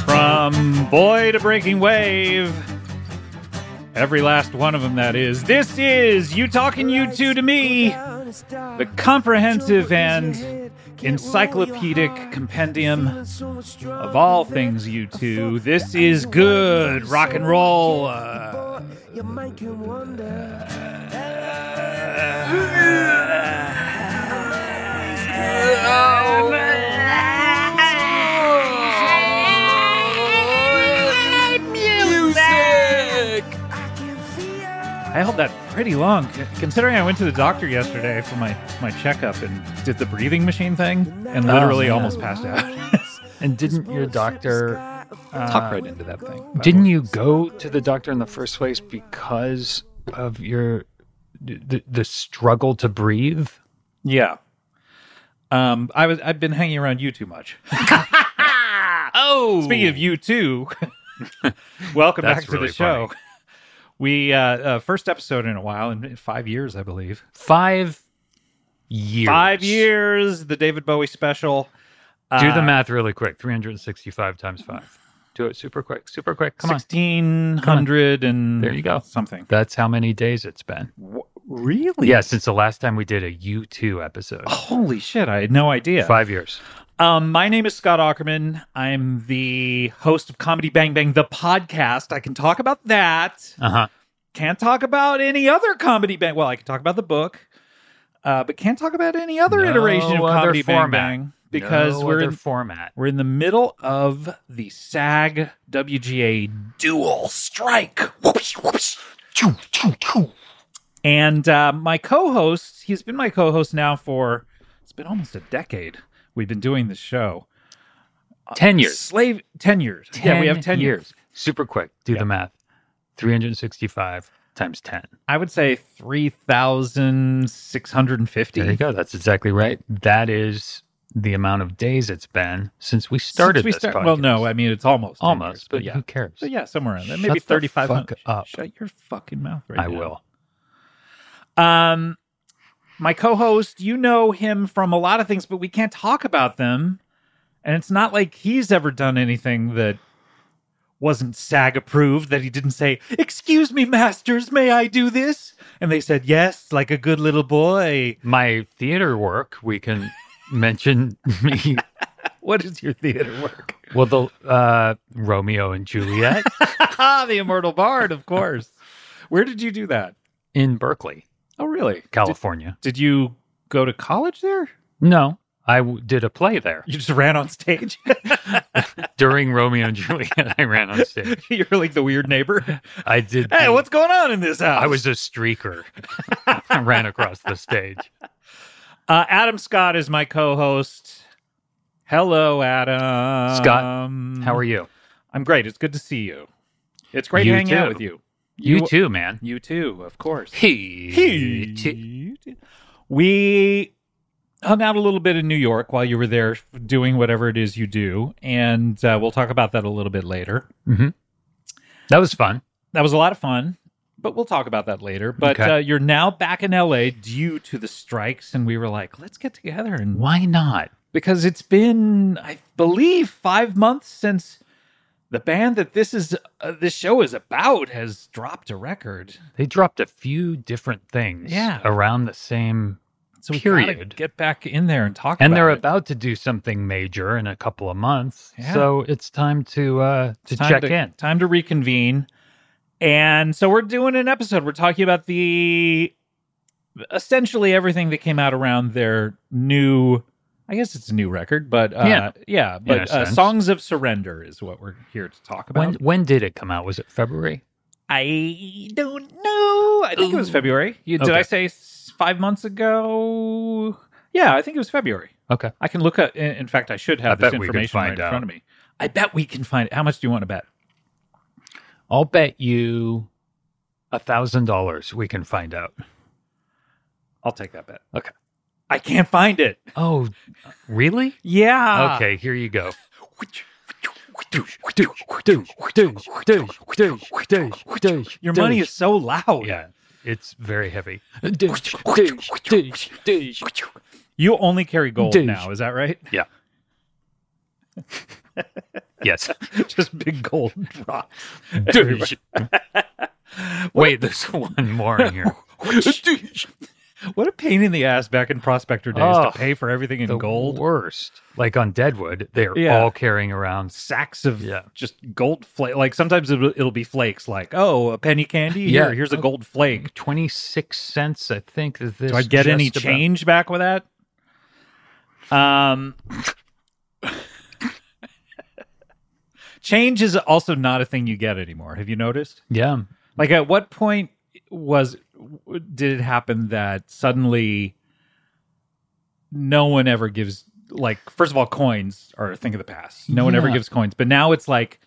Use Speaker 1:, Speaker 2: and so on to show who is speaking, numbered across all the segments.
Speaker 1: From boy to breaking wave. Every last one of them, that is. This is You Talking You Two to Me, the comprehensive and encyclopedic compendium of all things You Two. This is good rock and roll. Uh, I held that pretty long, c- considering I went to the doctor yesterday for my, my checkup and did the breathing machine thing and
Speaker 2: Oh,
Speaker 1: literally
Speaker 2: man.
Speaker 1: almost passed out.
Speaker 2: And didn't your doctor?
Speaker 1: Talk right into that thing. by the
Speaker 2: Didn't you go to the doctor in the first place because of your the, the struggle to breathe?
Speaker 1: Yeah. Um, I was I've been hanging around you too much.
Speaker 3: Oh,
Speaker 1: Speaking of you too, welcome back
Speaker 3: That's
Speaker 1: to
Speaker 3: really
Speaker 1: the show. We uh, uh first episode in a while in five years, I believe.
Speaker 2: Five years.
Speaker 1: Five years, Uh, the David Bowie special.
Speaker 2: Do the math really quick. Three hundred and sixty-five times five. Do it super quick. Super quick. Come on.
Speaker 1: Sixteen hundred and
Speaker 2: There you go.
Speaker 1: something.
Speaker 2: That's how many days it's been.
Speaker 1: Really?
Speaker 2: Yeah, since the last time we did a U two episode.
Speaker 1: Holy shit! I had no idea.
Speaker 2: Five years.
Speaker 1: Um, my name is Scott Ackerman. I'm the host of Comedy Bang Bang, the podcast. I can talk about that.
Speaker 2: Uh huh.
Speaker 1: can't talk about any other comedy bang. Well, I can talk about the book, uh, but can't talk about any other
Speaker 2: No
Speaker 1: iteration of
Speaker 2: other
Speaker 1: comedy bang
Speaker 2: format.
Speaker 1: bang because
Speaker 2: No
Speaker 1: we're
Speaker 2: other
Speaker 1: in,
Speaker 2: format.
Speaker 1: we're in the middle of the SAG WGA dual strike. Whoops, whoops. Choo, choo, choo. And uh, my co-host, he's been my co-host now for it's been almost a decade. We've been doing this show.
Speaker 2: Ten years.
Speaker 1: Slave ten years. Uh, yeah, we have ten years.
Speaker 2: Super quick. Do
Speaker 1: Yeah.
Speaker 2: the math. 365 times 10.
Speaker 1: I would say three thousand six hundred and fifty.
Speaker 2: There you go. That's exactly right. That is the amount of days it's been since we started
Speaker 1: Since we
Speaker 2: this
Speaker 1: start-
Speaker 2: podcast.
Speaker 1: Well, no, I mean it's almost 10
Speaker 2: almost,
Speaker 1: years,
Speaker 2: but,
Speaker 1: yeah,
Speaker 2: who cares?
Speaker 1: but yeah, somewhere around that.
Speaker 2: Shut
Speaker 1: Maybe
Speaker 2: the
Speaker 1: thirty five hundred.
Speaker 2: fuck up.
Speaker 1: Shut your fucking mouth right
Speaker 2: I
Speaker 1: now.
Speaker 2: will.
Speaker 1: will. Um, my co-host, you know him from a lot of things, but we can't talk about them, and it's not like he's ever done anything that wasn't SAG approved. That he didn't say, "Excuse me, masters, may I do this?" And they said yes, like a good little boy.
Speaker 2: My theater work, we can mention me.
Speaker 1: What is your theater work?
Speaker 2: Well, the uh, Romeo and Juliet
Speaker 1: the Immortal Bard, of course. Where did you do that?
Speaker 2: in Berkeley,
Speaker 1: Oh, really? Did-
Speaker 2: California.
Speaker 1: Did you go to college there?
Speaker 2: no, I w- did a play there
Speaker 1: You just ran on stage.
Speaker 2: during Romeo and Juliet. I ran on stage.
Speaker 1: You're like the weird neighbor.
Speaker 2: I did.
Speaker 1: Hey,
Speaker 2: the-
Speaker 1: what's going on in this house?
Speaker 2: I was a streaker. I ran across the stage.
Speaker 1: Uh, Adam Scott is my co-host. Hello, Adam.
Speaker 2: Scott, How are you?
Speaker 1: I'm great. It's good to see you. It's great
Speaker 2: You
Speaker 1: hanging out
Speaker 2: too.
Speaker 1: with you.
Speaker 2: You, too, man.
Speaker 1: You too, of course.
Speaker 2: He, too.
Speaker 1: We hung out a little bit in New York while you were there doing whatever it is you do, and uh, we'll talk about that a little bit later.
Speaker 2: That was fun.
Speaker 1: That was a lot of fun, but we'll talk about that later. But
Speaker 2: Okay.
Speaker 1: uh, you're now back in LA due to the strikes, and we were like, let's get together and
Speaker 2: Why not?
Speaker 1: because it's been, I believe, five months since the band that this is uh, this show is about has dropped a record.
Speaker 2: They dropped a few different things
Speaker 1: Yeah.
Speaker 2: around the same
Speaker 1: So we gotta
Speaker 2: period.
Speaker 1: get back in there and talk. about
Speaker 2: and they're
Speaker 1: it.
Speaker 2: about to do something major in a couple of months.
Speaker 1: Yeah.
Speaker 2: So it's time to uh to
Speaker 1: It's time
Speaker 2: check
Speaker 1: to-
Speaker 2: in.
Speaker 1: Time to reconvene. And so we're doing an episode. We're talking about the essentially everything that came out around their new I guess it's a new record, but uh yeah,
Speaker 2: Yeah.
Speaker 1: but
Speaker 2: In a
Speaker 1: uh,
Speaker 2: sense.
Speaker 1: Songs of Surrender is what we're here to talk about.
Speaker 2: When when did it come out? Was it February?
Speaker 1: I don't know. I think it was
Speaker 2: Ooh.
Speaker 1: February. You- Did
Speaker 2: Okay.
Speaker 1: I say s- 5 months ago? Yeah, I think it was February.
Speaker 2: Okay.
Speaker 1: I can look up in in fact I should have
Speaker 2: I
Speaker 1: this
Speaker 2: bet we can
Speaker 1: information right
Speaker 2: find
Speaker 1: in
Speaker 2: out.
Speaker 1: front of me. I bet we can find it. How much do you want to bet?
Speaker 2: I'll bet you a thousand dollars we can find out.
Speaker 1: I'll take that bet.
Speaker 2: Okay.
Speaker 1: I can't find it.
Speaker 2: Oh really?
Speaker 1: Yeah.
Speaker 2: Okay, here you go.
Speaker 1: Your money is so loud.
Speaker 2: Yeah, it's very heavy.
Speaker 1: You only carry gold
Speaker 2: Douche.
Speaker 1: now, is that right?
Speaker 2: Yeah. Yes.
Speaker 1: Just big gold rocks.
Speaker 2: Wait, there's one more in here.
Speaker 1: What a pain in the ass back in Prospector days
Speaker 2: Oh,
Speaker 1: to pay for everything in
Speaker 2: the
Speaker 1: gold.
Speaker 2: worst. Like on Deadwood, they're
Speaker 1: Yeah.
Speaker 2: all carrying around.
Speaker 1: Sacks of
Speaker 2: Yeah.
Speaker 1: just gold flake. Like sometimes it'll, it'll be flakes. Like oh, a penny candy. Here,
Speaker 2: Yeah.
Speaker 1: here's a gold flake.
Speaker 2: 26 cents, I think. Is this
Speaker 1: Do I get any
Speaker 2: just about-
Speaker 1: change back with that? Um, change is also not a thing you get anymore. Have you noticed?
Speaker 2: Yeah.
Speaker 1: Like, at what point was did it happen that suddenly no one ever gives like first of all coins are a thing of the past. No one ever
Speaker 2: Yeah.
Speaker 1: gives coins, but now it's like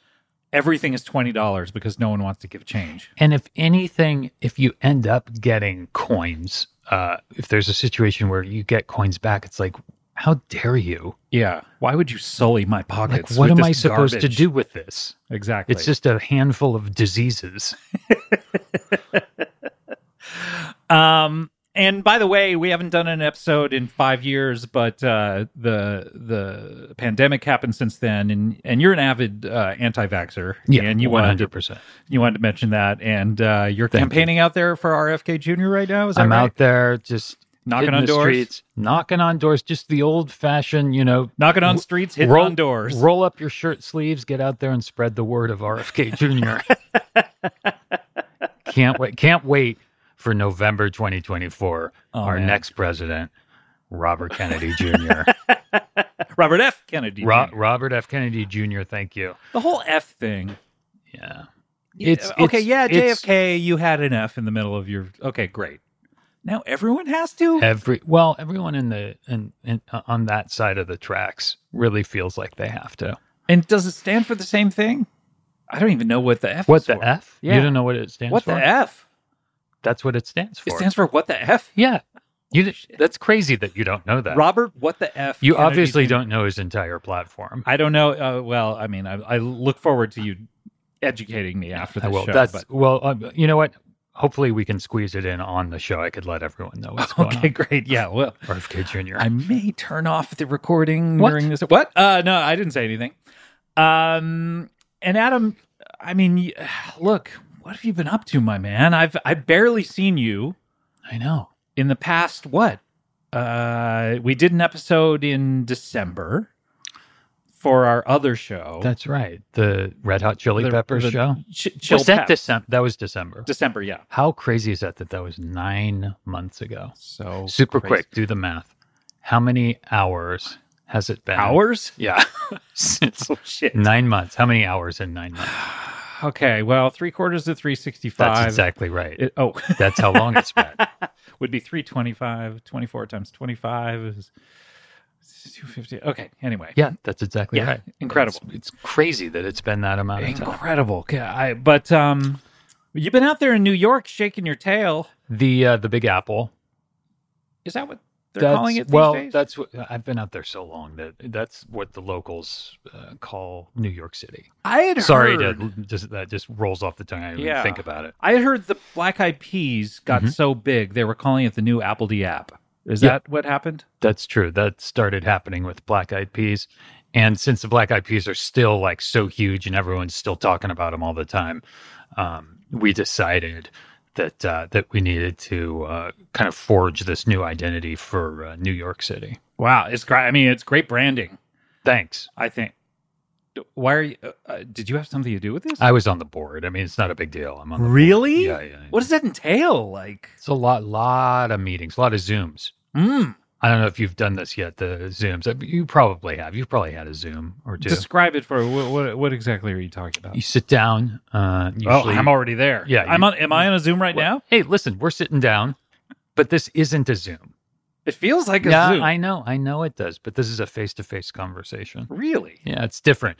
Speaker 1: everything is twenty dollars because no one wants to give change.
Speaker 2: And if anything, if you end up getting coins, uh, if there's a situation where you get coins back, it's like, how dare you?
Speaker 1: Yeah, why would you sully my
Speaker 2: Like,
Speaker 1: pockets?
Speaker 2: what
Speaker 1: with
Speaker 2: am
Speaker 1: this
Speaker 2: I supposed to
Speaker 1: garbage?
Speaker 2: do with this?
Speaker 1: Exactly.
Speaker 2: It's just a handful of diseases.
Speaker 1: Um, and by the way, we haven't done an episode in five years, but uh, the the pandemic happened since then, and and you're an avid uh, anti-vaxer, and you wanted to,
Speaker 2: 100%.
Speaker 1: you wanted to mention that, and uh, you're
Speaker 2: Thank you.
Speaker 1: campaigning out there for RFK Jr. right now. Is that
Speaker 2: I'm
Speaker 1: right?
Speaker 2: out there just
Speaker 1: knocking
Speaker 2: hitting
Speaker 1: on
Speaker 2: the
Speaker 1: doors,
Speaker 2: streets, knocking on doors, just the old fashioned, you know,
Speaker 1: knocking on streets, hitting
Speaker 2: roll-
Speaker 1: on doors.
Speaker 2: Roll up your shirt sleeves, get out there and spread the word of RFK Jr. can't wait can't wait for November 2024,
Speaker 1: Oh,
Speaker 2: our
Speaker 1: man.
Speaker 2: next president, Robert Kennedy Jr.
Speaker 1: Robert F. Kennedy.
Speaker 2: Ro-
Speaker 1: Jr.
Speaker 2: Robert F. Kennedy Jr. Thank you.
Speaker 1: the whole F thing.
Speaker 2: Yeah. It's,
Speaker 1: okay.
Speaker 2: it's-
Speaker 1: Yeah,
Speaker 2: it's
Speaker 1: JFK. You had an F in the middle of your. Okay, great. Now everyone has to.
Speaker 2: Every well, everyone in the in, in uh, on that side of the tracks really feels like they have to.
Speaker 1: And does it stand for the same thing? I don't even know what the F.
Speaker 2: What
Speaker 1: is
Speaker 2: the
Speaker 1: for.
Speaker 2: F?
Speaker 1: Yeah.
Speaker 2: You don't know what it stands
Speaker 1: What
Speaker 2: for.
Speaker 1: the F?
Speaker 2: That's what it stands for.
Speaker 1: It stands for what the F.
Speaker 2: yeah. You that's crazy that you don't know that.
Speaker 1: Robert, what the F?
Speaker 2: You
Speaker 1: Kennedy
Speaker 2: obviously
Speaker 1: Jr.
Speaker 2: don't know his entire platform.
Speaker 1: I don't know. Uh, well, I mean, I, I look forward to you educating me after the
Speaker 2: I will.
Speaker 1: show.
Speaker 2: That's
Speaker 1: but-
Speaker 2: Uh, well. Um, you know what? Hopefully, we can squeeze it in on the show. I could let everyone know what's going
Speaker 1: okay, great. Yeah. Well,
Speaker 2: on. RFK Jr.
Speaker 1: I may turn off the recording
Speaker 2: What?
Speaker 1: during this. What? Uh, no, I didn't say anything. Um, and Adam, I mean, y- look, what have you been up to, my man? I've I've barely seen you.
Speaker 2: I know.
Speaker 1: in the past what uh we did an episode in december for our other show
Speaker 2: That's right. The Red Hot Chili
Speaker 1: The-
Speaker 2: Peppers
Speaker 1: the
Speaker 2: show.
Speaker 1: Ch- Chill
Speaker 2: was that
Speaker 1: Pep.
Speaker 2: December? That was December.
Speaker 1: december yeah
Speaker 2: How crazy is that? That that was nine months ago.
Speaker 1: so
Speaker 2: Super
Speaker 1: crazy.
Speaker 2: quick. Do the math. How many hours has it been?
Speaker 1: hours
Speaker 2: Yeah. Since
Speaker 1: oh shit
Speaker 2: nine months. How many hours in nine months?
Speaker 1: okay well three quarters of
Speaker 2: That's
Speaker 1: 365
Speaker 2: exactly right.
Speaker 1: it, oh
Speaker 2: That's how long it's been.
Speaker 1: would be 325 24 times 25 is 250 okay anyway
Speaker 2: Yeah, that's exactly
Speaker 1: Yeah,
Speaker 2: right.
Speaker 1: incredible.
Speaker 2: It's, it's crazy that it's been that amount of time.
Speaker 1: incredible Yeah, I, but um you've been out there in new york shaking your tail
Speaker 2: The uh, the Big Apple.
Speaker 1: is that what they're
Speaker 2: That's-
Speaker 1: calling it these
Speaker 2: well,
Speaker 1: days?
Speaker 2: that's what I've been out there so long that that's what the locals uh, call New York City.
Speaker 1: I had
Speaker 2: Sorry
Speaker 1: heard,
Speaker 2: to just that just rolls off the tongue. I didn't even
Speaker 1: Yeah.
Speaker 2: think about it.
Speaker 1: I had heard the Black Eyed Peas got
Speaker 2: Mhm.
Speaker 1: so big they were calling it the new Apple D app. Is
Speaker 2: Yeah.
Speaker 1: that what happened?
Speaker 2: That's true. That started happening with Black Eyed Peas, and since the Black Eyed Peas are still like so huge and everyone's still talking about them all the time, um, we decided. That uh, that we needed to uh, kind of forge this new identity for uh, New York City.
Speaker 1: Wow, it's great. I mean, it's great branding.
Speaker 2: Thanks.
Speaker 1: I think. Why are you? Uh, uh, did you have something to do with this?
Speaker 2: I was on the board. I mean, it's not a big deal. I'm on. The,
Speaker 1: really?
Speaker 2: yeah, yeah, yeah.
Speaker 1: What does that entail? Like,
Speaker 2: It's a lot, lot of meetings, a lot of Zooms.
Speaker 1: mm,
Speaker 2: I don't know if you've done this yet. The Zooms, Uh, you probably have. You've probably had a Zoom or two.
Speaker 1: describe it for what, what? What exactly are you talking about?
Speaker 2: you sit down. Uh, usually,
Speaker 1: oh, I'm already there.
Speaker 2: Yeah,
Speaker 1: I'm
Speaker 2: you-
Speaker 1: on. Am I on a Zoom right now?
Speaker 2: Hey, listen, we're sitting down, but this isn't a Zoom.
Speaker 1: It feels like a
Speaker 2: yeah,
Speaker 1: Zoom.
Speaker 2: I know, I know it does, but this is a face-to-face conversation.
Speaker 1: really?
Speaker 2: Yeah, it's different,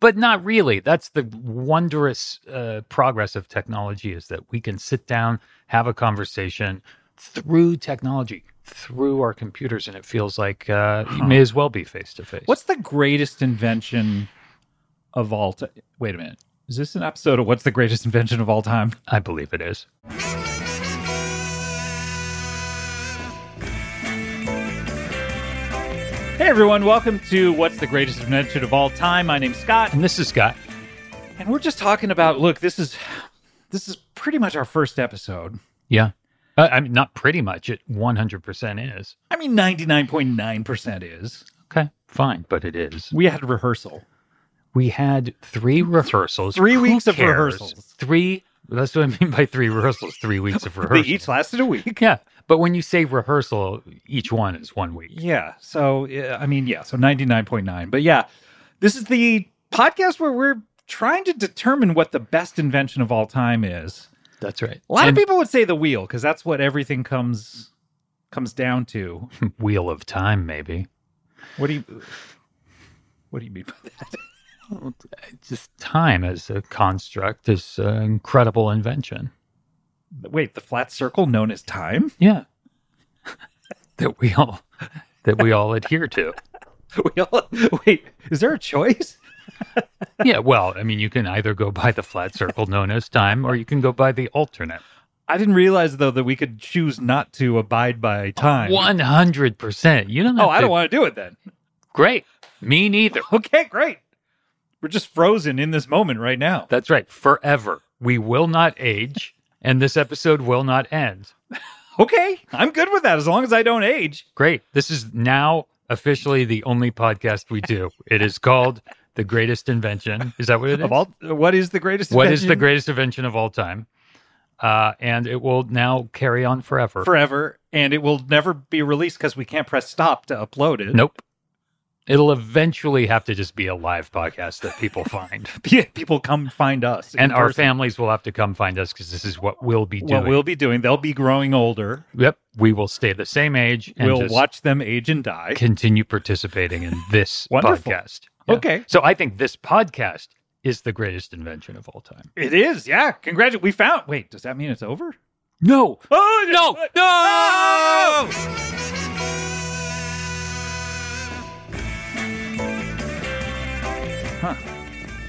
Speaker 2: but not really. That's the wondrous uh, progress of technology is that we can sit down, have a conversation through technology, through our computers, and it feels like uh, you may as well be face to face.
Speaker 1: What's the greatest invention of all time? Wait a minute. Is this an episode of What's the Greatest Invention of All Time?
Speaker 2: I believe it is.
Speaker 1: Hey everyone, welcome to What's the Greatest Invention of All Time. My name's Scott,
Speaker 2: And this is Scott.
Speaker 1: and we're just talking about look, this is this is pretty much our first episode.
Speaker 2: Yeah. Uh, I mean, not pretty much. It 100% is.
Speaker 1: I mean 99.9% is.
Speaker 2: Okay. Fine. But it is.
Speaker 1: We had rehearsal.
Speaker 2: We had three rehearsals.
Speaker 1: Three
Speaker 2: Who
Speaker 1: weeks of
Speaker 2: cares?
Speaker 1: rehearsals.
Speaker 2: Three. That's what I mean by three rehearsals. Three weeks of
Speaker 1: They
Speaker 2: rehearsals.
Speaker 1: each lasted a week.
Speaker 2: Yeah. But when you say rehearsal, each one is one week.
Speaker 1: Yeah. So yeah, I mean, yeah. So ninety nine point nine. But yeah, this is the podcast where we're trying to determine what the best invention of all time is.
Speaker 2: That's right.
Speaker 1: A lot of people would say the wheel because that's what everything comes comes down to.
Speaker 2: people. Wheel of Time, maybe.
Speaker 1: What do you What do you mean by that?
Speaker 2: Just time as a construct is an incredible invention.
Speaker 1: Wait, the flat circle known as time.
Speaker 2: Yeah. that we all that we all adhere to.
Speaker 1: We all, wait, is there a choice?
Speaker 2: Yeah, well, I mean you can either go by the flat circle known as time or you can go by the alternate.
Speaker 1: I didn't realize though that we could choose not to abide by time.
Speaker 2: One hundred percent. You don't
Speaker 1: Oh,
Speaker 2: have
Speaker 1: I
Speaker 2: to-
Speaker 1: don't want to do it then.
Speaker 2: great. Me neither.
Speaker 1: Okay, great. We're just frozen in this moment right now.
Speaker 2: That's right. Forever. We will not age, and this episode will not end.
Speaker 1: Okay, I'm good with that as long as I don't age.
Speaker 2: Great. This is now officially the only podcast we do. It is called The Greatest Invention. Is that what it is?
Speaker 1: Of all, what is the greatest?
Speaker 2: what is the
Speaker 1: invention?
Speaker 2: greatest invention of all time? Uh, and it will now carry on forever.
Speaker 1: forever? And it will never be released because we can't press stop to upload it.
Speaker 2: Nope. It'll eventually have to just be a live podcast that people find.
Speaker 1: people come find us, in
Speaker 2: and our
Speaker 1: person.
Speaker 2: families will have to come find us because this is what we'll be doing.
Speaker 1: What we'll be doing, they'll be growing older.
Speaker 2: yep. We will stay the same age and
Speaker 1: we'll
Speaker 2: just
Speaker 1: watch them age and die.
Speaker 2: continue participating in this
Speaker 1: Wonderful.
Speaker 2: podcast.
Speaker 1: Okay.
Speaker 2: So I think this podcast is the greatest invention of all time.
Speaker 1: It is, yeah. Congratulations, we found. Wait, does that mean it's over?
Speaker 2: No.
Speaker 1: Oh
Speaker 2: No. No.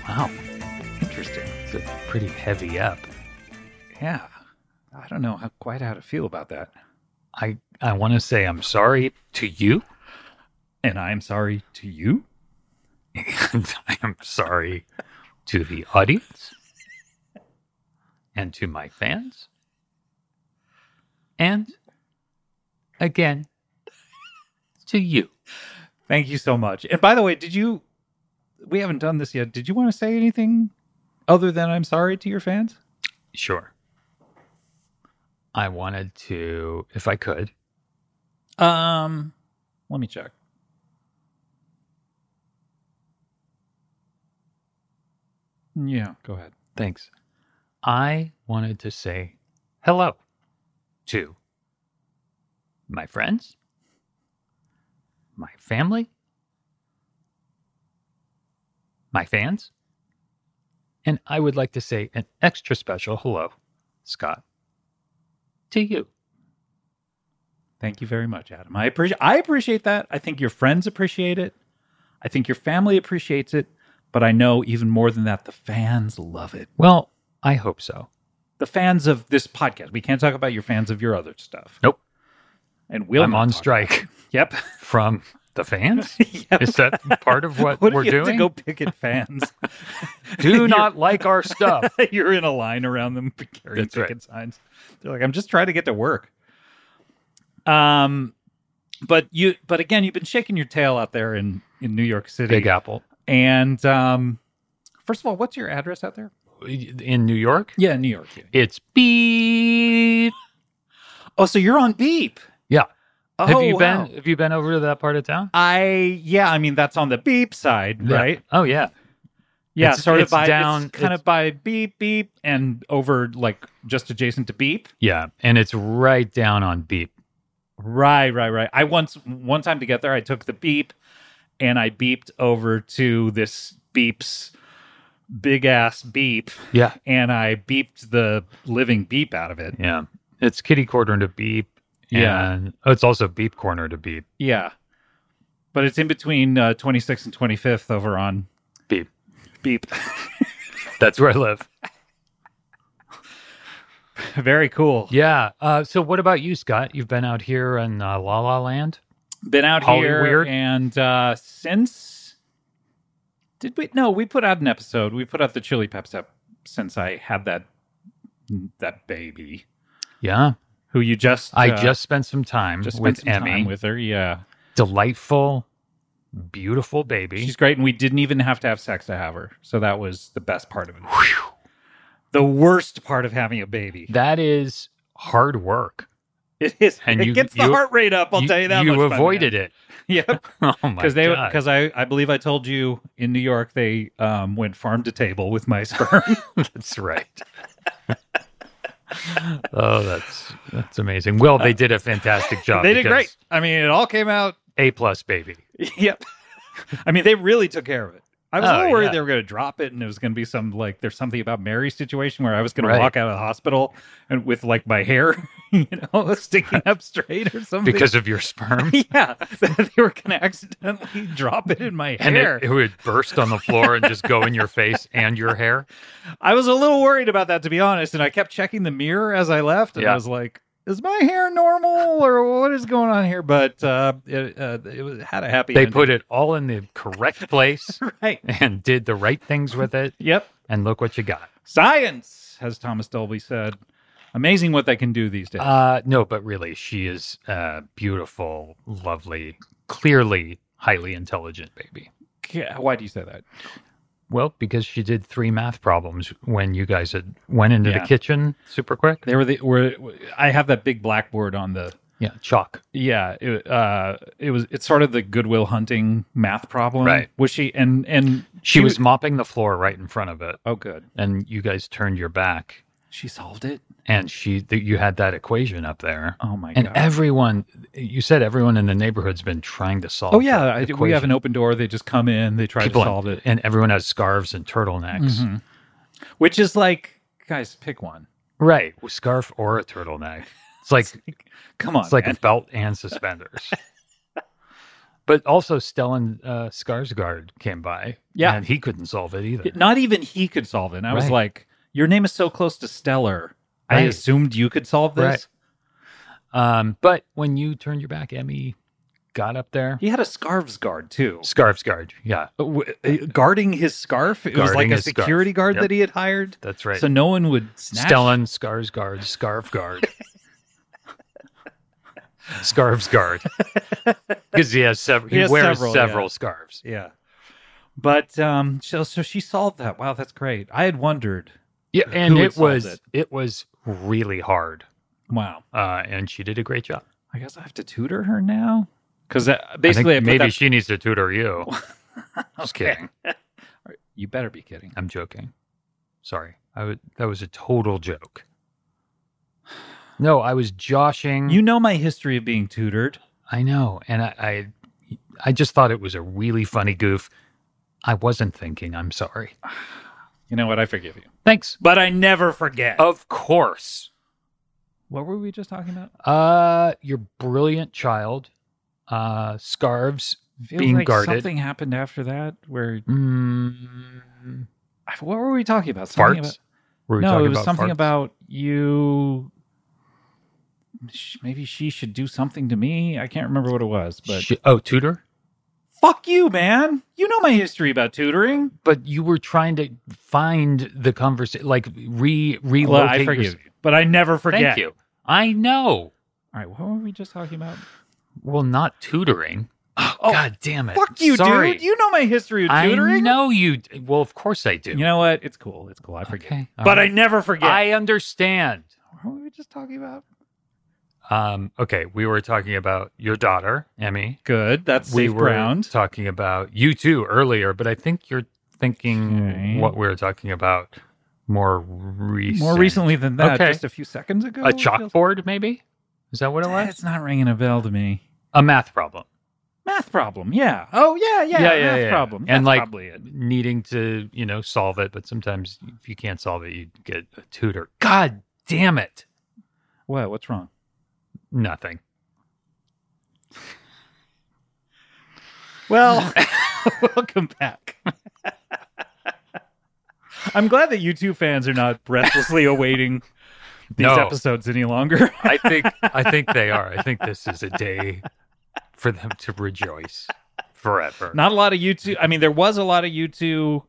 Speaker 2: Wow.
Speaker 1: Interesting.
Speaker 2: It's a pretty heavy up.
Speaker 1: Yeah, I don't know how quite how to feel about that.
Speaker 2: I I want to say I'm sorry to you.
Speaker 1: And I'm sorry to you.
Speaker 2: And I am sorry to the audience and to my fans. And again to you.
Speaker 1: Thank you so much. And by the way, did you? We haven't done this yet. Did you want to say anything other than I'm sorry to your fans?
Speaker 2: Sure. I wanted to if I could
Speaker 1: Um, let me check. Yeah, go ahead.
Speaker 2: Thanks. I wanted to say hello to my friends, my family, my fans, and I would like to say an extra special hello, Scott, to you.
Speaker 1: Thank you very much, Adam. I appreciate I appreciate that. I think your friends appreciate it. I think your family appreciates it, but I know even more than that the fans love it.
Speaker 2: Well, I hope so.
Speaker 1: The fans of this podcast. We can't talk about your fans of your other stuff.
Speaker 2: Nope.
Speaker 1: And we'll
Speaker 2: I'm
Speaker 1: not
Speaker 2: on
Speaker 1: talk-
Speaker 2: strike
Speaker 1: Yep.
Speaker 2: from the fans.
Speaker 1: Yep.
Speaker 2: Is that part of what,
Speaker 1: What if
Speaker 2: we're
Speaker 1: you have
Speaker 2: doing?
Speaker 1: to go picket fans?
Speaker 2: Do not like our stuff.
Speaker 1: You're in a line around them carrying
Speaker 2: That's right.
Speaker 1: picket signs. They're like, I'm just trying to get to work. Um, but you, but again, you've been shaking your tail out there in in New York City,
Speaker 2: Big Apple.
Speaker 1: and um, first of all, what's your address out there?
Speaker 2: In New York?
Speaker 1: Yeah, New York. Yeah.
Speaker 2: It's beep.
Speaker 1: Oh, so you're on Beep.
Speaker 2: Yeah.
Speaker 1: Oh,
Speaker 2: have you
Speaker 1: wow.
Speaker 2: been? Have you been over to that part of town?
Speaker 1: I yeah, I mean that's on the Beep side,
Speaker 2: Yeah.
Speaker 1: right?
Speaker 2: Oh yeah.
Speaker 1: Yeah,
Speaker 2: It's-
Speaker 1: sort of
Speaker 2: it's
Speaker 1: by
Speaker 2: down-
Speaker 1: it's kind
Speaker 2: it's-
Speaker 1: of by Beep Beep and over like just adjacent to Beep.
Speaker 2: Yeah, and it's right down on beep.
Speaker 1: Right, right, right. I once one time to get there, I took the beep and I beeped over to this beep's big ass beep
Speaker 2: Yeah.
Speaker 1: and I beeped the living beep out of it.
Speaker 2: Yeah. It's kitty corner to beep.
Speaker 1: Yeah.
Speaker 2: And oh, it's also beep corner to beep.
Speaker 1: Yeah. But it's in between uh, 26th and 25th over on
Speaker 2: Beep.
Speaker 1: beep.
Speaker 2: That's where I live.
Speaker 1: Very cool.
Speaker 2: Yeah. Uh, so what about you, Scott? You've been out here in uh, La La Land?
Speaker 1: Been out
Speaker 2: Holly
Speaker 1: here
Speaker 2: Weird.
Speaker 1: and uh, since did we? No, we put out an episode. We put out the Chili Peps ep since I had that that baby
Speaker 2: Yeah.
Speaker 1: who you just
Speaker 2: I
Speaker 1: uh,
Speaker 2: just spent some time
Speaker 1: just spent
Speaker 2: Mm-hmm. with
Speaker 1: some
Speaker 2: Emmy.
Speaker 1: time with her. Yeah,
Speaker 2: Delightful, beautiful baby.
Speaker 1: she's great, and we didn't even have to have sex to have her. So that was the best part of it. The worst part of having a baby.
Speaker 2: that is hard work.
Speaker 1: It is.
Speaker 2: And
Speaker 1: it
Speaker 2: you-
Speaker 1: gets the
Speaker 2: you-
Speaker 1: heart rate up. I'll
Speaker 2: you,
Speaker 1: tell you that.
Speaker 2: You
Speaker 1: much, my
Speaker 2: avoided it.
Speaker 1: man. Yep.
Speaker 2: Oh my
Speaker 1: Because they,
Speaker 2: God.
Speaker 1: because I, I believe I told you in New York they um, went farm to table with my sperm.
Speaker 2: That's right. oh, that's that's amazing. Well, they did a fantastic job.
Speaker 1: they did
Speaker 2: because
Speaker 1: great. I mean, it all came out.
Speaker 2: A plus, baby.
Speaker 1: Yep. I mean, they really took care of it. I was a
Speaker 2: Oh,
Speaker 1: little worried
Speaker 2: yeah.
Speaker 1: they were going to drop it, and it was going to be some like there's something about Mary situation where I was going
Speaker 2: Right.
Speaker 1: to walk out of the hospital and with like my hair, you know, sticking up straight or something.
Speaker 2: Because of your sperm,
Speaker 1: yeah, that they were going to accidentally drop it in my
Speaker 2: and
Speaker 1: hair.
Speaker 2: it, it would burst on the floor and just go in your face and your hair.
Speaker 1: I was a little worried about that, to be honest, and I kept checking the mirror as I left, and I
Speaker 2: Yeah.
Speaker 1: was like, "Is my hair normal, or what is going on here?" But uh, it, uh, it was, had a happy.
Speaker 2: They
Speaker 1: ending.
Speaker 2: put it all in the correct place
Speaker 1: right.
Speaker 2: and did the right things with it.
Speaker 1: Yep,
Speaker 2: And look what you got.
Speaker 1: science, as Thomas Dolby said. Amazing what they can do these days.
Speaker 2: Uh, no, but really, she is a beautiful, lovely, clearly highly intelligent baby.
Speaker 1: Yeah, Why do you say that?
Speaker 2: Well, because she did three math problems when you guys had went into
Speaker 1: Yeah.
Speaker 2: the kitchen super quick.
Speaker 1: They were the were. I have that big blackboard on the.
Speaker 2: Yeah, chalk.
Speaker 1: Yeah, it, uh, it was. It's sort of the Goodwill Hunting math problem.
Speaker 2: Right.
Speaker 1: Was she and and
Speaker 2: She was mopping the floor right in front of it,
Speaker 1: oh good.
Speaker 2: and you guys turned your back,
Speaker 1: She solved it.
Speaker 2: and she th- you had that equation up there,
Speaker 1: Oh my
Speaker 2: and
Speaker 1: god.
Speaker 2: everyone, you said everyone in the neighborhood's been trying to solve.
Speaker 1: Oh yeah, I,
Speaker 2: that
Speaker 1: we have an
Speaker 2: equation.
Speaker 1: open door. They just come in, they try
Speaker 2: People
Speaker 1: to solve it,
Speaker 2: and everyone has scarves and turtlenecks,
Speaker 1: Mhm. which is like, guys, pick one.
Speaker 2: right? Scarf or a turtleneck. It's like
Speaker 1: Come on,
Speaker 2: It's like
Speaker 1: man.
Speaker 2: a belt and suspenders. but also, Stellan uh, Skarsgård came by.
Speaker 1: Yeah.
Speaker 2: and he couldn't solve it either.
Speaker 1: not even he could solve it. And I was
Speaker 2: Right.
Speaker 1: like, your name is so close to Stellar. I
Speaker 2: Right.
Speaker 1: assumed you could solve this.
Speaker 2: Right. Um, but when you turned your back, Emmy got up there.
Speaker 1: He had a scarves guard too,
Speaker 2: Skarsgård, yeah,
Speaker 1: W- uh, guarding his scarf. It was
Speaker 2: Guarding
Speaker 1: like a
Speaker 2: his scarf.
Speaker 1: security guard
Speaker 2: Yep.
Speaker 1: that he had hired,
Speaker 2: that's right.
Speaker 1: so no one would snatch.
Speaker 2: Stellan Skarsgård, scarf guard, scarves guard, because he has several. He,
Speaker 1: He has
Speaker 2: wears
Speaker 1: several,
Speaker 2: several,
Speaker 1: yeah.
Speaker 2: scarves.
Speaker 1: Yeah, but um, so so she solved that. Wow, that's great. I had wondered.
Speaker 2: Yeah,
Speaker 1: Who
Speaker 2: and
Speaker 1: would
Speaker 2: it
Speaker 1: solve
Speaker 2: was
Speaker 1: it?
Speaker 2: it? was really hard,
Speaker 1: Wow,
Speaker 2: uh, and she did a great job.
Speaker 1: I guess I have to tutor her now because
Speaker 2: I think
Speaker 1: basically I put
Speaker 2: maybe
Speaker 1: that
Speaker 2: she needs to tutor you. Just
Speaker 1: Okay.
Speaker 2: kidding.
Speaker 1: You better be kidding.
Speaker 2: I'm joking. Sorry. I would, that was a total joke. No, I was joshing.
Speaker 1: You know my history of being tutored.
Speaker 2: I know, and I, I I just thought it was a really funny goof. I wasn't thinking. I'm sorry.
Speaker 1: You know what? I forgive you.
Speaker 2: Thanks.
Speaker 1: But I never forget.
Speaker 2: Of course.
Speaker 1: What were we just talking about?
Speaker 2: Uh your brilliant child. Uh scarves.
Speaker 1: Feels
Speaker 2: Being
Speaker 1: like
Speaker 2: guarded.
Speaker 1: Something happened after that where.
Speaker 2: Mm,
Speaker 1: I- What were we talking about?
Speaker 2: farts.
Speaker 1: Something about-
Speaker 2: Were we
Speaker 1: no,
Speaker 2: talking
Speaker 1: it was something
Speaker 2: farts?
Speaker 1: about you. Sh- Maybe she should do something to me. I can't remember what it was, but
Speaker 2: Sh- oh, tutor?
Speaker 1: fuck you, man. You know my history about tutoring.
Speaker 2: but you were trying to find the conversation, like re relocate.
Speaker 1: Well, I
Speaker 2: your-
Speaker 1: forgive you, but I never forget.
Speaker 2: Thank you. I know.
Speaker 1: All right, what were we just talking about?
Speaker 2: Well, not tutoring. Oh,
Speaker 1: Oh,
Speaker 2: God damn it!
Speaker 1: Fuck you,
Speaker 2: Sorry.
Speaker 1: dude. You know my history of tutoring.
Speaker 2: I know you. d- Well, of course I do.
Speaker 1: You know what? It's cool. It's cool. I forget.
Speaker 2: okay, all
Speaker 1: but I
Speaker 2: right.
Speaker 1: never forget.
Speaker 2: I understand.
Speaker 1: what were we just talking about?
Speaker 2: Um, okay, we were talking about your daughter, Emmy.
Speaker 1: Good. That's
Speaker 2: we
Speaker 1: safe
Speaker 2: were
Speaker 1: ground.
Speaker 2: talking about you too earlier, but I think you're thinking
Speaker 1: Okay.
Speaker 2: what we were talking about more recent.
Speaker 1: More recently than that,
Speaker 2: Okay.
Speaker 1: just a few seconds ago.
Speaker 2: a
Speaker 1: it feels-
Speaker 2: chalkboard, maybe. Is that what it was?
Speaker 1: It's not ringing a bell to me.
Speaker 2: a math problem
Speaker 1: Math problem. Yeah. Oh yeah. Yeah.
Speaker 2: Yeah, yeah,
Speaker 1: math
Speaker 2: yeah.
Speaker 1: problem.
Speaker 2: And,
Speaker 1: That's
Speaker 2: like-
Speaker 1: probably it.
Speaker 2: needing to you know solve it but sometimes if you can't solve it you get a tutor god damn it
Speaker 1: What? What's wrong?
Speaker 2: nothing
Speaker 1: Well, welcome back. I'm glad that you two fans are not breathlessly awaiting these
Speaker 2: No.
Speaker 1: episodes any longer.
Speaker 2: i think i think they are i think this is a day for them to rejoice forever.
Speaker 1: Not a lot of YouTube. I mean, there was a lot of YouTube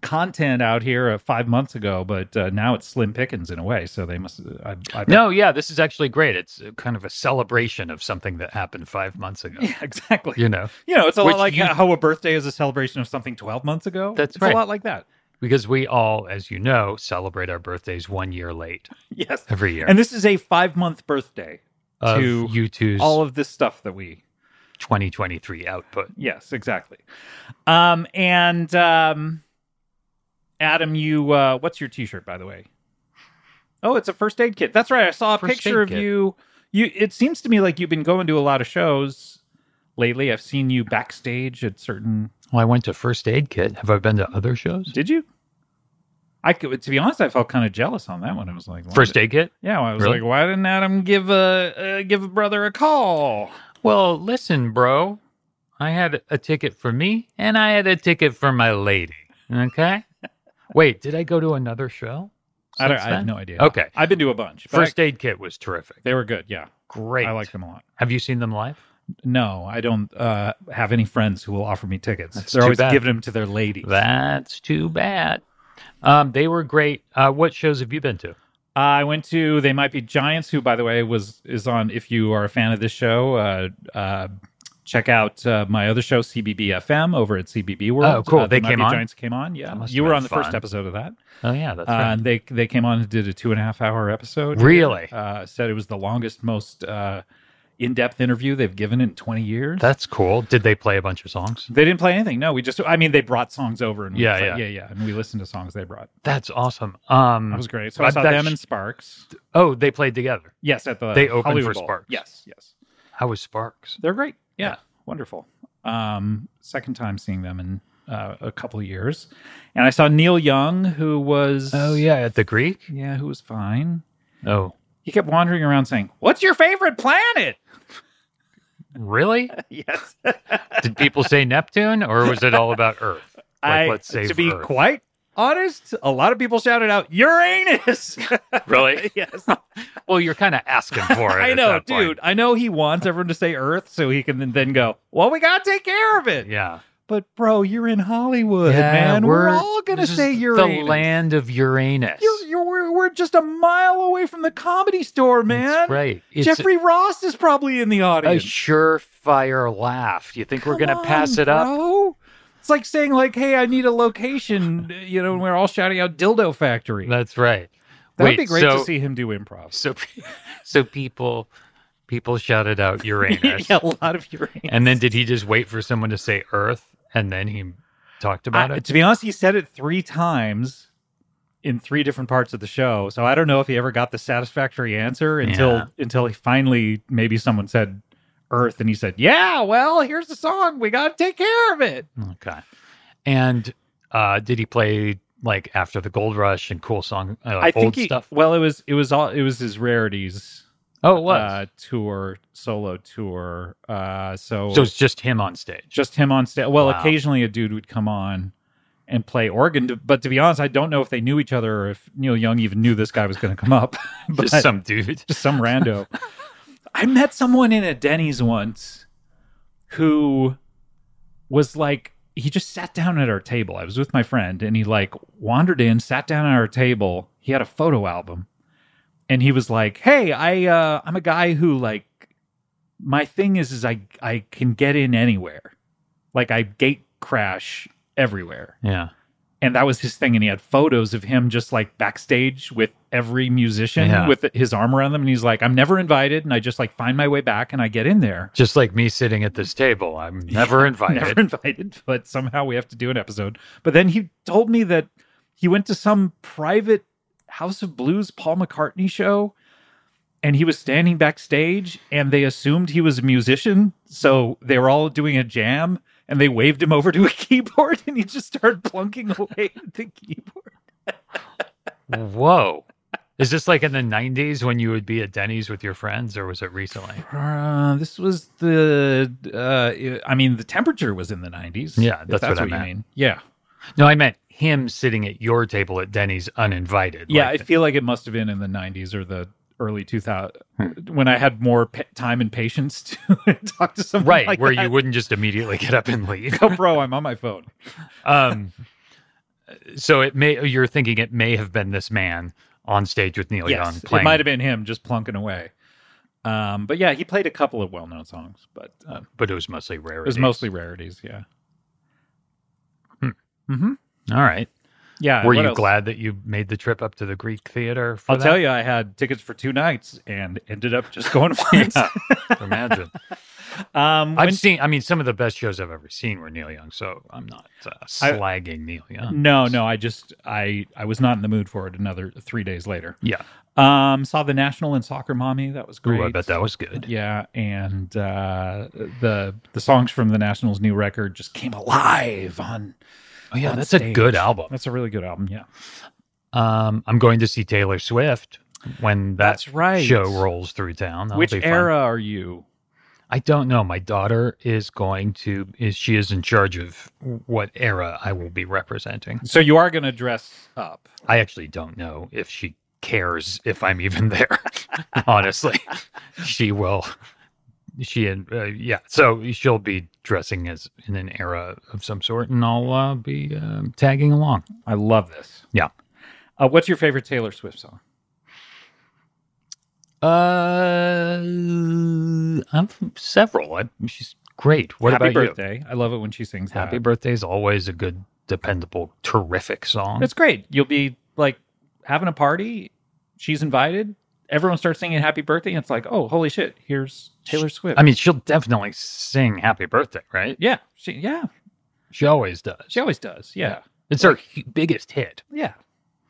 Speaker 1: content out here uh, five months ago, but uh, now it's slim pickings in a way. So they must. I, I bet-
Speaker 2: No, yeah, this is actually great. It's uh, kind of a celebration of something that happened five months ago.
Speaker 1: Yeah, exactly.
Speaker 2: You know,
Speaker 1: You know, it's a
Speaker 2: Which
Speaker 1: lot like
Speaker 2: you-
Speaker 1: how a birthday is a celebration of something 12 months ago.
Speaker 2: That's
Speaker 1: it's
Speaker 2: right.
Speaker 1: a lot like that.
Speaker 2: because we all, as you know, celebrate our birthdays one year late
Speaker 1: Yes.
Speaker 2: every year.
Speaker 1: And this is a five month birthday.
Speaker 2: of
Speaker 1: to
Speaker 2: U2's
Speaker 1: All of this stuff that we
Speaker 2: 2023 output.
Speaker 1: Yes, exactly. Um, and um, Adam, you uh, what's your T-shirt, by the way? Oh, it's a first aid kit. That's right. I saw a
Speaker 2: First
Speaker 1: picture
Speaker 2: aid
Speaker 1: of
Speaker 2: kit.
Speaker 1: you. You. It seems to me like you've been going to a lot of shows lately. I've seen you backstage at certain.
Speaker 2: Well, I went to First Aid Kit. Have I been to other shows?
Speaker 1: Did you? I could, to be honest, I felt kind of jealous on that one. I was like, why
Speaker 2: First
Speaker 1: did-
Speaker 2: Aid Kit?
Speaker 1: Yeah, I was
Speaker 2: Really?
Speaker 1: like, why didn't Adam give a uh, give a brother a call?
Speaker 2: Well, listen, bro. I had a ticket for me and I had a ticket for my lady. Okay? Wait, did I go to another show?
Speaker 1: I, don't,
Speaker 2: since
Speaker 1: I have
Speaker 2: then?
Speaker 1: no idea.
Speaker 2: Okay.
Speaker 1: I've been to a bunch. but
Speaker 2: First
Speaker 1: I-
Speaker 2: Aid Kit was terrific.
Speaker 1: they were good. Yeah,
Speaker 2: Great.
Speaker 1: I liked them a lot.
Speaker 2: Have you seen them live?
Speaker 1: No, I don't uh, have any friends who will offer me tickets.
Speaker 2: That's
Speaker 1: They're
Speaker 2: too
Speaker 1: always
Speaker 2: bad.
Speaker 1: giving them to their ladies.
Speaker 2: That's too bad. Um, they were great. Uh, what shows have you been to?
Speaker 1: I went to they might be Giants, who by the way was is on. If you are a fan of this show, uh, uh, check out uh, my other show CBBFM over at CBB World.
Speaker 2: Oh, cool.
Speaker 1: Uh,
Speaker 2: They
Speaker 1: Might
Speaker 2: came
Speaker 1: Be
Speaker 2: on?
Speaker 1: Giants came on. Yeah,
Speaker 2: That must
Speaker 1: you
Speaker 2: have
Speaker 1: were
Speaker 2: been
Speaker 1: on the first
Speaker 2: fun.
Speaker 1: episode of that.
Speaker 2: Oh yeah, that's
Speaker 1: Uh,
Speaker 2: right.
Speaker 1: and they they came on and did a two and a half hour episode.
Speaker 2: Really?
Speaker 1: Uh, said it was the longest, most uh, in depth interview they've given in twenty years.
Speaker 2: That's cool. Did they play a bunch of songs?
Speaker 1: They didn't play anything. No, we just. I mean, they brought songs over and we
Speaker 2: Yeah,
Speaker 1: played-
Speaker 2: yeah.
Speaker 1: yeah, yeah, and we listened to songs they brought.
Speaker 2: That's awesome. Um,
Speaker 1: That was great. So I
Speaker 2: But
Speaker 1: saw
Speaker 2: that's-
Speaker 1: them and Sparks.
Speaker 2: oh, they played together.
Speaker 1: Yes, at the
Speaker 2: They opened for
Speaker 1: Hollywood Bowl.
Speaker 2: Sparks.
Speaker 1: Yes, yes,
Speaker 2: How was Sparks?
Speaker 1: they're great. Yeah,
Speaker 2: Yeah.
Speaker 1: wonderful. Um, second time seeing them in uh, a couple of years, and I saw Neil Young, who was
Speaker 2: Oh yeah, at the Greek.
Speaker 1: yeah, who was fine.
Speaker 2: Oh,
Speaker 1: He kept wandering around saying, "What's your favorite planet?"
Speaker 2: really?
Speaker 1: yes,
Speaker 2: Did people say Neptune, or was it all about Earth? Like,
Speaker 1: I.
Speaker 2: let's save
Speaker 1: to be
Speaker 2: Earth.
Speaker 1: quite honest, a lot of people shouted out Uranus.
Speaker 2: really?
Speaker 1: yes.
Speaker 2: Well, you're kind of asking for it.
Speaker 1: I
Speaker 2: at
Speaker 1: know,
Speaker 2: that point.
Speaker 1: dude. I know he wants everyone to say Earth so he can then, then go, well, we got to take care of it.
Speaker 2: Yeah,
Speaker 1: But, bro, you're in Hollywood,
Speaker 2: Yeah,
Speaker 1: man. We're, all going to
Speaker 2: this is
Speaker 1: say Uranus.
Speaker 2: The land of Uranus.
Speaker 1: You're, you're, we're, we're just a mile away from the comedy store, man.
Speaker 2: That's right. It's
Speaker 1: Jeffrey Ross is probably in the
Speaker 2: a
Speaker 1: audience.
Speaker 2: surefire laugh. You think we're
Speaker 1: Come
Speaker 2: gonna pass
Speaker 1: on,
Speaker 2: it up?
Speaker 1: bro. It's like saying, like, hey, I need a location, you know, and we're all shouting out Dildo Factory.
Speaker 2: That's right.
Speaker 1: That would
Speaker 2: Wait,
Speaker 1: be great
Speaker 2: so,
Speaker 1: to see him do improv.
Speaker 2: So, so people, people shouted out Uranus,
Speaker 1: yeah, a lot of Uranus.
Speaker 2: and then did he just wait for someone to say Earth, and then he talked about
Speaker 1: I-
Speaker 2: it?
Speaker 1: To be honest, he said it three times in three different parts of the show. So I don't know if he ever got the satisfactory answer until
Speaker 2: Yeah.
Speaker 1: until he finally maybe someone said Earth and he said, Yeah, well, here's the song. We gotta take care of it.
Speaker 2: Okay. And uh, did he play like after the gold rush and cool song uh,
Speaker 1: I
Speaker 2: old
Speaker 1: think he,
Speaker 2: stuff?
Speaker 1: well it was it was all it was his rarities
Speaker 2: Oh, it was.
Speaker 1: uh tour, solo tour. Uh so,
Speaker 2: so it's just him on stage.
Speaker 1: just him on stage. Well,
Speaker 2: Wow.
Speaker 1: occasionally a dude would come on and play organ, to- but to be honest, I don't know if they knew each other or if Neil Young even knew this guy was going to come up. but
Speaker 2: Just some dude.
Speaker 1: just some rando. I met someone in a Denny's once who was like, he just sat down at our table. I was with my friend and he like wandered in, sat down at our table. He had a photo album and he was like, Hey, I, uh, I'm a guy who like, my thing is, is I, I can get in anywhere. Like I gate crash everywhere
Speaker 2: Yeah.
Speaker 1: and that was his thing and he had photos of him just like backstage with every musician
Speaker 2: Yeah.
Speaker 1: with his arm around them and he's like i'm never invited and i just like find my way back and i get in there
Speaker 2: Just like me sitting at this table. I'm never invited.
Speaker 1: never invited but somehow we have to do an episode but then he told me that he went to some private house of blues paul mccartney show and he was standing backstage and they assumed he was a musician so they were all doing a jam and they waved him over to a keyboard and he just started plunking away at the keyboard
Speaker 2: Whoa. Is this like in the 90s when you would be at Denny's with your friends, or was it recently?
Speaker 1: Uh, this was the. Uh, I mean, the temperature was in the 90s.
Speaker 2: Yeah,
Speaker 1: if
Speaker 2: that's what I
Speaker 1: you
Speaker 2: meant.
Speaker 1: mean. Yeah,
Speaker 2: No, I meant him sitting at your table at Denny's uninvited.
Speaker 1: yeah.
Speaker 2: Like,
Speaker 1: I feel like it must have been in the 90s or the early 2000
Speaker 2: Hmm.
Speaker 1: when I had more pa- time and patience to talk to someone.
Speaker 2: right
Speaker 1: like
Speaker 2: where
Speaker 1: that.
Speaker 2: you wouldn't just immediately get up and leave
Speaker 1: go, bro, I'm on my phone.
Speaker 2: um so it may you're thinking it may have been this man Oh, on stage with neil young
Speaker 1: Yes,
Speaker 2: playing
Speaker 1: it might have been him just plunking away. Um, but yeah, he played a couple of well-known songs, but um,
Speaker 2: but it was mostly rare
Speaker 1: it was mostly rarities. Yeah.
Speaker 2: Hmm.
Speaker 1: Mm-hmm.
Speaker 2: all right
Speaker 1: Yeah.
Speaker 2: were
Speaker 1: Uh, what
Speaker 2: you
Speaker 1: else?
Speaker 2: glad that you made the trip up to the greek theater for
Speaker 1: I'll
Speaker 2: that?
Speaker 1: tell you, I had tickets for two nights and ended up just going once.
Speaker 2: imagine
Speaker 1: um, when-
Speaker 2: i've seen i mean some of the best shows i've ever seen were neil young so i'm not uh, slagging neil young
Speaker 1: no, no, I just I I was not in the mood for it. Another three days later,
Speaker 2: yeah
Speaker 1: um, saw the national and soccer mommy. That was great.
Speaker 2: Ooh, i bet that was good
Speaker 1: Yeah, and uh, the the songs from the Nationals' new record just came alive on.
Speaker 2: oh yeah
Speaker 1: on
Speaker 2: that's a
Speaker 1: stage.
Speaker 2: good album
Speaker 1: That's a really good album. Yeah,
Speaker 2: um i'm going to see taylor swift when that
Speaker 1: that's right.
Speaker 2: show rolls through town That'll
Speaker 1: Which
Speaker 2: be fun.
Speaker 1: era are you?
Speaker 2: I don't know. My daughter is going to is she is in charge of what era I will be representing.
Speaker 1: So you are going to dress up.
Speaker 2: I actually don't know if she cares if I'm even there. Honestly, she will. She and uh, yeah, so she'll be dressing as in an era of some sort, and I'll uh, be um tagging along.
Speaker 1: I love this.
Speaker 2: Yeah.
Speaker 1: Uh, what's your favorite Taylor Swift song?
Speaker 2: Uh, I've several. I, she's great. What
Speaker 1: Happy
Speaker 2: about you?
Speaker 1: birthday. I love it when she sings
Speaker 2: Happy
Speaker 1: that.
Speaker 2: birthday is always a good, dependable, terrific song.
Speaker 1: It's great. You'll be like having a party. She's invited. Everyone starts singing happy birthday. And it's like, oh, holy shit. Here's Taylor Swift.
Speaker 2: I mean, she'll definitely sing "Happy Birthday," right?
Speaker 1: yeah. She, yeah.
Speaker 2: She always does.
Speaker 1: She always does. Yeah.
Speaker 2: It's her hu- biggest hit.
Speaker 1: Yeah.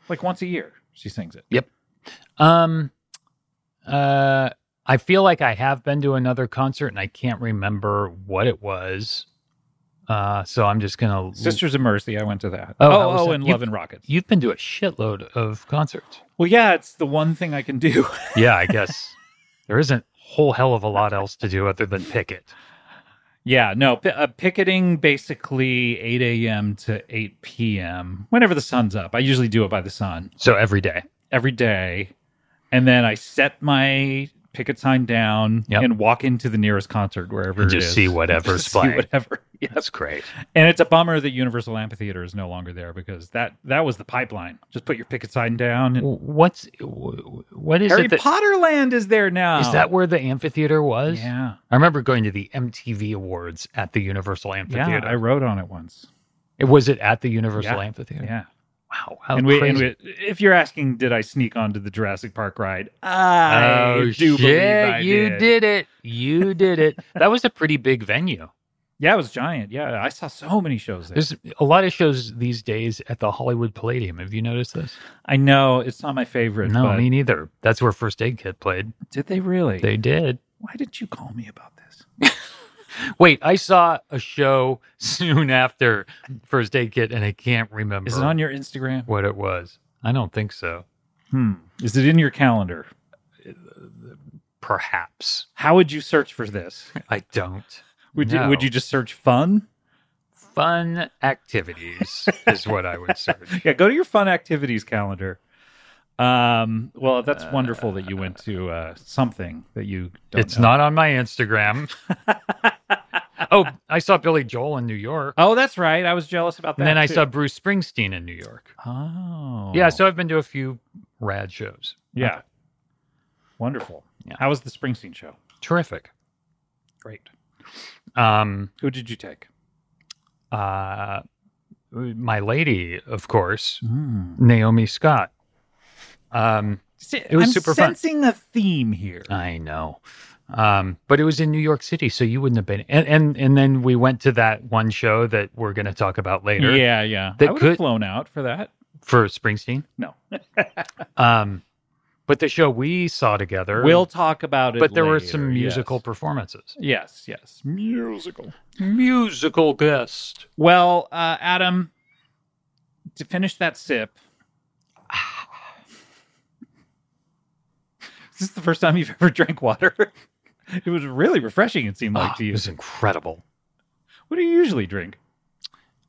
Speaker 1: Like once a year, she sings it.
Speaker 2: Um, uh, I feel like I have been to another concert and I can't remember what it was. Uh, so I'm just gonna.
Speaker 1: Sisters of Mercy. I went to that.
Speaker 2: Oh,
Speaker 1: Oh,
Speaker 2: how was
Speaker 1: oh,
Speaker 2: that?
Speaker 1: and
Speaker 2: You-
Speaker 1: Love and Rockets.
Speaker 2: You've been to a shitload of concerts.
Speaker 1: Well, yeah, it's the one thing I can do.
Speaker 2: Yeah, I guess there isn't a whole hell of a lot else to do other than pick it.
Speaker 1: Yeah, no, pi uh, picketing basically 8 a.m. to 8 p.m. whenever the sun's up. I usually do it by the sun
Speaker 2: So every day.
Speaker 1: every day. And then I set my picket sign down
Speaker 2: Yep.
Speaker 1: and walk into the nearest concert wherever
Speaker 2: And
Speaker 1: it
Speaker 2: just
Speaker 1: is.
Speaker 2: see whatever's
Speaker 1: Just see
Speaker 2: playing.
Speaker 1: whatever. Yeah.
Speaker 2: That's great.
Speaker 1: And it's a bummer that Universal Amphitheater is no longer there because that that was the pipeline. Just put your picket sign down. And
Speaker 2: What's what is
Speaker 1: Harry
Speaker 2: it? That,
Speaker 1: Potter Land is there now.
Speaker 2: is that where the amphitheater was?
Speaker 1: Yeah.
Speaker 2: I remember going to the MTV Awards at the Universal
Speaker 1: Yeah,
Speaker 2: Amphitheater.
Speaker 1: I wrote on it once.
Speaker 2: It- was it at the Universal
Speaker 1: Yeah.
Speaker 2: Amphitheater?
Speaker 1: Yeah.
Speaker 2: Wow, how
Speaker 1: and we, and
Speaker 2: crazy!
Speaker 1: we, if you're asking, did I sneak onto the Jurassic Park ride? Ah, I
Speaker 2: oh
Speaker 1: do believe
Speaker 2: shit!
Speaker 1: I
Speaker 2: you
Speaker 1: did.
Speaker 2: did. it. You did it. that was a pretty big venue.
Speaker 1: Yeah, it was giant. Yeah, I saw so many shows there.
Speaker 2: There's a lot of shows these days at the Hollywood Palladium. Have you noticed this?
Speaker 1: I know it's not my favorite.
Speaker 2: No,
Speaker 1: but
Speaker 2: me neither. That's where First Aid Kit played.
Speaker 1: did they really?
Speaker 2: They did.
Speaker 1: Why didn't you call me about this?
Speaker 2: Wait, I saw a show soon after First Aid Kit, and I can't remember
Speaker 1: Is it on your Instagram?
Speaker 2: what it was. I don't think so.
Speaker 1: Hmm. Is it in your calendar?
Speaker 2: Perhaps
Speaker 1: How would you search for this?
Speaker 2: I don't.
Speaker 1: Would
Speaker 2: No.
Speaker 1: you would you just search fun?
Speaker 2: fun activities is what I would search.
Speaker 1: Yeah, go to your fun activities calendar. Um, well, that's wonderful that you went to uh, something that you don't
Speaker 2: it's
Speaker 1: know.
Speaker 2: not on my Instagram. oh, I saw Billy Joel in New York.
Speaker 1: Oh, that's right. I was jealous about that.
Speaker 2: and then I
Speaker 1: too.
Speaker 2: saw Bruce Springsteen in New York.
Speaker 1: Oh.
Speaker 2: Yeah, so I've been to a few rad shows.
Speaker 1: yeah. Wonderful.
Speaker 2: Yeah.
Speaker 1: How was the Springsteen show?
Speaker 2: Terrific.
Speaker 1: Great.
Speaker 2: Um
Speaker 1: Who did you take?
Speaker 2: uh my lady, of course, Hmm. Naomi Scott. Um
Speaker 1: It
Speaker 2: was
Speaker 1: I'm
Speaker 2: super fun. Uh,
Speaker 1: sensing a theme here.
Speaker 2: I know. Um, but it was in New York City, so you wouldn't have been. And and, and then we went to that one show that we're going to talk about later
Speaker 1: yeah, yeah.
Speaker 2: That
Speaker 1: I would
Speaker 2: could-
Speaker 1: have flown out for that.
Speaker 2: for Springsteen.
Speaker 1: No.
Speaker 2: Um, but the show we saw together,
Speaker 1: We'll talk about it.
Speaker 2: but there were
Speaker 1: later,
Speaker 2: some musical
Speaker 1: Yes.
Speaker 2: performances.
Speaker 1: Yes, yes. Musical.
Speaker 2: Musical guest.
Speaker 1: Well, uh, Adam, to finish that sip. Is this the first time you've ever drank water? it was really refreshing, it seemed like to
Speaker 2: Ah, it
Speaker 1: you.
Speaker 2: was incredible.
Speaker 1: What do you usually drink?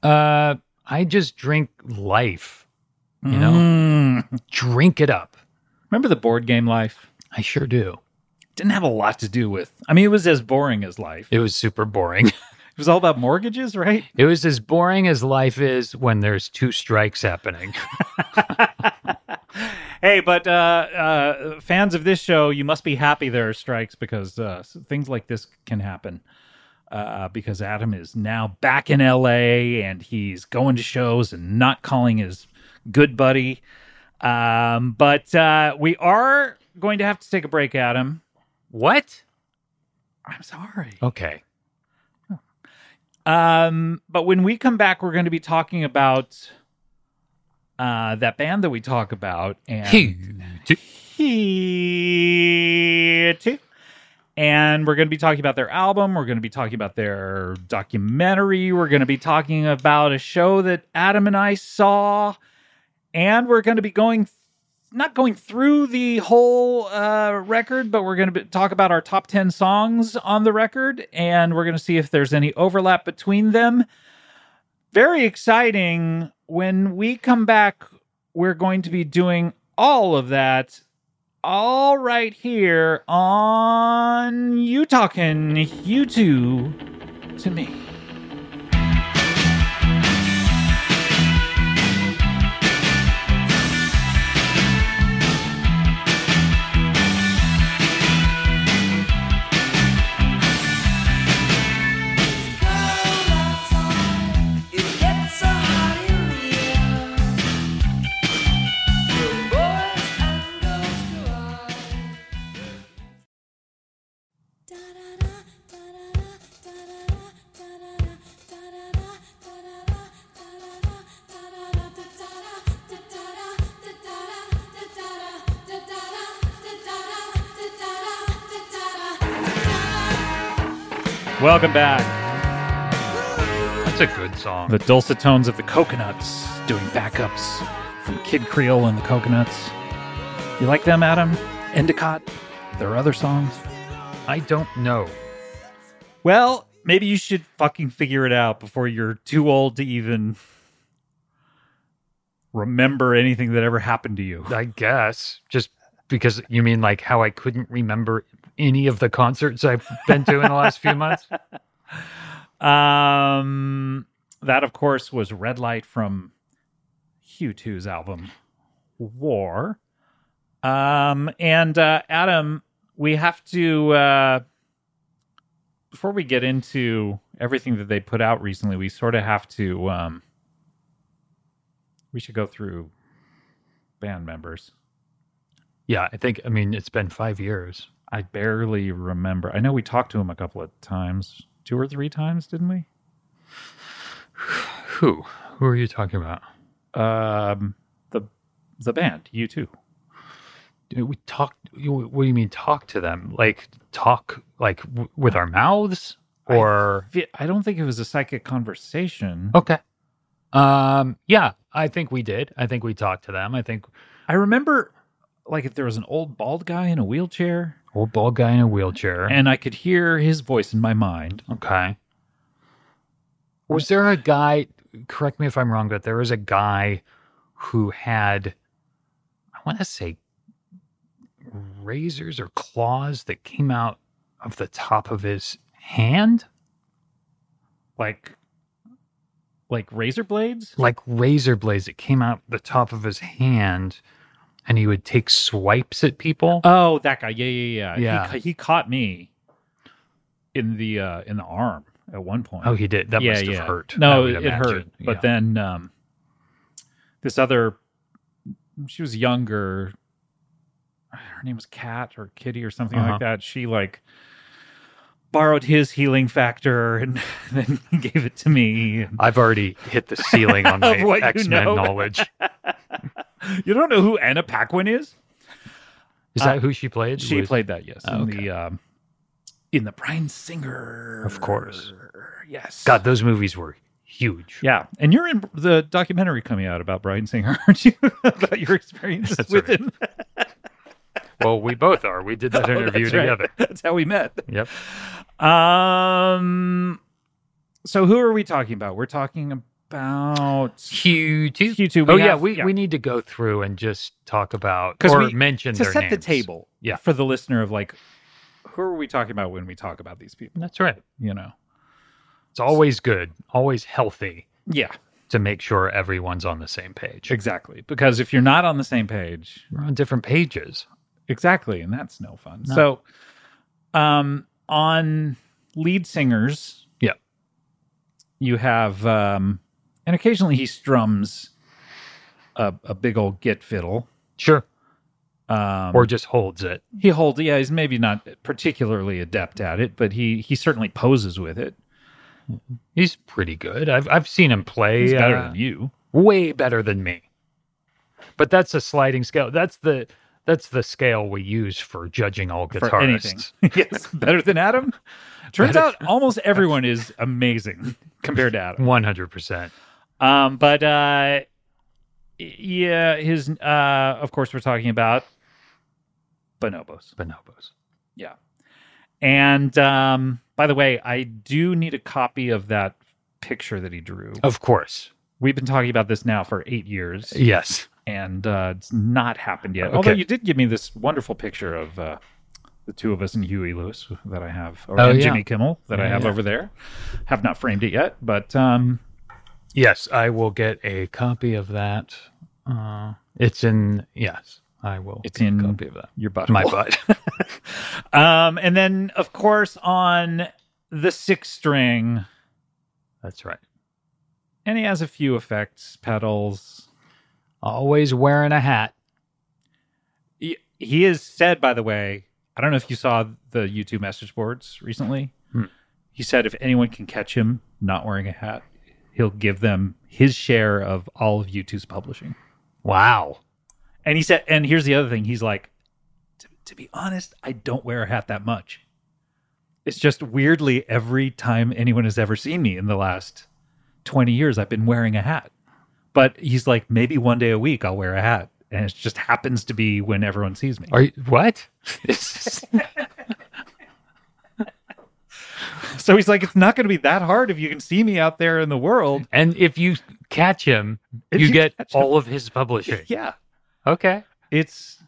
Speaker 2: Uh, I just drink life, you know,
Speaker 1: Mm.
Speaker 2: drink it up.
Speaker 1: Remember the board game life?
Speaker 2: I sure do.
Speaker 1: Didn't have a lot to do with. I mean, it was as boring as life. It
Speaker 2: It was super boring.
Speaker 1: was all about mortgages, right?
Speaker 2: It was as boring as life is when there's two strikes happening.
Speaker 1: hey, but uh, uh, fans of this show, you must be happy there are strikes because uh, s- things like this can happen. Uh, because Adam is now back in LA and he's going to shows and not calling his good buddy. Um, but uh, we are going to have to take a break, Adam.
Speaker 2: what?
Speaker 1: I'm sorry.
Speaker 2: Okay.
Speaker 1: Um, but when we come back, we're going to be talking about uh, that band that we talk about. And here too. And we're going to be talking about their album. We're going to be talking about their documentary. We're going to be talking about a show that Adam and I saw. And we're going to be going, not going through the whole uh, record, but we're going to be, talk about our top 10 songs on the record. And we're going to see if there's any overlap between them. Very exciting. When we come back, we're going to be doing all of that all right here on You Talking You Two to Me. Welcome back.
Speaker 2: That's a good song.
Speaker 1: The dulcet tones of the coconuts doing backups from Kid Creole and the Coconuts. You like them, Adam? Endicott? There are other songs?
Speaker 2: I don't know.
Speaker 1: Well, maybe you should fucking figure it out before you're too old to even remember anything that ever happened to you.
Speaker 2: I guess just because you mean like how I couldn't remember any of the concerts I've been to in the last few months.
Speaker 1: Um, that of course was Red Light from Hugh 2's album War. Um, and uh, Adam, we have to uh, before we get into everything that they put out recently, we sort of have to. Um, we should go through band members.
Speaker 2: Yeah, I think I mean it's been five years.
Speaker 1: I barely remember. I know we talked to him a couple of times, two or three times, didn't we?
Speaker 2: Who? Who are you talking about?
Speaker 1: um, the the band you too.
Speaker 2: We talked. you- What do you mean talk to them? Like talk like w- with our mouths
Speaker 1: I-
Speaker 2: or
Speaker 1: I don't think it was a psychic conversation.
Speaker 2: okay? Um. Yeah, I think we did. I think we talked to them. I think
Speaker 1: I remember like if there was an old bald guy in a wheelchair,
Speaker 2: old bald guy in a wheelchair.
Speaker 1: and I could hear his voice in my mind.
Speaker 2: Okay. Was there a guy, correct me if I'm wrong, but there was a guy who had, I want to say, razors or claws that came out of the top of his hand?
Speaker 1: Like like razor blades?
Speaker 2: Like razor blades that came out the top of his hand, and he would take swipes at people.
Speaker 1: Oh, that guy. Yeah, yeah, yeah.
Speaker 2: Yeah.
Speaker 1: He, ca- he caught me in the uh in the arm at one point.
Speaker 2: oh, he did. That must have hurt. I
Speaker 1: No,
Speaker 2: would
Speaker 1: it it
Speaker 2: imagine.
Speaker 1: hurt. But
Speaker 2: Yeah.
Speaker 1: then um, this other, she was younger. Her name was Kat or Kitty or something
Speaker 2: Uh-huh.
Speaker 1: like that. She like borrowed his healing factor and then he gave it to me. And
Speaker 2: I've already hit the ceiling on
Speaker 1: Of
Speaker 2: my
Speaker 1: what you
Speaker 2: X Men
Speaker 1: know.
Speaker 2: knowledge.
Speaker 1: you don't know who Anna Paquin is?
Speaker 2: Is
Speaker 1: Uh,
Speaker 2: that who she played?
Speaker 1: She
Speaker 2: Was-
Speaker 1: played that, yes,
Speaker 2: Oh,
Speaker 1: in
Speaker 2: okay.
Speaker 1: the um, in the Brian Singer,
Speaker 2: Of course.
Speaker 1: Yes,
Speaker 2: God, those movies were huge.
Speaker 1: Yeah, and you're in the documentary coming out about Brian Singer, aren't you? about your experiences
Speaker 2: That's
Speaker 1: with
Speaker 2: right.
Speaker 1: him.
Speaker 2: Well, we both are. We did that
Speaker 1: Oh,
Speaker 2: interview
Speaker 1: that's right.
Speaker 2: together.
Speaker 1: That's how we met.
Speaker 2: Yep.
Speaker 1: Um, so who are we talking about? We're talking about
Speaker 2: Q two.
Speaker 1: Q2.
Speaker 2: oh yeah,
Speaker 1: have-
Speaker 2: we, we need to go through and just talk about
Speaker 1: 'Cause
Speaker 2: or
Speaker 1: we-
Speaker 2: mention
Speaker 1: to
Speaker 2: their
Speaker 1: set the
Speaker 2: names.
Speaker 1: table
Speaker 2: Yeah.
Speaker 1: for the listener of like, who are we talking about when we talk about these people?
Speaker 2: That's right.
Speaker 1: You know?
Speaker 2: It's always good, always healthy
Speaker 1: Yeah,
Speaker 2: to make sure everyone's on the same page.
Speaker 1: exactly. Because if you're not on the same page,
Speaker 2: We're on different pages.
Speaker 1: Exactly, and that's no fun.
Speaker 2: No.
Speaker 1: So, um, on lead singers,
Speaker 2: Yeah.
Speaker 1: you have, um, and occasionally he strums a, a big old git fiddle,
Speaker 2: Sure.
Speaker 1: um,
Speaker 2: Or just holds it.
Speaker 1: he holds. Yeah, he's maybe not particularly adept at it, but he he certainly poses with it.
Speaker 2: He's pretty good. I've I've seen him play.
Speaker 1: He's better
Speaker 2: uh,
Speaker 1: than you.
Speaker 2: way better than me. But that's a sliding scale. That's the that's the scale we use for judging all guitarists.
Speaker 1: For anything. yes, better than Adam. Turns
Speaker 2: Better-
Speaker 1: out almost everyone is amazing compared to Adam.
Speaker 2: One hundred percent.
Speaker 1: Um, but uh, yeah, his uh, of course we're talking about bonobos.
Speaker 2: Bonobos.
Speaker 1: And um, by the way, I do need a copy of that picture that he drew.
Speaker 2: Of course.
Speaker 1: We've been talking about this now for eight years,
Speaker 2: Yes.
Speaker 1: and uh, it's not happened yet.
Speaker 2: Okay.
Speaker 1: Although you did give me this wonderful picture of uh, the two of us and Huey Lewis that I have, or
Speaker 2: Oh,
Speaker 1: and
Speaker 2: yeah.
Speaker 1: Jimmy Kimmel that I
Speaker 2: Yeah,
Speaker 1: have
Speaker 2: yeah.
Speaker 1: over there. Have not framed it yet, but um,
Speaker 2: Yes, I will get a copy of that. Uh, it's in yes, I will
Speaker 1: It's
Speaker 2: get
Speaker 1: in-
Speaker 2: a copy of that.
Speaker 1: your butt.
Speaker 2: My butt.
Speaker 1: Um, and then, of course, on the six string,
Speaker 2: that's right.
Speaker 1: and he has a few effects, pedals.
Speaker 2: Always wearing a hat.
Speaker 1: He, he is said, by the way, I don't know if you saw the YouTube message boards recently.
Speaker 2: Hmm.
Speaker 1: He said if anyone can catch him not wearing a hat, he'll give them his share of all of YouTube's publishing.
Speaker 2: Wow.
Speaker 1: And he said, and here's the other thing. He's like, to, to be honest, I don't wear a hat that much. It's just weirdly every time anyone has ever seen me in the last 20 years, I've been wearing a hat. But he's like, maybe one day a week I'll wear a hat. And it just happens to be when everyone sees me.
Speaker 2: Are you what? This is-
Speaker 1: So he's like, it's not going to be that hard if you can see me out there in the world.
Speaker 2: and if you catch him,
Speaker 1: If
Speaker 2: you,
Speaker 1: you
Speaker 2: get
Speaker 1: catch him.
Speaker 2: all of his publishing.
Speaker 1: Yeah.
Speaker 2: Okay.
Speaker 1: It's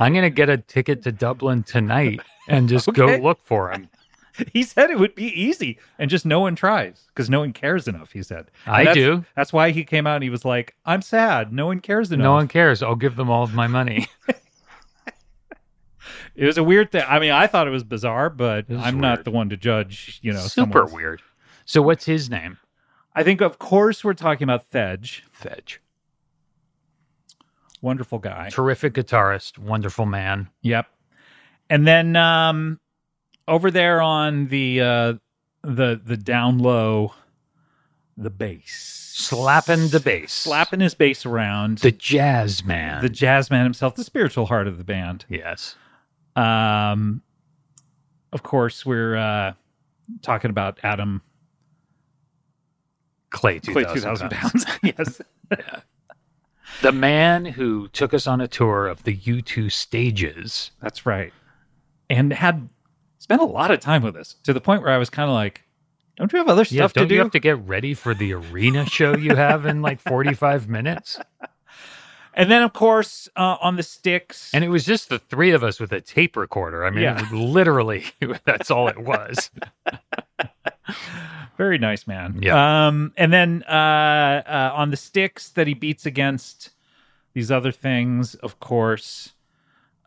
Speaker 2: I'm gonna get a ticket to Dublin tonight and just go
Speaker 1: Okay.
Speaker 2: look for him.
Speaker 1: he said it would be easy and just no one tries because no one cares enough he said And
Speaker 2: I
Speaker 1: that's-
Speaker 2: do.
Speaker 1: that's why he came out and he was like i'm sad no one cares enough
Speaker 2: No one cares. I'll give them all of my money.
Speaker 1: it was a weird thing i mean i thought it was bizarre but
Speaker 2: It was
Speaker 1: i'm not
Speaker 2: weird.
Speaker 1: the one to judge you know
Speaker 2: Super
Speaker 1: someone's-
Speaker 2: weird. So what's his name?
Speaker 1: i think of course we're talking about thedge
Speaker 2: Fetch.
Speaker 1: wonderful guy
Speaker 2: Terrific guitarist, wonderful man.
Speaker 1: yep and then um over there on the uh the the down low the bass
Speaker 2: Slapping the bass.
Speaker 1: slapping his bass around
Speaker 2: the jazz man.
Speaker 1: the jazz man himself, the spiritual heart of the band.
Speaker 2: yes.
Speaker 1: Um, of course, we're uh, talking about Adam
Speaker 2: Clay
Speaker 1: Clay 2000
Speaker 2: 2000, Pounds.
Speaker 1: pounds. yes.
Speaker 2: The man who took us on a tour of the U2 stages.
Speaker 1: That's right. And had spent a lot of time with us to the point where I was kind of like, don't you have other
Speaker 2: Yeah,
Speaker 1: stuff
Speaker 2: don't
Speaker 1: to do?
Speaker 2: you have to get ready for the arena show you have in like 45 minutes?
Speaker 1: and then, of course, uh, on the sticks.
Speaker 2: And it was just the three of us with a tape recorder. I mean,
Speaker 1: Yeah.
Speaker 2: it was literally, that's all it was.
Speaker 1: Very nice man.
Speaker 2: Yeah.
Speaker 1: Um, and then uh, uh, on the sticks that he beats against these other things, of course,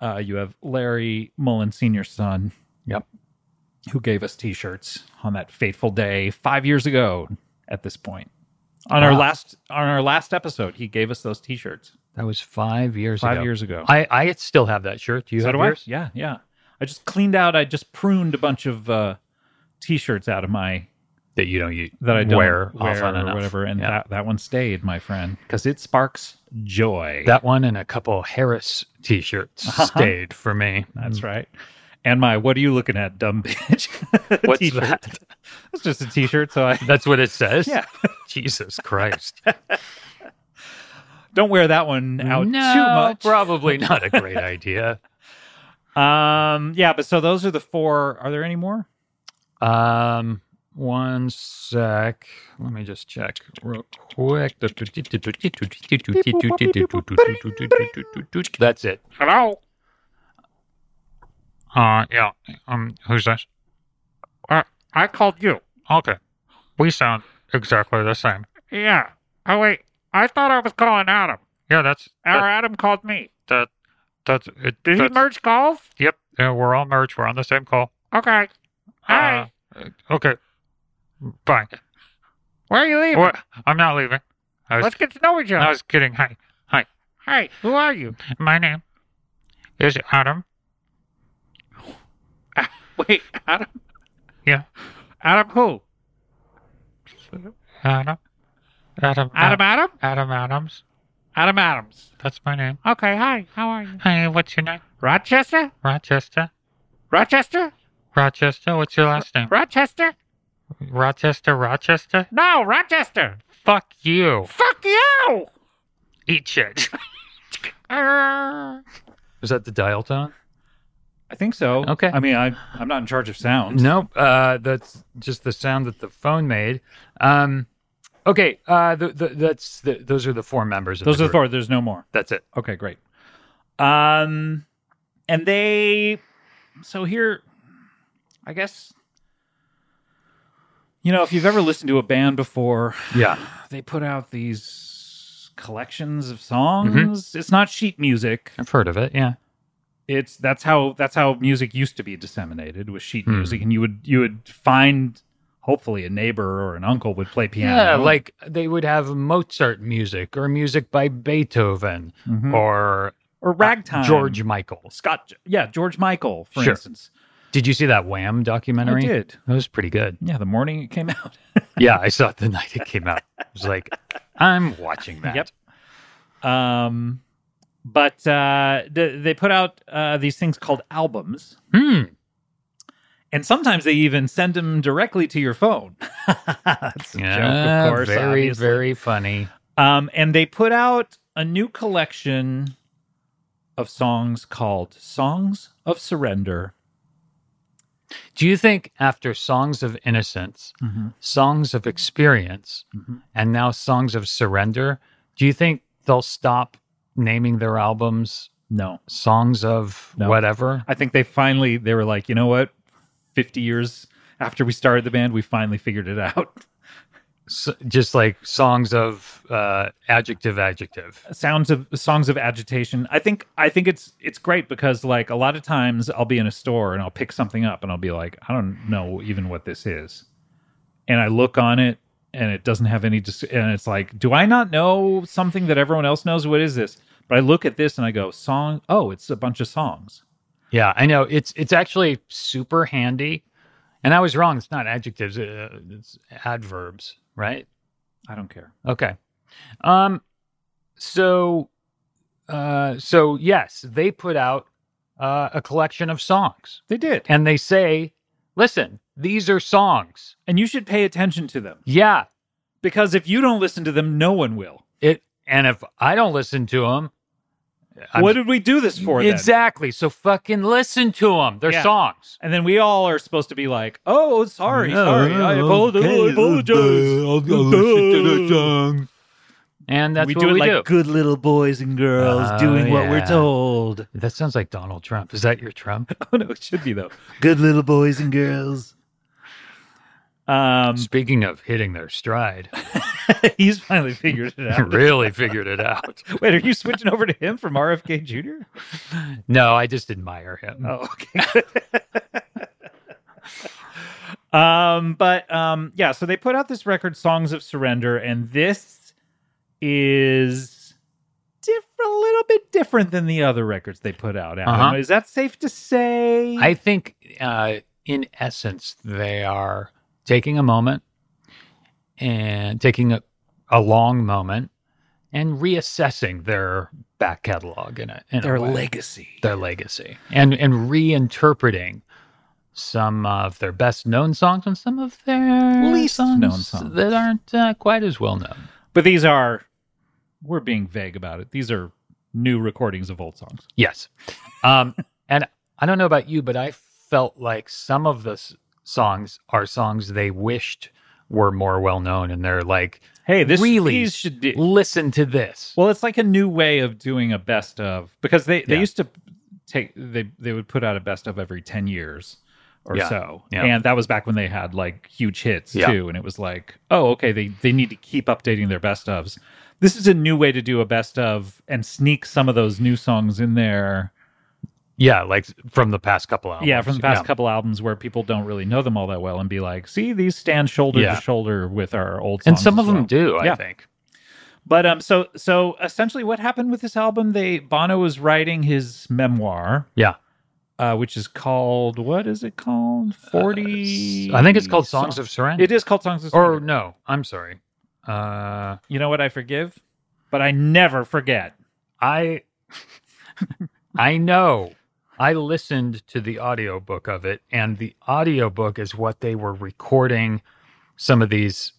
Speaker 1: uh, you have Larry Mullen Senior's son.
Speaker 2: Yep.
Speaker 1: Who gave us T-shirts on that fateful day five years ago? At this point, on our
Speaker 2: Wow.
Speaker 1: last on our last episode, he gave us those T-shirts
Speaker 2: That was five years
Speaker 1: five
Speaker 2: ago.
Speaker 1: years ago.
Speaker 2: I, I still have that shirt. Do you
Speaker 1: So
Speaker 2: have
Speaker 1: do I?
Speaker 2: yours?
Speaker 1: Yeah, yeah. I just cleaned out. I just pruned a bunch of uh, T-shirts out of my
Speaker 2: That you don't use,
Speaker 1: that I don't
Speaker 2: wear,
Speaker 1: wear
Speaker 2: often
Speaker 1: or
Speaker 2: enough.
Speaker 1: whatever, and
Speaker 2: Yeah.
Speaker 1: that, that one stayed, my friend, because it sparks joy.
Speaker 2: That one and a couple Harris t-shirts
Speaker 1: Uh-huh.
Speaker 2: stayed for me.
Speaker 1: That's right. And my what are you looking at, dumb bitch?
Speaker 2: What's
Speaker 1: t-shirt.
Speaker 2: that?
Speaker 1: That's just a T-shirt. So I
Speaker 2: That's what it says.
Speaker 1: Yeah.
Speaker 2: Jesus Christ.
Speaker 1: don't wear that one out
Speaker 2: no,
Speaker 1: too much.
Speaker 2: probably not a great idea.
Speaker 1: Um, yeah, but so those are the four. Are there any more?
Speaker 2: Um, One sec. Let me just check real quick. That's it.
Speaker 3: Hello?
Speaker 2: Uh, yeah. Um, who's this?
Speaker 3: Uh, I called you.
Speaker 2: Okay. We sound exactly the same.
Speaker 3: Yeah. Oh, wait. I thought I was calling Adam.
Speaker 2: Yeah, that's
Speaker 3: Or
Speaker 2: that,
Speaker 3: Adam called me.
Speaker 2: that's it.
Speaker 3: Did he
Speaker 2: that's-
Speaker 3: merge calls?
Speaker 2: Yep. Yeah, we're all merged. We're on the same call.
Speaker 3: Okay. Hi.
Speaker 2: Uh, okay. Bye.
Speaker 3: Where are you leaving?
Speaker 2: What? I'm not leaving. I was,
Speaker 3: Let's get to know each other.
Speaker 2: I was kidding. Hi.
Speaker 3: Hi. Who are you?
Speaker 2: My name is Adam.
Speaker 3: Wait, Adam?
Speaker 2: Yeah.
Speaker 3: Adam who?
Speaker 2: Adam. Adam. uh,
Speaker 3: Adam Adam?
Speaker 2: Adam Adams.
Speaker 3: Adam Adams.
Speaker 2: That's my name.
Speaker 3: Okay, hi. How are you?
Speaker 2: Hey, what's your name?
Speaker 3: Rochester?
Speaker 2: Rochester.
Speaker 3: Rochester?
Speaker 2: Rochester. What's your last name?
Speaker 3: Rochester?
Speaker 2: Rochester. Rochester.
Speaker 3: No, Rochester.
Speaker 2: Fuck you.
Speaker 3: Fuck you!
Speaker 2: Eat shit.
Speaker 3: Arr.
Speaker 2: Is that the dial tone?
Speaker 1: I think so.
Speaker 2: Okay.
Speaker 1: I mean, I I'm not in charge of sound.
Speaker 2: Nope. Uh, that's just the sound that the phone made. Um, okay. Uh, the, the, that's the, those are the four members. Of
Speaker 1: Those
Speaker 2: the
Speaker 1: are the
Speaker 2: group.
Speaker 1: four. There's no more.
Speaker 2: That's it.
Speaker 1: Okay, great. Um, and they, so here, I guess, you know, if you've ever listened to a band before,
Speaker 2: Yeah.
Speaker 1: they put out these collections of songs.
Speaker 2: Mm-hmm.
Speaker 1: It's not sheet music.
Speaker 2: I've heard of it. Yeah.
Speaker 1: It's that's how that's how music used to be disseminated with sheet
Speaker 2: Hmm.
Speaker 1: music, and you would you would find hopefully a neighbor or an uncle would play piano.
Speaker 2: Yeah, like they would have Mozart music or music by Beethoven
Speaker 1: Mhm. or,
Speaker 2: or uh,
Speaker 1: ragtime
Speaker 2: George Michael.
Speaker 1: Scott. Yeah, George Michael, for
Speaker 2: Sure.
Speaker 1: instance.
Speaker 2: Did you see that Wham documentary?
Speaker 1: I did.
Speaker 2: That was pretty good.
Speaker 1: Yeah, the morning it came out.
Speaker 2: Yeah, I saw it the night it came out. I was like, I'm watching that.
Speaker 1: Yep. Um, but uh, th- they put out uh, these things called albums,
Speaker 2: Hmm.
Speaker 1: and sometimes they even send them directly to your phone. That's a
Speaker 2: Yeah,
Speaker 1: joke, of course.
Speaker 2: very,
Speaker 1: obviously.
Speaker 2: very funny.
Speaker 1: Um, and they put out a new collection of songs called "Songs of Surrender."
Speaker 2: Do you think after Songs of Innocence,
Speaker 1: Mm-hmm.
Speaker 2: Songs of Experience,
Speaker 1: Mhm.
Speaker 2: and now Songs of Surrender, do you think they'll stop naming their albums
Speaker 1: No,
Speaker 2: Songs of
Speaker 1: No.
Speaker 2: whatever?
Speaker 1: I think they finally they were like, you know what? Fifty years after we started the band, we finally figured it out.
Speaker 2: s- just like songs of uh, adjective adjective.
Speaker 1: sounds of songs of agitation. I think I think it's it's great because like a lot of times I'll be in a store and I'll pick something up and I'll be like, I don't know even what this is, and I look on it and it doesn't have any, dis- and it's like, do I not know something that everyone else knows? What is this? But I look at this and I go, song. Oh, it's a bunch of songs.
Speaker 2: Yeah, I know it's it's actually super handy. And I was wrong. It's not adjectives. uh, It's adverbs, right?
Speaker 1: I don't care.
Speaker 2: Okay. Um. So, uh, so yes, they put out uh, a collection of songs,
Speaker 1: They did,
Speaker 2: and they say, "Listen, these are songs."
Speaker 1: and you should pay attention to them
Speaker 2: Yeah.
Speaker 1: because if you don't listen to them, no one will.
Speaker 2: It. And if I don't listen to them,
Speaker 1: what did we do this for? then?
Speaker 2: exactly? So fucking listen to them. They're
Speaker 1: Yeah.
Speaker 2: songs.
Speaker 1: And then we all are supposed to be like, "Oh, sorry, sorry, I apologize." I apologize.
Speaker 2: And that's
Speaker 1: we
Speaker 2: what
Speaker 1: do it
Speaker 2: we
Speaker 1: like
Speaker 2: do.
Speaker 1: good little boys and girls
Speaker 2: Oh,
Speaker 1: doing what we're
Speaker 2: yeah.
Speaker 1: told.
Speaker 2: That sounds like Donald Trump. Is that your Trump?
Speaker 1: Oh no, it should be though.
Speaker 4: Good little boys and girls.
Speaker 1: Um,
Speaker 2: Speaking of hitting their stride,
Speaker 1: he's finally figured it out.
Speaker 2: really figured it out.
Speaker 1: Wait, are you switching over to him from RFK Jr.?
Speaker 2: No, I just admire him.
Speaker 1: Oh, okay. um, but um, yeah, so they put out this record, "Songs of Surrender," and this is diff- a little bit different than the other records they put out. Adam.
Speaker 2: Uh-huh.
Speaker 1: Is that safe to say?
Speaker 2: I think, uh, in essence, they are taking a moment and taking a, a long moment and reassessing their back catalog in it. In a
Speaker 1: their
Speaker 2: way.
Speaker 1: legacy.
Speaker 2: their legacy and and reinterpreting some of their best known songs and some of their
Speaker 1: Least
Speaker 2: songs
Speaker 1: known songs.
Speaker 2: that aren't uh, quite as well known.
Speaker 1: But these are, we're being vague about it. These are new recordings of old songs.
Speaker 2: Yes, um, and I don't know about you, but I felt like some of the s- songs are songs they wished were more well known, and they're like,
Speaker 1: Hey, this
Speaker 2: really
Speaker 1: these should do.
Speaker 2: listen to this.
Speaker 1: Well, it's like a new way of doing a best of because they, they
Speaker 2: Yeah.
Speaker 1: used to take they they would put out a best of every 10 years or
Speaker 2: Yeah.
Speaker 1: so.
Speaker 2: Yeah.
Speaker 1: And that was back when they had like huge hits
Speaker 2: Yeah.
Speaker 1: too and it was like, "Oh, okay, they they need to keep updating their best ofs." This is a new way to do a best of and sneak some of those new songs in there.
Speaker 2: yeah, like from the past couple albums.
Speaker 1: Yeah, from the past couple albums where people don't really know them all that well and be like, "See, these stand shoulder
Speaker 2: Yeah.
Speaker 1: to shoulder with our old songs."
Speaker 2: and some
Speaker 1: as
Speaker 2: of them
Speaker 1: well."
Speaker 2: do, I
Speaker 1: Yeah.
Speaker 2: think.
Speaker 1: But um, so so essentially, what happened with this album? They Bono was writing his memoir,
Speaker 2: Yeah,
Speaker 1: uh, which is called what is it called? Forty.
Speaker 2: Uh, I think it's called Songs of Surrender.
Speaker 1: It is called songs of.
Speaker 2: or
Speaker 1: Surrender.
Speaker 2: no, I'm sorry. Uh,
Speaker 1: you know what? I forgive, but I never forget.
Speaker 2: I I know. I listened to the audiobook of it and the audiobook is what they were recording some of these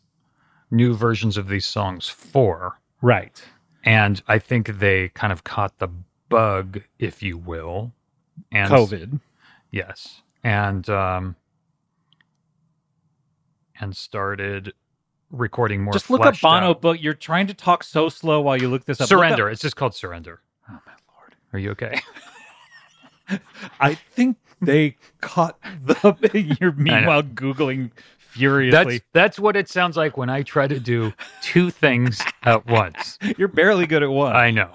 Speaker 2: new versions of these songs for
Speaker 1: Right.
Speaker 2: and I think they kind of caught the bug if you will. And
Speaker 1: COVID.
Speaker 2: Yes. And um and started recording more
Speaker 1: Just look up
Speaker 2: fleshed
Speaker 1: Bono
Speaker 2: out-
Speaker 1: book. You're trying to talk so slow while you look this up. Look up-
Speaker 2: Surrender. It's just called Surrender. Oh my lord. Are you okay?
Speaker 1: I think they caught the. You're meanwhile googling furiously.
Speaker 2: That's that's what it sounds like when I try to do two things at once.
Speaker 1: You're barely good at one.
Speaker 2: I know.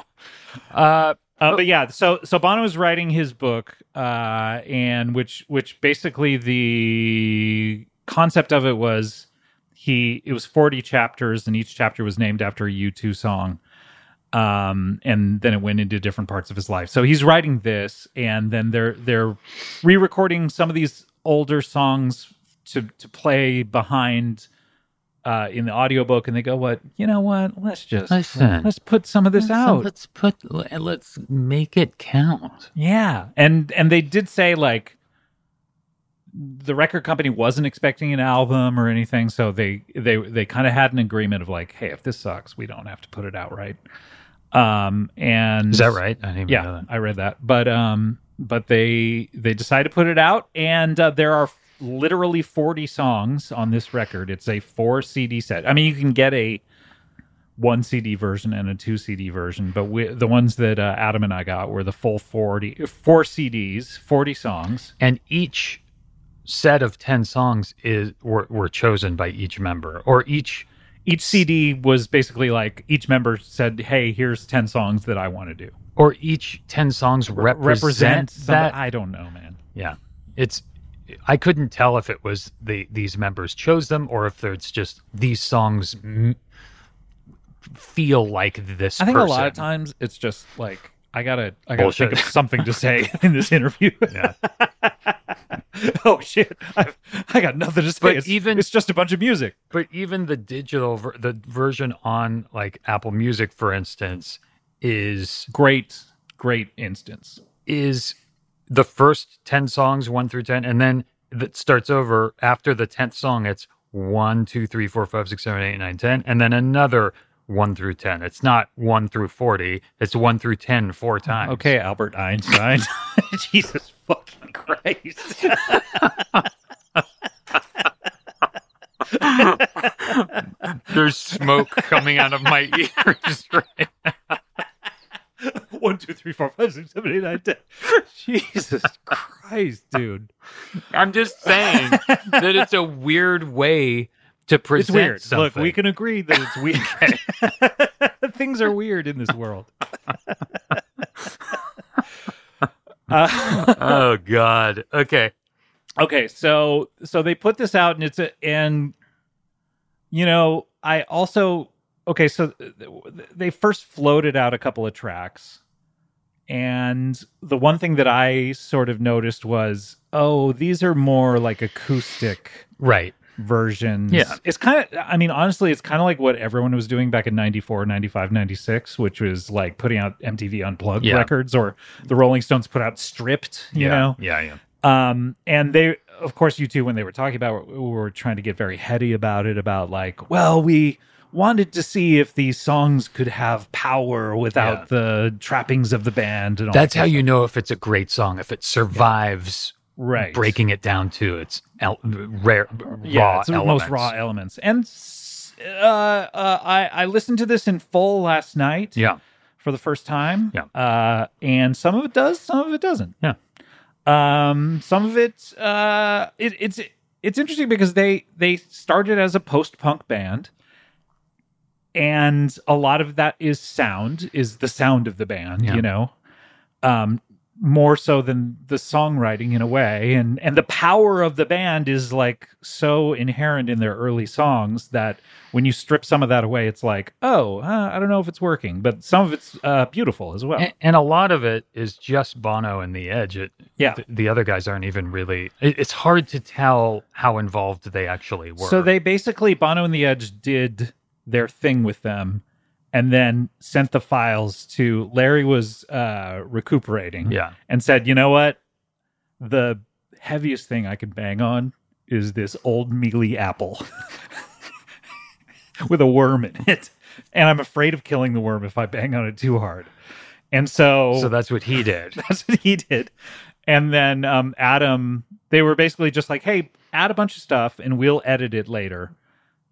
Speaker 2: Uh,
Speaker 1: Uh, but yeah, so so Bono is writing his book, uh, and which which basically the concept of it was he it was forty chapters, and each chapter was named after a U two song, um, and then it went into different parts of his life. So he's writing this, and then they're they're re-recording some of these older songs to to play behind. Uh, in the audiobook and they go what you know what let's just
Speaker 2: Listen.
Speaker 1: let's put some of this out
Speaker 2: let's put let's make it count.
Speaker 1: yeah, and and they did say like the record company wasn't expecting an album or anything, so they they they kind of had an agreement of like, hey, if this sucks, we don't have to put it out, right? Um, and
Speaker 2: Is that right? I didn't even know
Speaker 1: Yeah,
Speaker 2: that.
Speaker 1: I read that, but um, but they they decided to put it out, and uh, there are literally forty songs on this record. It's a four CD set. I mean, you can get a one CD version and a two CD version, but we, the ones that uh, Adam and I got were the full 40, four CDs, 40 songs.
Speaker 2: And each set of ten songs is were, were chosen by each member or each.
Speaker 1: Each CD was basically like each member said, Hey, here's 10 songs that I want to do.
Speaker 2: Or each ten songs represent,
Speaker 1: some-
Speaker 2: that
Speaker 1: I don't know, man.
Speaker 2: Yeah, it's. I couldn't tell if it was the these members chose them or if it's just these songs m- feel like this.
Speaker 1: I think
Speaker 2: person.
Speaker 1: a lot of times it's just like, I gotta, I gotta
Speaker 2: Bullshit.
Speaker 1: think of something to say in this interview.
Speaker 2: Yeah.
Speaker 1: oh shit, I've, I got nothing to say.
Speaker 2: But
Speaker 1: it's,
Speaker 2: even-
Speaker 1: it's just a bunch of music.
Speaker 2: But even the digital, ver- the version on like Apple Music, for instance, is
Speaker 1: Great, great instance.
Speaker 2: is the first ten songs one through ten, and then that starts over after the tenth song. It's one, two, three, four, five, six, seven, eight, nine, ten, and then another one through ten. It's not one through forty. It's one through ten four times.
Speaker 1: Okay, Albert Einstein. Jesus fucking Christ.
Speaker 2: There's smoke coming out of my ears. Right?
Speaker 1: One, two, three, four, five, six, seven, eight, nine, ten. Jesus Christ, dude.
Speaker 2: I'm just saying that it's a weird way to present
Speaker 1: It's weird.
Speaker 2: something.
Speaker 1: Look, we can agree that it's weird. Things are weird in this world. Uh,
Speaker 2: Oh God. Okay.
Speaker 1: okay, so so they put this out, and it's a and you know I also okay, so th- th- they first floated out a couple of tracks. And the one thing that I sort of noticed was, oh, these are more like acoustic
Speaker 2: Right.
Speaker 1: versions.
Speaker 2: Yeah.
Speaker 1: It's kind of, I mean, honestly, it's kind of like what everyone was doing back in 94, 95, 96, which was like putting out MTV Unplugged
Speaker 2: Yeah.
Speaker 1: records or the Rolling Stones put out Stripped, you
Speaker 2: yeah.
Speaker 1: know?
Speaker 2: Yeah. Yeah.
Speaker 1: Um, and they, of course, you two, when they were talking about it, we were trying to get very heady about it, about like, well, we wanted to see if these songs could have power without
Speaker 2: Yeah.
Speaker 1: the trappings of the band. And all
Speaker 2: That's
Speaker 1: that
Speaker 2: how
Speaker 1: stuff.
Speaker 2: you know if it's a great song if it survives
Speaker 1: right.
Speaker 2: breaking it down to its el- rare
Speaker 1: yeah,
Speaker 2: raw
Speaker 1: it's the
Speaker 2: elements.
Speaker 1: most raw elements. And s- uh, uh, I I listened to this in full last night
Speaker 2: Yeah,
Speaker 1: for the first time.
Speaker 2: Yeah.
Speaker 1: Uh, and some of it does, some of it doesn't.
Speaker 2: Yeah.
Speaker 1: Um, some of it, uh, it it's it's interesting because they they started as a post punk band, and a lot of that is sound is the sound of the band,
Speaker 2: Yeah.
Speaker 1: you know, um, more so than the songwriting in a way, and and the power of the band is like so inherent in their early songs that when you strip some of that away, it's like, oh, uh, I don't know if it's working, but some of it's uh, beautiful as well.
Speaker 2: and, and a lot of it is just Bono and the Edge. It,
Speaker 1: Yeah.
Speaker 2: th- the other guys aren't even really. It, it's hard to tell how involved they actually were.
Speaker 1: So they basically Bono and the Edge did their thing with them, and then sent the files to Larry was uh, recuperating
Speaker 2: yeah,
Speaker 1: and said, you know what, the heaviest thing I could bang on is this old mealy apple with a worm in it, and I'm afraid of killing the worm if I bang on it too hard. And so,
Speaker 2: so that's what he did.
Speaker 1: that's what he did. And then um, Adam, they were basically just like, "Hey, add a bunch of stuff, and we'll edit it later."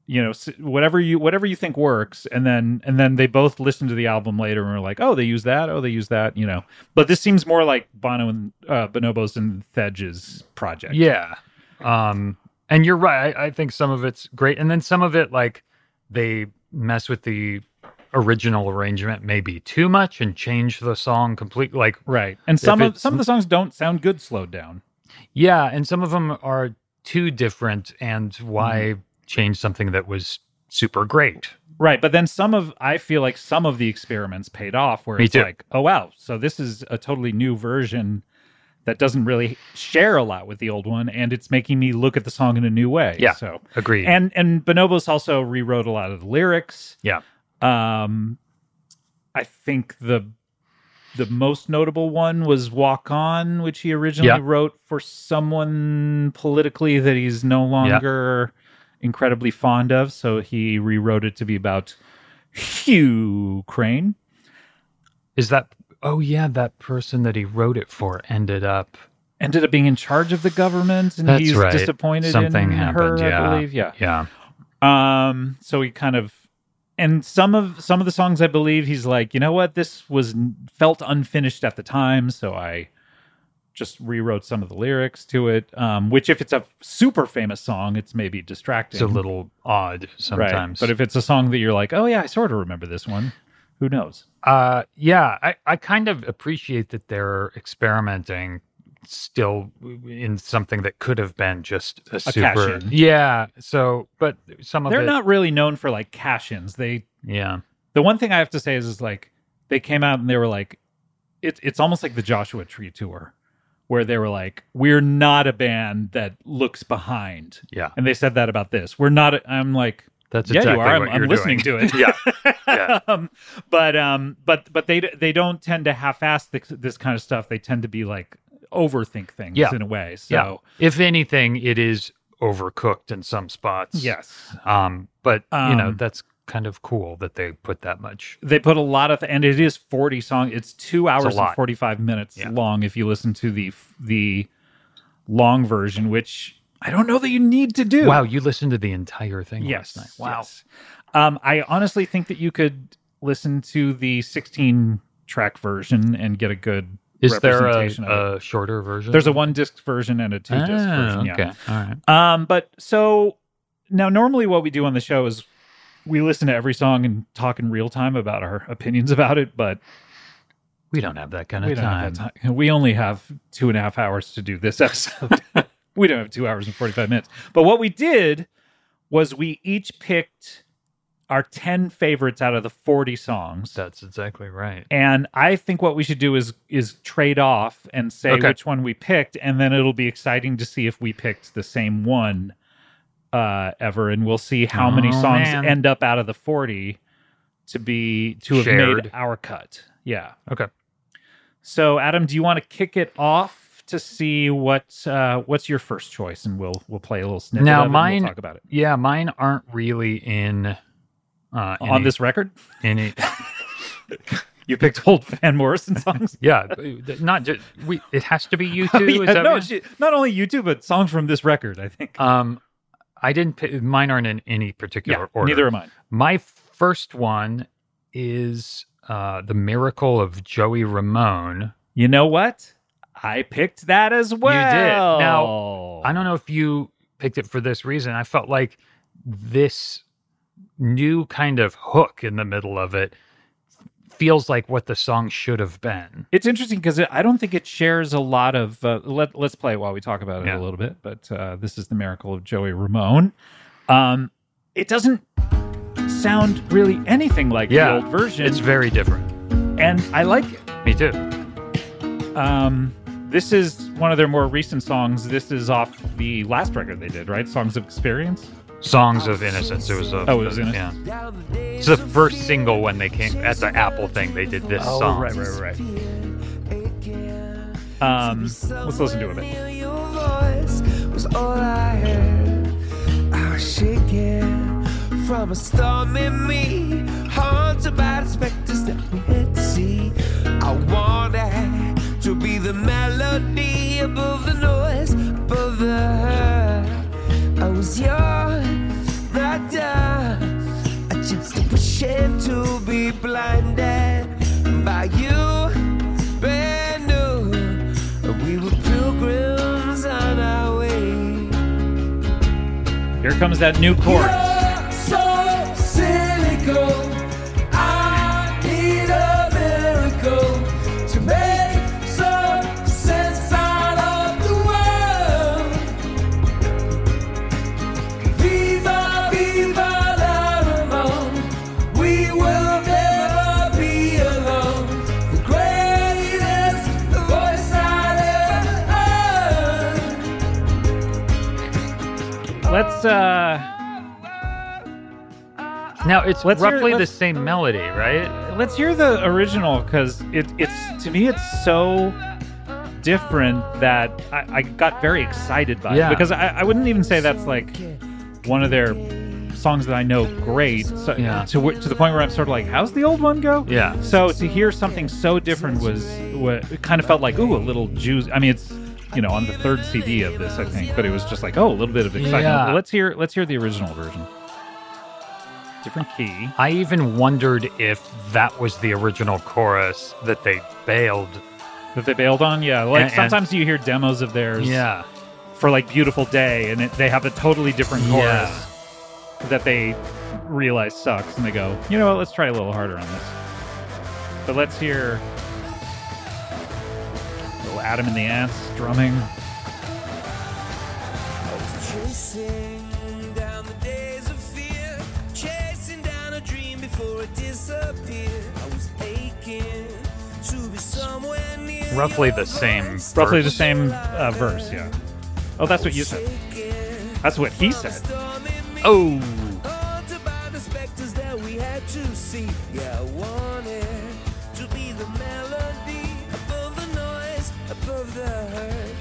Speaker 1: You know, s- whatever you whatever you think works, and then and then they both listened to the album later and were like, "Oh, they use that. Oh, they use that." You know, but this seems more like Bono and uh, Bonobos and Thedge's project.
Speaker 2: Yeah. Um, and you're right. I, I think some of it's great. And then some of it, like, they mess with the original arrangement maybe too much and change the song completely. Like,
Speaker 1: right. And some of
Speaker 2: it's-
Speaker 1: some of the songs don't sound good slowed down.
Speaker 2: yeah. And some of them are too different. And why
Speaker 1: Mm-hmm.
Speaker 2: change something that was super great?
Speaker 1: Right, but then some of I feel like some of the experiments paid off where
Speaker 2: Me
Speaker 1: it's
Speaker 2: too.
Speaker 1: like, oh wow, so this is a totally new version that doesn't really share a lot with the old one and it's making me look at the song in a new way.
Speaker 2: Yeah.
Speaker 1: So
Speaker 2: Agreed.
Speaker 1: and and Bonobos also rewrote a lot of the lyrics.
Speaker 2: yeah.
Speaker 1: Um I think the the most notable one was Walk On, which he originally
Speaker 2: Yeah.
Speaker 1: wrote for someone politically that he's no longer incredibly fond of, so he rewrote it to be about Ukraine.
Speaker 2: Is that, oh, yeah, that person that he wrote it for ended up.
Speaker 1: Ended up being in charge of the government, and
Speaker 2: That's
Speaker 1: he's
Speaker 2: right.
Speaker 1: disappointed
Speaker 2: Something
Speaker 1: in
Speaker 2: happened.
Speaker 1: her,
Speaker 2: yeah.
Speaker 1: I believe. Yeah.
Speaker 2: Yeah.
Speaker 1: Um, so he kind of and some of some of the songs I believe he's like, you know what, this was felt unfinished at the time, so I just rewrote some of the lyrics to it. Um, which if it's a super famous song, it's maybe distracting.
Speaker 2: It's a little odd sometimes.
Speaker 1: But if it's a song that you're like, oh yeah, I sort of remember this one, who knows?
Speaker 2: Uh, yeah, I, I kind of appreciate that they're experimenting still in something that could have been just a, super.
Speaker 1: cash-in.
Speaker 2: Yeah. So, but some of
Speaker 1: They're
Speaker 2: it,
Speaker 1: not really known for like cash ins. They
Speaker 2: Yeah.
Speaker 1: the one thing I have to say is is like they came out and they were like it's it's almost like the Joshua Tree tour where they were like we're not a band that looks behind.
Speaker 2: Yeah.
Speaker 1: And they said that about this. We're not a, I'm like
Speaker 2: That's
Speaker 1: yeah,
Speaker 2: exactly
Speaker 1: you are. I'm,
Speaker 2: what
Speaker 1: I'm
Speaker 2: you're
Speaker 1: listening
Speaker 2: doing.
Speaker 1: to it.
Speaker 2: Yeah, yeah.
Speaker 1: um, but um, but but they d- they don't tend to half-ass this, this kind of stuff. They tend to be like overthink things
Speaker 2: Yeah.
Speaker 1: in a way. So
Speaker 2: Yeah. If anything, it is overcooked in some spots.
Speaker 1: yes,
Speaker 2: Um, but you know
Speaker 1: Um,
Speaker 2: that's kind of cool that they put that much.
Speaker 1: they put a lot of and it is 40 song it's two hours and
Speaker 2: lot.
Speaker 1: 45 minutes
Speaker 2: Yeah.
Speaker 1: long if you listen to the the long version which i don't know that you need to do
Speaker 2: Wow, you listened to the entire thing
Speaker 1: yes
Speaker 2: last night. Wow.
Speaker 1: yes. um i honestly think that you could listen to the 16 track version and get a good
Speaker 2: Is there a,
Speaker 1: representation of it.
Speaker 2: a shorter version?
Speaker 1: there's a one disc version and a two disc
Speaker 2: Ah,
Speaker 1: version yeah
Speaker 2: Okay. All right.
Speaker 1: um, but so now, normally, what we do on the show is we listen to every song and talk in real time about our opinions about it. But
Speaker 2: We don't have that kind
Speaker 1: we
Speaker 2: of
Speaker 1: don't
Speaker 2: time.
Speaker 1: have that time. We only have two and a half hours to do this episode. we don't have two hours and forty-five minutes. But what we did was we each picked our ten favorites out of the forty songs.
Speaker 2: That's exactly right.
Speaker 1: And I think what we should do is is trade off and say
Speaker 2: Okay.
Speaker 1: which one we picked, and then it'll be exciting to see if we picked the same one uh, ever, and we'll see how many
Speaker 2: Oh,
Speaker 1: songs
Speaker 2: man.
Speaker 1: end up out of the forty to be to have
Speaker 2: Shared.
Speaker 1: made our cut. Yeah.
Speaker 2: Okay.
Speaker 1: So Adam, do you want to kick it off to see what uh, what's your first choice, and we'll we'll play a little snippet. of
Speaker 2: Now,
Speaker 1: it and
Speaker 2: mine-
Speaker 1: we'll talk about it
Speaker 2: Yeah, mine aren't really in uh, any-
Speaker 1: on this record.
Speaker 2: Any,
Speaker 1: You picked old Van Morrison songs.
Speaker 2: Yeah, not just we. It has to be you two.
Speaker 1: Oh, Yeah,
Speaker 2: is that
Speaker 1: no,
Speaker 2: what-
Speaker 1: she- not only you two, but songs from this record. I think.
Speaker 2: um, I didn't. Pick, mine aren't in any particular
Speaker 1: yeah,
Speaker 2: order.
Speaker 1: neither am I.
Speaker 2: My first one is uh, the Miracle of Joey Ramone.
Speaker 1: You know what? I picked that as well.
Speaker 2: Now, I don't know if you picked it for this reason. I felt like this new kind of hook in the middle of it feels like what the song should have been.
Speaker 1: It's interesting because I don't think it shares a lot of. Uh, let Let's play it while we talk about it
Speaker 2: Yeah.
Speaker 1: a little bit. But uh, this is the miracle of Joey Ramone. Um, it doesn't sound really anything like
Speaker 2: Yeah,
Speaker 1: the old version,
Speaker 2: It's very different.
Speaker 1: and I like it.
Speaker 2: Me too.
Speaker 1: Um, this is one of their more recent songs. This is off the last record they did, right? Songs of Experience.
Speaker 2: Songs of Innocence. It was a,
Speaker 1: Oh, it was Innocence.
Speaker 2: Yeah. It's the first single when they came at the Apple thing. They did this song.
Speaker 1: Oh, right, right, right. Um, let's listen to it a bit.
Speaker 5: Your voice was all I heard. I was shaking from a storm in me, haunted by the specters that we had to see. I wanted to be the melody above the noise, above the hurt. I was young, not done. I just pretend to be blinded by you, brand new. We were pilgrims on our way.
Speaker 1: Here comes that new chord.
Speaker 5: You're so cynical. I need a miracle to make some sense out of the world. Viva, viva la Ramon. We will never be alone. The greatest voice I'd ever heard.
Speaker 1: Let's uh,
Speaker 2: Now it's
Speaker 1: Let's hear-
Speaker 2: roughly the
Speaker 1: let's-
Speaker 2: same melody, right?
Speaker 1: let's hear the original because it, it's to me it's so different that I, I got very excited by
Speaker 2: Yeah.
Speaker 1: it because I, I wouldn't even say that's like one of their songs that I know great. So,
Speaker 2: Yeah.
Speaker 1: To wh- to the point where I'm sort of like, how's the old one go?
Speaker 2: Yeah.
Speaker 1: So to hear something so different was what it kind of felt like, ooh, a little juice. I mean, it's you know on the third CD of this, I think, but it was just like, oh, a little bit of excitement.
Speaker 2: Yeah.
Speaker 1: Let's hear let's hear the original version. Different key.
Speaker 2: I even wondered if that was the original chorus that they bailed.
Speaker 1: that they bailed on. Yeah, like
Speaker 2: And- and-
Speaker 1: sometimes you hear demos of theirs
Speaker 2: Yeah.
Speaker 1: for like "Beautiful Day," and it, they have a totally different chorus
Speaker 2: Yeah.
Speaker 1: that they realize sucks, and they go, "You know what? Let's try a little harder on this." But let's hear little Adam and the Ants drumming.
Speaker 5: Chasing down the days of fear, chasing down a dream before it disappeared. I was aching to be somewhere near.
Speaker 2: Roughly the same.
Speaker 1: Roughly the
Speaker 2: verse.
Speaker 1: same uh, verse. Yeah. Oh, that's what you said. That's what he said.
Speaker 2: Oh.
Speaker 5: Haunted by the specters that we had to see. Yeah, I wanted to be the melody above the noise, above the hurt.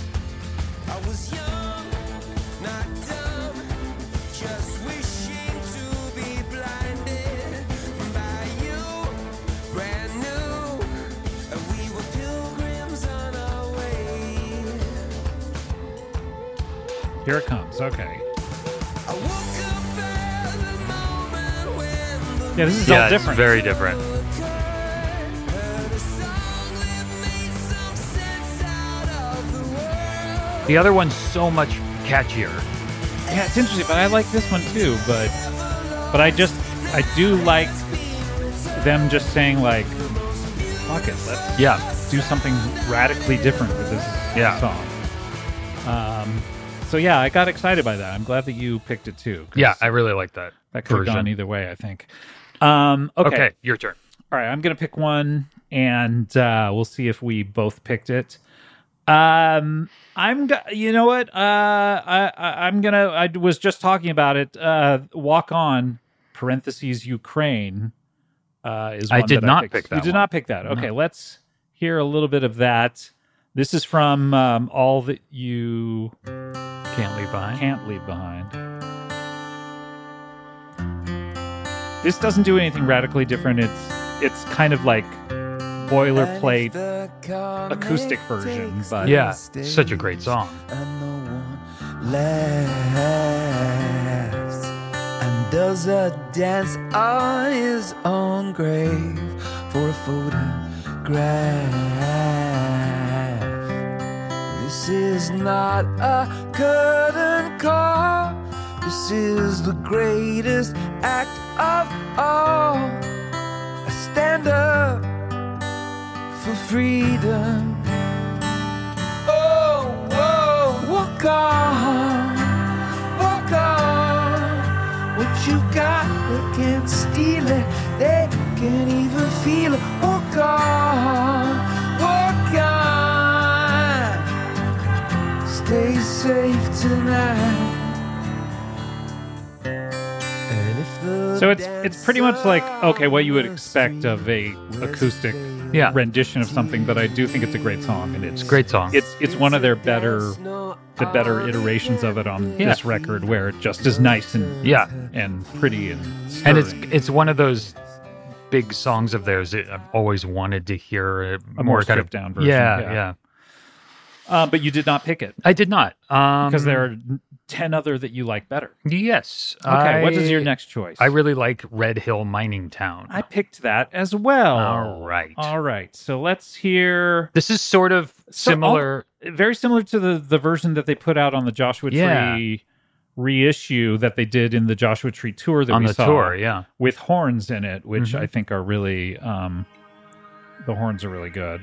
Speaker 5: I was young, not dumb, just wishing to be blinded by you, brand new. And we were pilgrims on our way.
Speaker 1: Here it comes. Okay.
Speaker 5: I woke up at the moment when the
Speaker 1: Yeah, this is
Speaker 2: yeah,
Speaker 1: all different.
Speaker 2: It's very different. The other one's so much catchier.
Speaker 1: Yeah, it's interesting, but I like this one too. But but I just I do like them just saying like, fuck it, let's
Speaker 2: Yeah.
Speaker 1: do something radically different with this
Speaker 2: Yeah.
Speaker 1: song. Um, so yeah, I got excited by that. I'm glad that you picked it too. 'cause
Speaker 2: Yeah, I really like that.
Speaker 1: that could have
Speaker 2: version.
Speaker 1: gone either way. I think. Um, okay.
Speaker 2: Okay. your turn.
Speaker 1: all right. I'm gonna pick one, and uh, we'll see if we both picked it. Um, I'm. go- You know what? Uh, I, I I'm gonna. I was just talking about it. Uh, walk on. Parentheses Ukraine. Uh, is
Speaker 2: I
Speaker 1: one
Speaker 2: did
Speaker 1: that
Speaker 2: not
Speaker 1: picked.
Speaker 2: pick that
Speaker 1: You did
Speaker 2: one.
Speaker 1: not pick that. Okay, let's hear a little bit of that. This is from um, all that you
Speaker 2: Can't leave behind.
Speaker 1: can't leave behind. This doesn't do anything radically different. It's it's kind of like boilerplate acoustic
Speaker 5: acoustic
Speaker 1: version, but-
Speaker 2: Yeah, such a great song.
Speaker 5: and no one laughs and does a dance on his own grave for a photograph. This is not a curtain call. This is the greatest act of all. I stand up for freedom. Oh, whoa, walk on, walk on. What you got, they can't steal it, they can't even feel it. Walk on, walk on. Stay safe tonight. And if the
Speaker 1: So it's it's pretty much like okay, what you would expect of a acoustic
Speaker 2: Yeah.
Speaker 1: rendition of something, but I do think it's a great song and it's
Speaker 2: Great song.
Speaker 1: It's it's one of their better the better iterations of it on
Speaker 2: Yeah.
Speaker 1: this record, where it just is nice and
Speaker 2: Yeah.
Speaker 1: and pretty and
Speaker 2: and it's
Speaker 1: stirring.
Speaker 2: it's one of those big songs of theirs that I've always wanted to hear a,
Speaker 1: a more
Speaker 2: kind of
Speaker 1: stripped down version.
Speaker 2: Yeah, yeah,
Speaker 1: Uh, but you did not pick it
Speaker 2: I did not um,
Speaker 1: because there are ten other that you like better.
Speaker 2: Yes.
Speaker 1: Okay, what is your
Speaker 2: I-
Speaker 1: next choice?
Speaker 2: I really like Red Hill Mining Town.
Speaker 1: I picked that as well.
Speaker 2: All right.
Speaker 1: All right. So let's hear
Speaker 2: This is sort of
Speaker 1: So, oh,
Speaker 2: similar.
Speaker 1: very similar to the the version that they put out on the Joshua
Speaker 2: Yeah.
Speaker 1: Tree reissue that they did in the Joshua Tree tour Mm-hmm. that
Speaker 2: on
Speaker 1: we
Speaker 2: the
Speaker 1: saw
Speaker 2: tour, yeah.
Speaker 1: with horns in it, which
Speaker 2: Mhm.
Speaker 1: I think are really um, the horns are really good.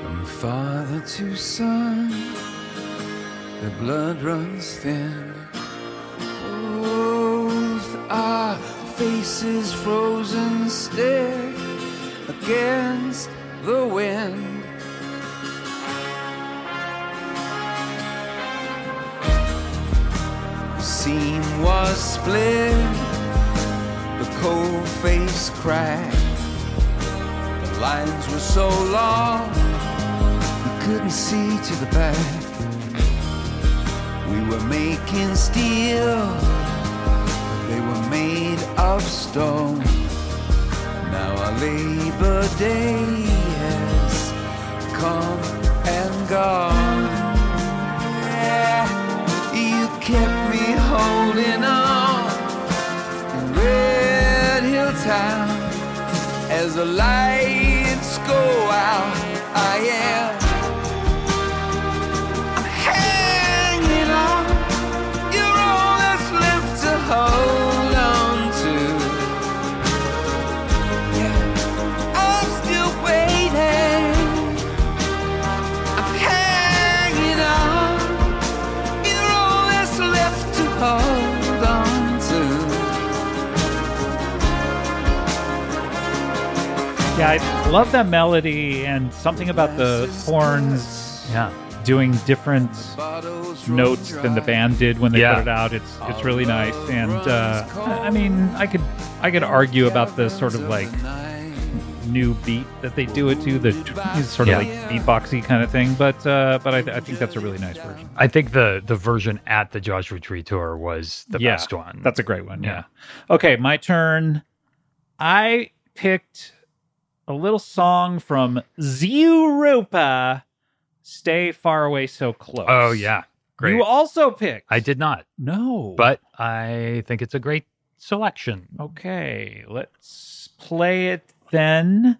Speaker 5: From father to son, the blood runs thin. Both our faces frozen stiff against the wind. The seam was split, the cold face cracked. The lines were so long you couldn't see to the back. We were making steel, they were made of stone. Now our labor day has come and gone. Yeah, you kept me holding on in Red Hill Town as the lights go out. I am hanging on. You're all that's left to hold on to. Yeah, I'm still waiting. I'm hanging on. You're all that's left to hold on to.
Speaker 1: Yeah, I love that melody and something about the horns
Speaker 2: Yeah.
Speaker 1: doing different
Speaker 5: Bottles run
Speaker 1: notes than the
Speaker 5: dry.
Speaker 1: band did when they
Speaker 2: Yeah.
Speaker 1: put it out. It's it's really nice, and uh, I I mean, I could I could argue about the sort of like new beat that they do it to the tw- sort of
Speaker 2: Yeah.
Speaker 1: like beatboxy kind of thing. But uh, but I, th- I think that's a really nice version.
Speaker 2: I think the the version at the Joshua Tree tour was the
Speaker 1: yeah,
Speaker 2: best one.
Speaker 1: That's a great one. Yeah. Okay, my turn. I picked a little song from Zerupa. Stay far away, so close.
Speaker 2: Oh yeah. Great.
Speaker 1: You also picked.
Speaker 2: I did not,
Speaker 1: No,
Speaker 2: but I think it's a great selection.
Speaker 1: Okay, let's play it then.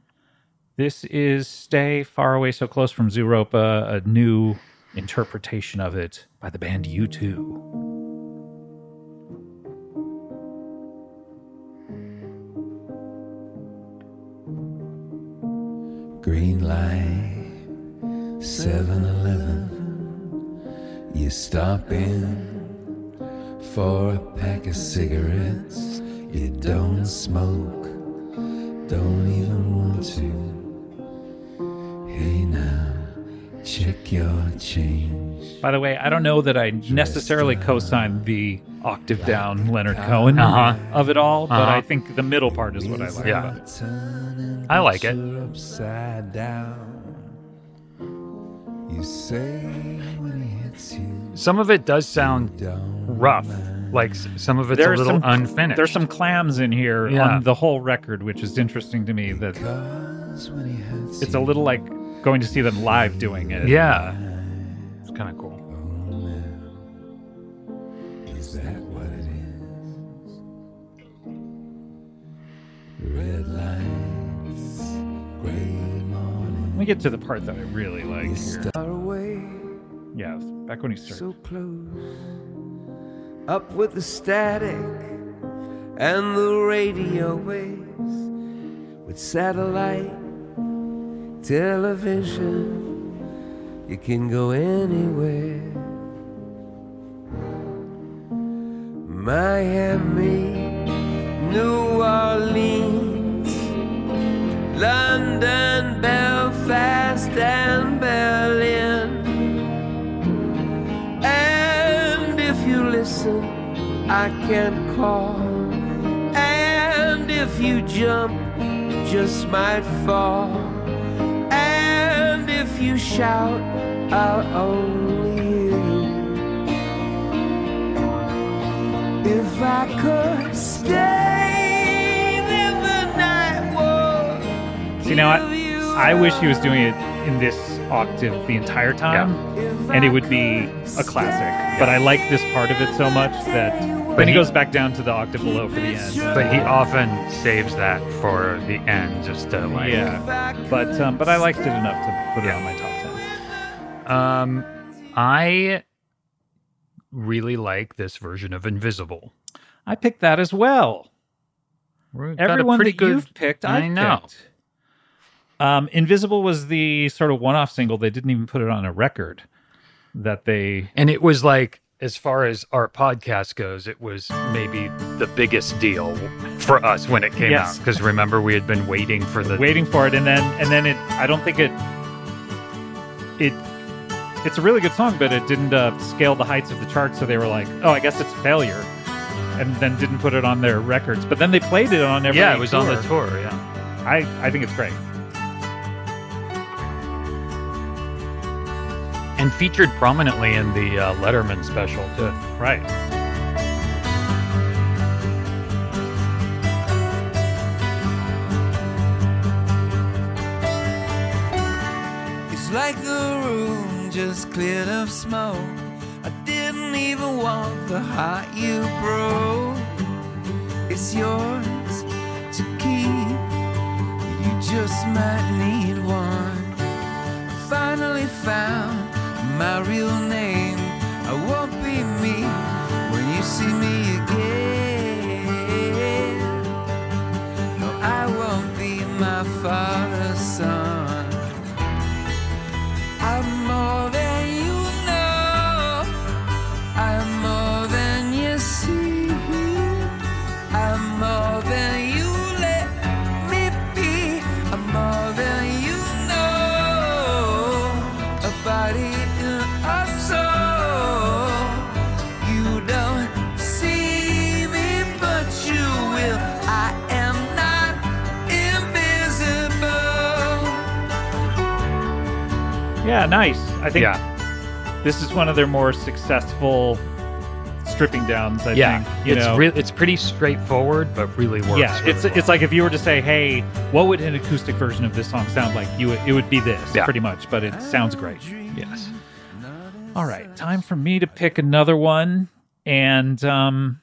Speaker 1: This is Stay Far Away So Close from Zeropa, a new interpretation of it by the band U2.
Speaker 5: Green light, 7 Eleven. You stop in for a pack of cigarettes. You don't smoke, don't even want to. Hey now, Check your change.
Speaker 1: By the way, I don't know that I necessarily co-signed the octave down Leonard Cohen
Speaker 2: Uh-huh.
Speaker 1: of it all, but
Speaker 2: Uh-huh.
Speaker 1: I think the middle part is what I like.
Speaker 2: Yeah.
Speaker 1: about it.
Speaker 5: Turning
Speaker 2: I like it.
Speaker 5: picture Upside down. You say when he hits you
Speaker 2: Some of it does sound
Speaker 5: down.
Speaker 2: rough. Like s- some of it's a
Speaker 1: There's
Speaker 2: little
Speaker 1: some-
Speaker 2: unfinished.
Speaker 1: There's some clams in here
Speaker 2: Yeah.
Speaker 1: on the whole record, which is interesting to me. That
Speaker 5: Cause when he hits
Speaker 1: it's a little like going to see them live doing it.
Speaker 2: yeah. It's kind of cool.
Speaker 5: you, is that what it is? Red lights, gray morning.
Speaker 1: Let me get to the part that I really like here.
Speaker 5: Far away,
Speaker 1: Yeah, it's back when he started.
Speaker 5: so close. Up with the static and the radio waves with satellite television. You can go anywhere. Miami, New Orleans, London, Belfast, and Berlin. And if you listen, I can call. And if you jump, you just might fall. And if you shout, I'll only hear you. If I could stay in the night war.
Speaker 1: See, now I, I wish he was doing it in this octave the entire time, and it would be a classic. But I like this part of it so much that
Speaker 2: But
Speaker 1: then he
Speaker 2: he-
Speaker 1: goes back down to the octave below for the end.
Speaker 2: But he often saves that for the end just to like
Speaker 1: Yeah. But um, but I liked it enough to put it on my top ten.
Speaker 2: Um, I really like this version of Invisible.
Speaker 1: I picked that as well.
Speaker 2: We've got a
Speaker 1: Everyone
Speaker 2: pretty
Speaker 1: that you've picked,
Speaker 2: I
Speaker 1: I've
Speaker 2: know.
Speaker 1: picked. Um, Invisible was the sort of one-off single. They didn't even put it on a record. That they
Speaker 2: and it was like as far as our podcast goes, it was maybe the biggest deal for us when it came out. 'Cause
Speaker 1: Yes.
Speaker 2: out. Because remember, we had been waiting for the
Speaker 1: waiting for it, and then and then it. I don't think it. It. It's a really good song, but it didn't uh, scale the heights of the chart. So they were like, "Oh, I guess it's a failure," and then didn't put it on their records. But then they played it on every.
Speaker 2: yeah, it was on the
Speaker 1: tour.
Speaker 2: tour. Yeah,
Speaker 1: I I think it's great.
Speaker 2: and featured prominently in the uh, Letterman special too.
Speaker 1: Right.
Speaker 5: It's like the room just cleared of smoke. I didn't even want the heart you broke. It's yours to keep. You just might need one. I finally found my real name. I won't be me when you see me again. No, I won't be my father's son. I'm more than you know. I'm more than you see. I'm more than you let me be. I'm more than you know. A body and a soul. You don't see me, but you will. I am not invisible.
Speaker 1: Yeah, nice. I think
Speaker 2: yeah,
Speaker 1: this is one of their more successful stripping downs. I
Speaker 2: yeah.
Speaker 1: think you
Speaker 2: it's
Speaker 1: know.
Speaker 2: real. It's pretty straightforward, but really works.
Speaker 1: yeah, it's
Speaker 2: really
Speaker 1: it's like if you were to say, "Hey, what would an acoustic version of this song sound like?" You would- it would be this,
Speaker 2: Yeah.
Speaker 1: pretty much. But it sounds great.
Speaker 2: well. yes.
Speaker 1: All right, time for me to pick another one, and um,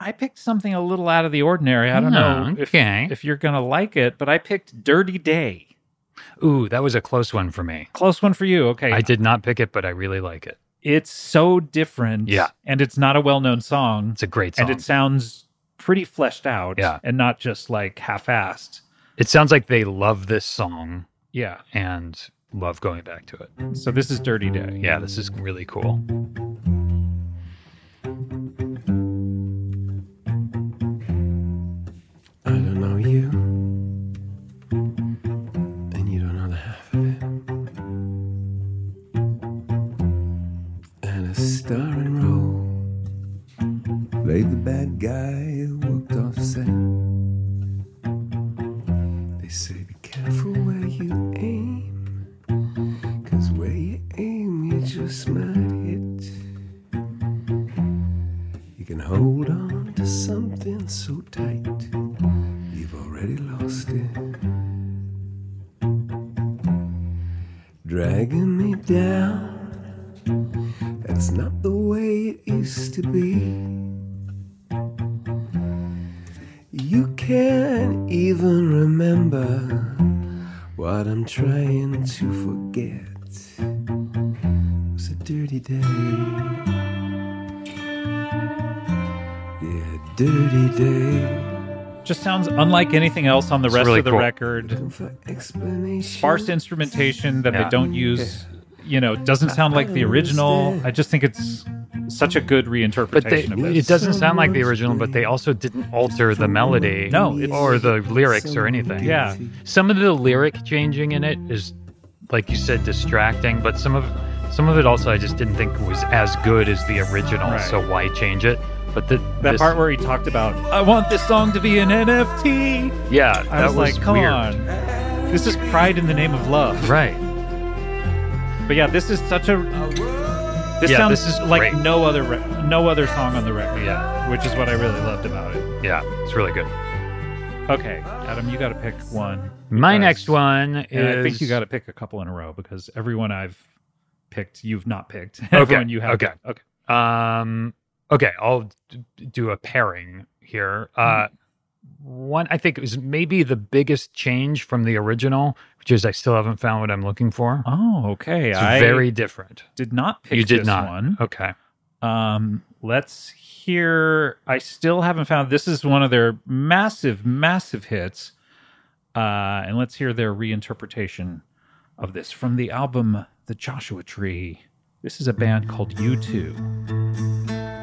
Speaker 1: I picked something a little out of the ordinary. I don't know if,
Speaker 2: Okay.
Speaker 1: if you're gonna like it, but I picked "Dirty Day."
Speaker 2: Ooh, that was a close one for me.
Speaker 1: Close one for you. Okay,
Speaker 2: I did not pick it, but I really like it.
Speaker 1: it's so different.
Speaker 2: Yeah.
Speaker 1: and it's not a well-known song.
Speaker 2: It's a great song.
Speaker 1: And it sounds pretty fleshed out
Speaker 2: Yeah.
Speaker 1: and not just like half assed.
Speaker 2: It sounds like they love this song
Speaker 1: Yeah.
Speaker 2: and love going back to it.
Speaker 1: So this is Dirty Day.
Speaker 2: Yeah, this is really cool.
Speaker 5: I don't know you, and you don't know the half of it. that guy walked off set. They say be careful where you aim, cause where you aim, you just might hit. You can hold on to something so tight, you've already lost it. Dragging me down, that's not the way it used to be. You can't even remember what I'm trying to forget. It was a dirty day. Yeah, dirty day.
Speaker 1: Just sounds unlike anything else on the
Speaker 2: It's
Speaker 1: rest
Speaker 2: really
Speaker 1: of the
Speaker 2: cool.
Speaker 1: record.
Speaker 5: Looking for explanation.
Speaker 1: Sparse instrumentation that
Speaker 2: Yeah.
Speaker 1: they don't use. You know, doesn't sound like the original. I just think it's such a good reinterpretation
Speaker 2: But they,
Speaker 1: of it.
Speaker 2: it doesn't sound like the original, but they also didn't alter the melody
Speaker 1: No, it's-
Speaker 2: or the lyrics or anything.
Speaker 1: Yeah.
Speaker 2: Some of the lyric changing in it is, like you said, distracting, but some of some of it also I just didn't think was as good as the original,
Speaker 1: Right.
Speaker 2: so why change it? But the,
Speaker 1: That
Speaker 2: this-
Speaker 1: part where he talked about, I want this song to be an NFT.
Speaker 2: yeah,
Speaker 1: I
Speaker 2: that
Speaker 1: was, like, come
Speaker 2: weird.
Speaker 1: on. This is pride in the name of love.
Speaker 2: right?
Speaker 1: But yeah, this is such a. This
Speaker 2: Yeah,
Speaker 1: sounds
Speaker 2: this is
Speaker 1: like
Speaker 2: great.
Speaker 1: no other re- no other song on the record.
Speaker 2: Yeah.
Speaker 1: which is what I really loved about it.
Speaker 2: Yeah, it's really good.
Speaker 1: Okay, Adam, you got to pick one.
Speaker 2: My
Speaker 1: Nice.
Speaker 2: next one is.
Speaker 1: And I think you got to pick a couple in a row because everyone I've picked, you've not picked.
Speaker 2: Okay,
Speaker 1: everyone you have.
Speaker 2: okay.
Speaker 1: picked. Okay.
Speaker 2: Um, okay, I'll d- do a pairing here. Uh, One, I think it was maybe the biggest change from the original, which is I still haven't found what I'm looking for.
Speaker 1: Oh, okay.
Speaker 2: It's
Speaker 1: I
Speaker 2: very different.
Speaker 1: did not pick
Speaker 2: You did
Speaker 1: this
Speaker 2: not.
Speaker 1: one.
Speaker 2: Okay.
Speaker 1: Um, let's hear. I still haven't found. This is one of their massive, massive hits. Uh, and let's hear their reinterpretation of this from the album The Joshua Tree. This is a band called U2.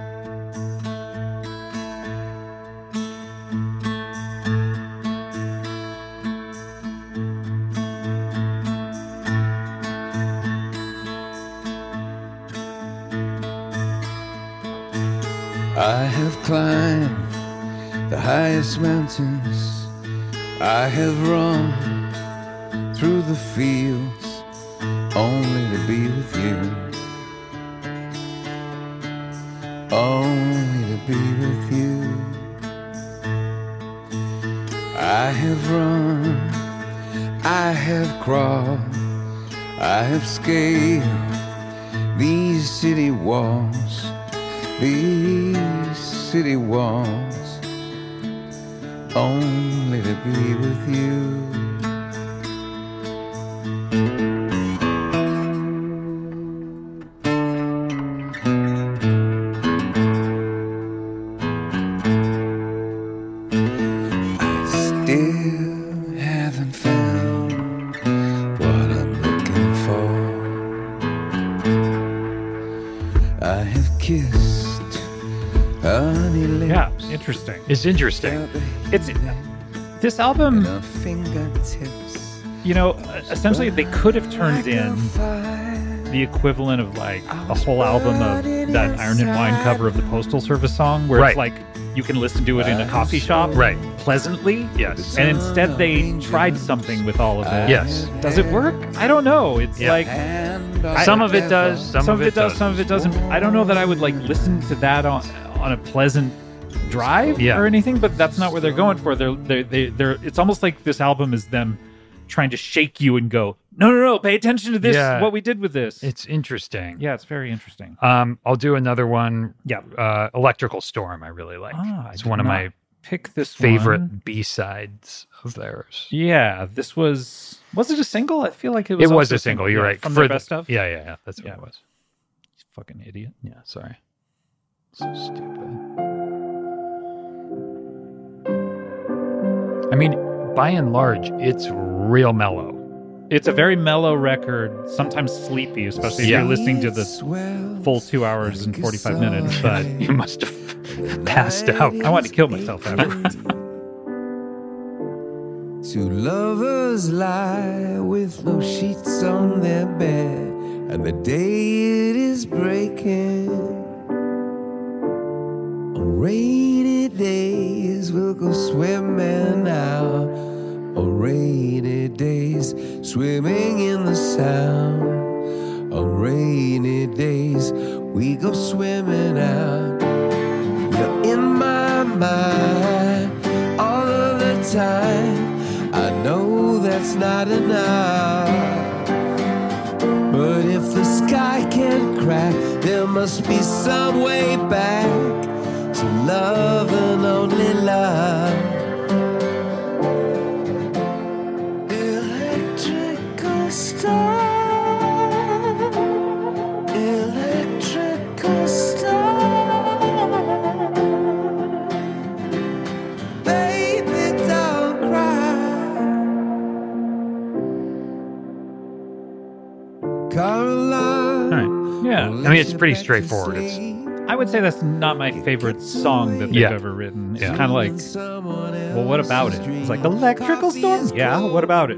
Speaker 5: I have climbed the highest mountains. I have run through the fields only to be with you. Only to be with you. I have run, I have crawled, I have scaled these city walls these city walls only to be with you. I still haven't found what I'm looking for. I have kissed honey
Speaker 1: Yeah,
Speaker 5: lips.
Speaker 1: interesting.
Speaker 2: It's interesting.
Speaker 1: It's this album.
Speaker 5: Her fingertips.
Speaker 1: You know, essentially they could have turned in
Speaker 5: Fire.
Speaker 1: the equivalent of like a whole album of that Iron and Wine cover of the Postal Service song, where it's
Speaker 2: Right.
Speaker 1: like you can listen to it in a coffee shop,
Speaker 2: Right.
Speaker 1: Pleasantly,
Speaker 2: Yes.
Speaker 1: And instead, they tried something with all of it.
Speaker 2: Yes.
Speaker 1: Does it work? I don't know. It's
Speaker 2: Yeah.
Speaker 1: like
Speaker 5: And
Speaker 2: some of it does. Some,
Speaker 1: some of it does,
Speaker 2: doesn't.
Speaker 1: some of it doesn't. I don't know that I would like listen to that on on a pleasant drive
Speaker 2: Yeah.
Speaker 1: or anything. But that's not where they're going for. They're they're they, they're. It's almost like this album is them trying to shake you and go, no, no, no, pay attention to this.
Speaker 2: Yeah.
Speaker 1: What we did with this.
Speaker 2: It's interesting.
Speaker 1: yeah, it's very interesting.
Speaker 2: Um, I'll do another one.
Speaker 1: Yeah.
Speaker 2: Uh, Electrical Storm. I really like.
Speaker 1: Ah, I
Speaker 2: it's
Speaker 1: did
Speaker 2: one of
Speaker 1: not
Speaker 2: my
Speaker 1: Pick this
Speaker 2: favorite
Speaker 1: one.
Speaker 2: B sides of theirs.
Speaker 1: Yeah, this was was it a single? I feel like it was.
Speaker 2: It was
Speaker 1: also
Speaker 2: a single. You're
Speaker 1: yeah,
Speaker 2: right.
Speaker 1: From
Speaker 2: For
Speaker 1: the
Speaker 2: the-
Speaker 1: best of.
Speaker 2: Yeah, yeah, yeah. That's what
Speaker 1: Yeah.
Speaker 2: it was.
Speaker 1: Fucking idiot.
Speaker 2: Yeah, sorry. So stupid. I mean, by and large, it's real mellow.
Speaker 1: It's a very mellow record, sometimes sleepy, especially if
Speaker 2: Yeah.
Speaker 1: you're listening to this full two hours and 45 minutes, but
Speaker 2: You must have passed out.
Speaker 1: I wanted to kill myself after.
Speaker 5: Two lovers lie with no sheets on their bed, and the day it is breaking. A rainy to go swimming out on rainy days, swimming in the sound. On rainy days, we go swimming out. You're in my mind all of the time. I know that's not enough. But if the sky can crack, there must be some way back to love and only love. Electrical star, electrical star. Baby, don't cry. Caroline.
Speaker 1: Yeah.
Speaker 2: I mean, it's pretty straightforward. It's-
Speaker 1: I would say that's not my favorite song that they've
Speaker 2: Yeah.
Speaker 1: ever written. It's
Speaker 2: Yeah.
Speaker 1: kind of like, well, what about it? It's like electrical storm. Yeah, what about it?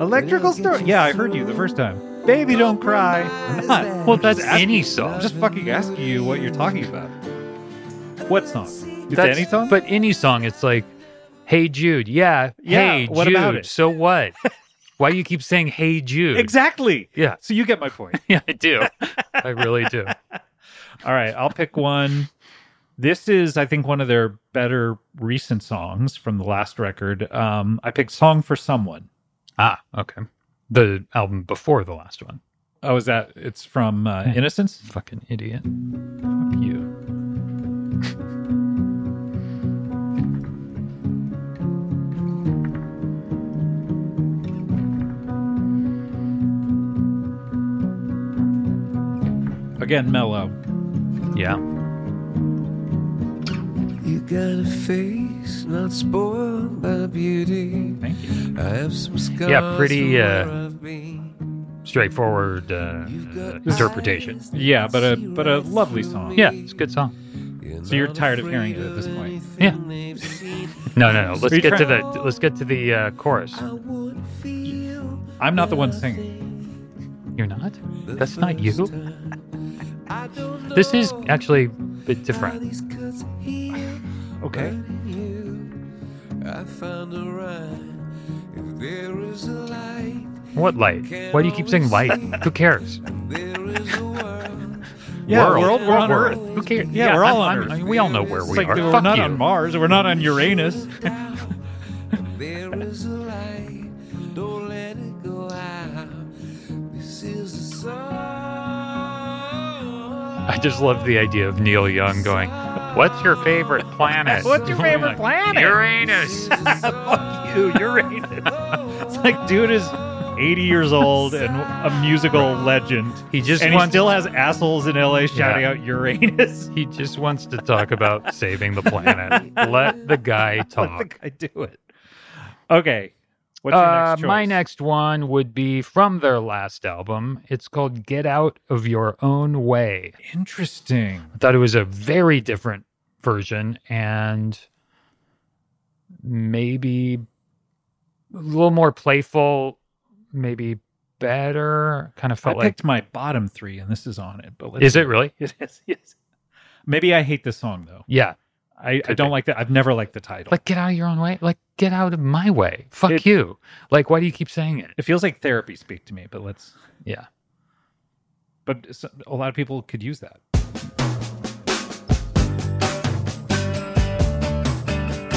Speaker 1: Electrical storm. Yeah, I heard you the first time. Baby, don't cry. I'm not.
Speaker 2: Well, that's
Speaker 1: Just asking-
Speaker 2: any song.
Speaker 1: I'm just fucking asking you what you're talking about. What song? Is
Speaker 2: That's-
Speaker 1: any song?
Speaker 2: But any song, it's like, hey, Jude. Yeah.
Speaker 1: Yeah,
Speaker 2: Hey,
Speaker 1: what
Speaker 2: Jude.
Speaker 1: about it?
Speaker 2: So what? Why you keep saying, hey, Jude?
Speaker 1: exactly.
Speaker 2: Yeah.
Speaker 1: So you get my point.
Speaker 2: Yeah, I do. I really do.
Speaker 1: All right, I'll pick one. This is, I think, one of their better recent songs from the last record. Um, I picked "Song for Someone."
Speaker 2: Ah, okay. The album before the last one.
Speaker 1: Oh, is that? It's from uh, Innocence.
Speaker 2: Fucking idiot.
Speaker 1: Fuck you. Again, mellow.
Speaker 2: Yeah.
Speaker 5: You got a face not spoiled by beauty.
Speaker 1: Thank you.
Speaker 5: I have some scars.
Speaker 2: Yeah, pretty,
Speaker 5: from
Speaker 2: uh,
Speaker 5: where I've been.
Speaker 2: Straightforward uh,
Speaker 5: You've got
Speaker 2: interpretation.
Speaker 5: eyes that
Speaker 1: Yeah, but a
Speaker 5: see
Speaker 1: but a
Speaker 5: right
Speaker 1: lovely
Speaker 5: through
Speaker 1: song.
Speaker 5: me.
Speaker 2: Yeah, it's a good song.
Speaker 5: You're
Speaker 1: So you're
Speaker 5: not
Speaker 1: tired of hearing
Speaker 5: afraid
Speaker 1: it at this
Speaker 5: of
Speaker 1: point.
Speaker 5: anything they've seen.
Speaker 2: No, no, no. Let's
Speaker 1: you
Speaker 2: get to the
Speaker 1: trying-
Speaker 2: let's get to the uh, chorus.
Speaker 5: I would feel
Speaker 1: I'm not the one singing.
Speaker 2: You're not. That's not
Speaker 5: first
Speaker 2: you.
Speaker 5: time. I don't know
Speaker 2: This is
Speaker 5: how
Speaker 2: actually a bit different.
Speaker 5: these cuts heal.
Speaker 1: Okay.
Speaker 5: Burning you, I found a rhyme. If there is a light,
Speaker 2: What light? Why do you keep saying light? Who cares?
Speaker 5: there is a world.
Speaker 1: Yeah,
Speaker 2: world,
Speaker 1: world, we're on
Speaker 2: Earth.
Speaker 1: Earth.
Speaker 2: Who cares?
Speaker 1: Yeah, we're all on
Speaker 2: I'm- I'm-
Speaker 1: Earth.
Speaker 2: we all know where
Speaker 1: It's
Speaker 2: we
Speaker 1: like
Speaker 2: are.
Speaker 1: we're
Speaker 2: Fuck
Speaker 1: not
Speaker 2: you.
Speaker 1: on Mars. We're not on Uranus.
Speaker 5: down. there is a light. Don't let it go out. This is a song.
Speaker 2: I just love the idea of Neil Young going, "What's your favorite planet?
Speaker 1: What's your favorite
Speaker 2: Like,
Speaker 1: planet?"
Speaker 2: Uranus."
Speaker 1: Fuck you, Uranus. it's like dude is 80 years old and a musical legend.
Speaker 2: He just
Speaker 1: and he
Speaker 2: wants
Speaker 1: still has assholes in LA shouting
Speaker 2: Yeah.
Speaker 1: out Uranus.
Speaker 2: he just wants to talk about saving the planet. Let the guy
Speaker 1: Let the
Speaker 2: talk.
Speaker 1: guy do it. Okay. What's your
Speaker 2: Uh,
Speaker 1: next choice?
Speaker 2: my next one would be from their last album. It's called "Get Out of Your Own Way."
Speaker 1: Interesting.
Speaker 2: I thought it was a very different version and maybe a little more playful, maybe better. Kind of
Speaker 1: I
Speaker 2: felt like
Speaker 1: picked my bottom three, and this is on it. But let's
Speaker 2: is it really?
Speaker 1: It is. Yes. Maybe I hate this song though.
Speaker 2: Yeah,
Speaker 1: I, I
Speaker 2: Could
Speaker 1: don't
Speaker 2: be.
Speaker 1: like that. I've never liked the title.
Speaker 2: like get out of your own way. Like get out of my way. Fuck
Speaker 1: It-
Speaker 2: you. Like why do you keep saying it?
Speaker 1: it feels like therapy speak to me. But let's.
Speaker 2: Yeah.
Speaker 1: But s- a lot of people could use that.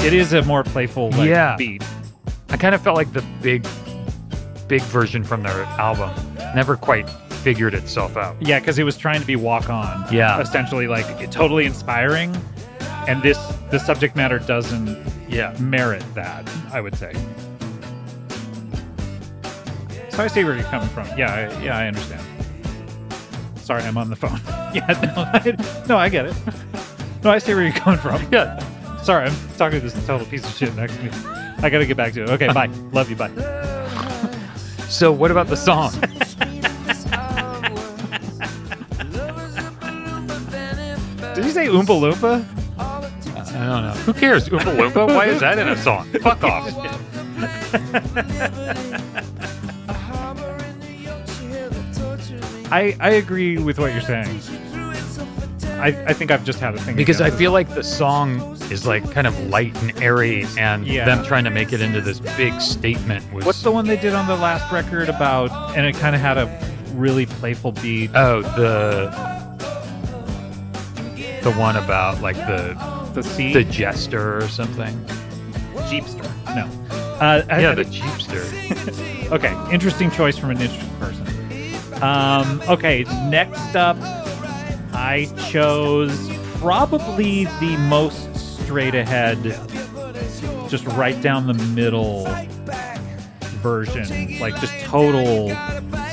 Speaker 1: It is a more playful like,
Speaker 2: Yeah.
Speaker 1: beat.
Speaker 2: I kind of felt like the big, big version from their album never quite figured itself out.
Speaker 1: Yeah, because it was trying to be walk on.
Speaker 2: Yeah.
Speaker 1: Essentially, like it- totally inspiring. And this, the subject matter doesn't
Speaker 2: Yeah,
Speaker 1: merit that, I would say. So I see where you're coming from. Yeah, I, yeah, I understand. Sorry, I'm on the phone. yeah, no, I, no, I get it. No, I see where you're coming from.
Speaker 2: yeah.
Speaker 1: Sorry, I'm talking to this total piece of shit next to me. I gotta get back to it. Okay, bye. Love you. Bye.
Speaker 2: So what about the song?
Speaker 1: Did you say Oompa Loompa?
Speaker 2: I don't know. Who cares? Oompa Loompa? Why is that in a song? Fuck off.
Speaker 1: I I agree with what you're saying. I, I think I've just had a thing
Speaker 2: because I
Speaker 1: against
Speaker 2: feel like the song is like kind of light and airy, and
Speaker 1: Yeah.
Speaker 2: them trying to make it into this big statement was
Speaker 1: What's the one they did on the last record about? And it kind of had a really playful beat.
Speaker 2: oh the the one about like Uh, the
Speaker 1: The C.
Speaker 2: the jester or something.
Speaker 1: Jeepster. No. Uh, I-
Speaker 2: Yeah,
Speaker 1: I
Speaker 2: the
Speaker 1: think-
Speaker 2: cheapster.
Speaker 1: okay. Interesting choice from an interesting person. Um, okay. Next up, I chose probably the most straight ahead, just right down the middle version, like just total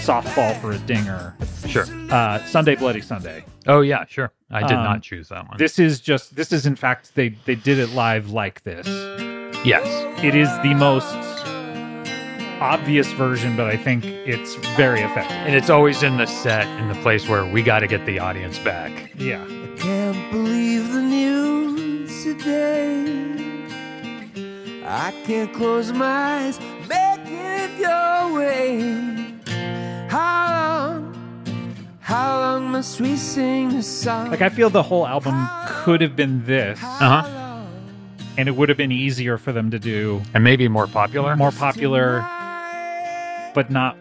Speaker 1: softball for a dinger.
Speaker 2: Sure.
Speaker 1: Uh, Sunday Bloody Sunday.
Speaker 2: Oh yeah, sure. I did
Speaker 1: Um,
Speaker 2: not choose that one.
Speaker 1: This is just this is in fact they they did it live like this.
Speaker 2: yes.
Speaker 1: It is the most obvious version, but I think it's very effective.
Speaker 2: And it's always in the set in the place where we got to get the audience back.
Speaker 1: Yeah.
Speaker 5: Can't believe the news today. I can't close my eyes, make it your way. How long, how long must we sing this song?
Speaker 1: Like I feel the whole album could have been this,
Speaker 2: Uh huh.
Speaker 1: and it would have been easier for them to do
Speaker 2: And maybe more popular.
Speaker 1: more popular, but not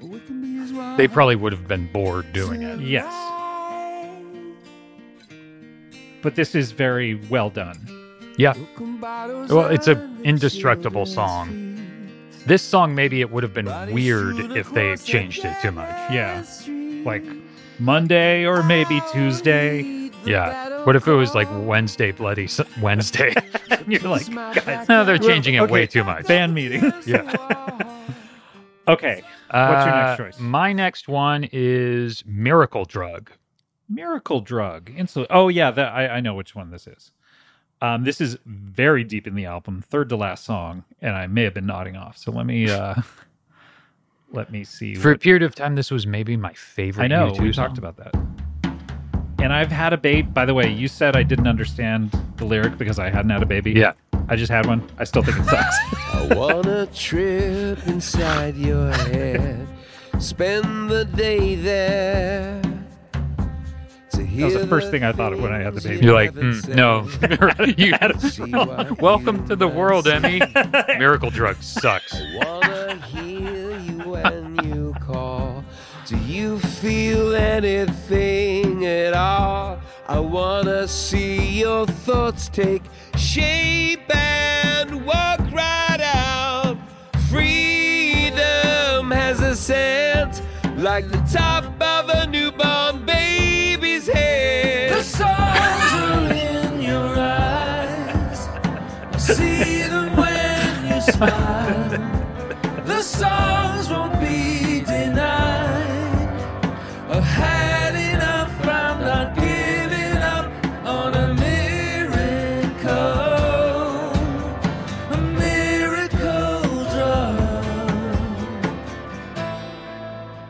Speaker 5: We can be as
Speaker 2: They probably would have been bored doing it.
Speaker 1: yes. But this is very well done.
Speaker 2: Yeah.
Speaker 5: wild.
Speaker 2: Well, it's a indestructible song. This song maybe it would have been weird if they changed it too much.
Speaker 1: Yeah. Like Monday or maybe Tuesday.
Speaker 2: Yeah. What if it was like Wednesday bloody S- Wednesday?
Speaker 1: You're like, guys,
Speaker 2: no, they're changing it way
Speaker 1: Okay.
Speaker 2: too much.
Speaker 1: band meeting.
Speaker 2: Yeah.
Speaker 1: Okay. What's your next
Speaker 2: Uh,
Speaker 1: choice?
Speaker 2: My next one is Miracle Drug.
Speaker 1: miracle drug insulin oh yeah that I, I know which one this is um this is very deep in the album third to last song and i may have been nodding off so let me uh let me see
Speaker 2: For a
Speaker 1: what-
Speaker 2: period of time, this was maybe my favorite.
Speaker 1: i know
Speaker 2: U2
Speaker 1: we
Speaker 2: song.
Speaker 1: talked about that and i've had a baby by the way you said i didn't understand the lyric because i hadn't had a baby
Speaker 2: Yeah.
Speaker 1: i just had one i still think it sucks
Speaker 5: I wanna Oh, trip inside your head, spend the day there. That
Speaker 1: was the first thing I thought of when I had the baby.
Speaker 2: You're like, "Mm, no. you, welcome to the world, Emmy. Miracle Drug sucks.
Speaker 5: wanna hear you when you call. Do you feel anything at all? I wanna see your thoughts take shape and walk right out. Freedom has a scent like the top of a newborn baby's head. The songs are in your eyes. See them when you smile. The songs won't be denied. I've had enough, I'm not giving up on a miracle. A miracle drug.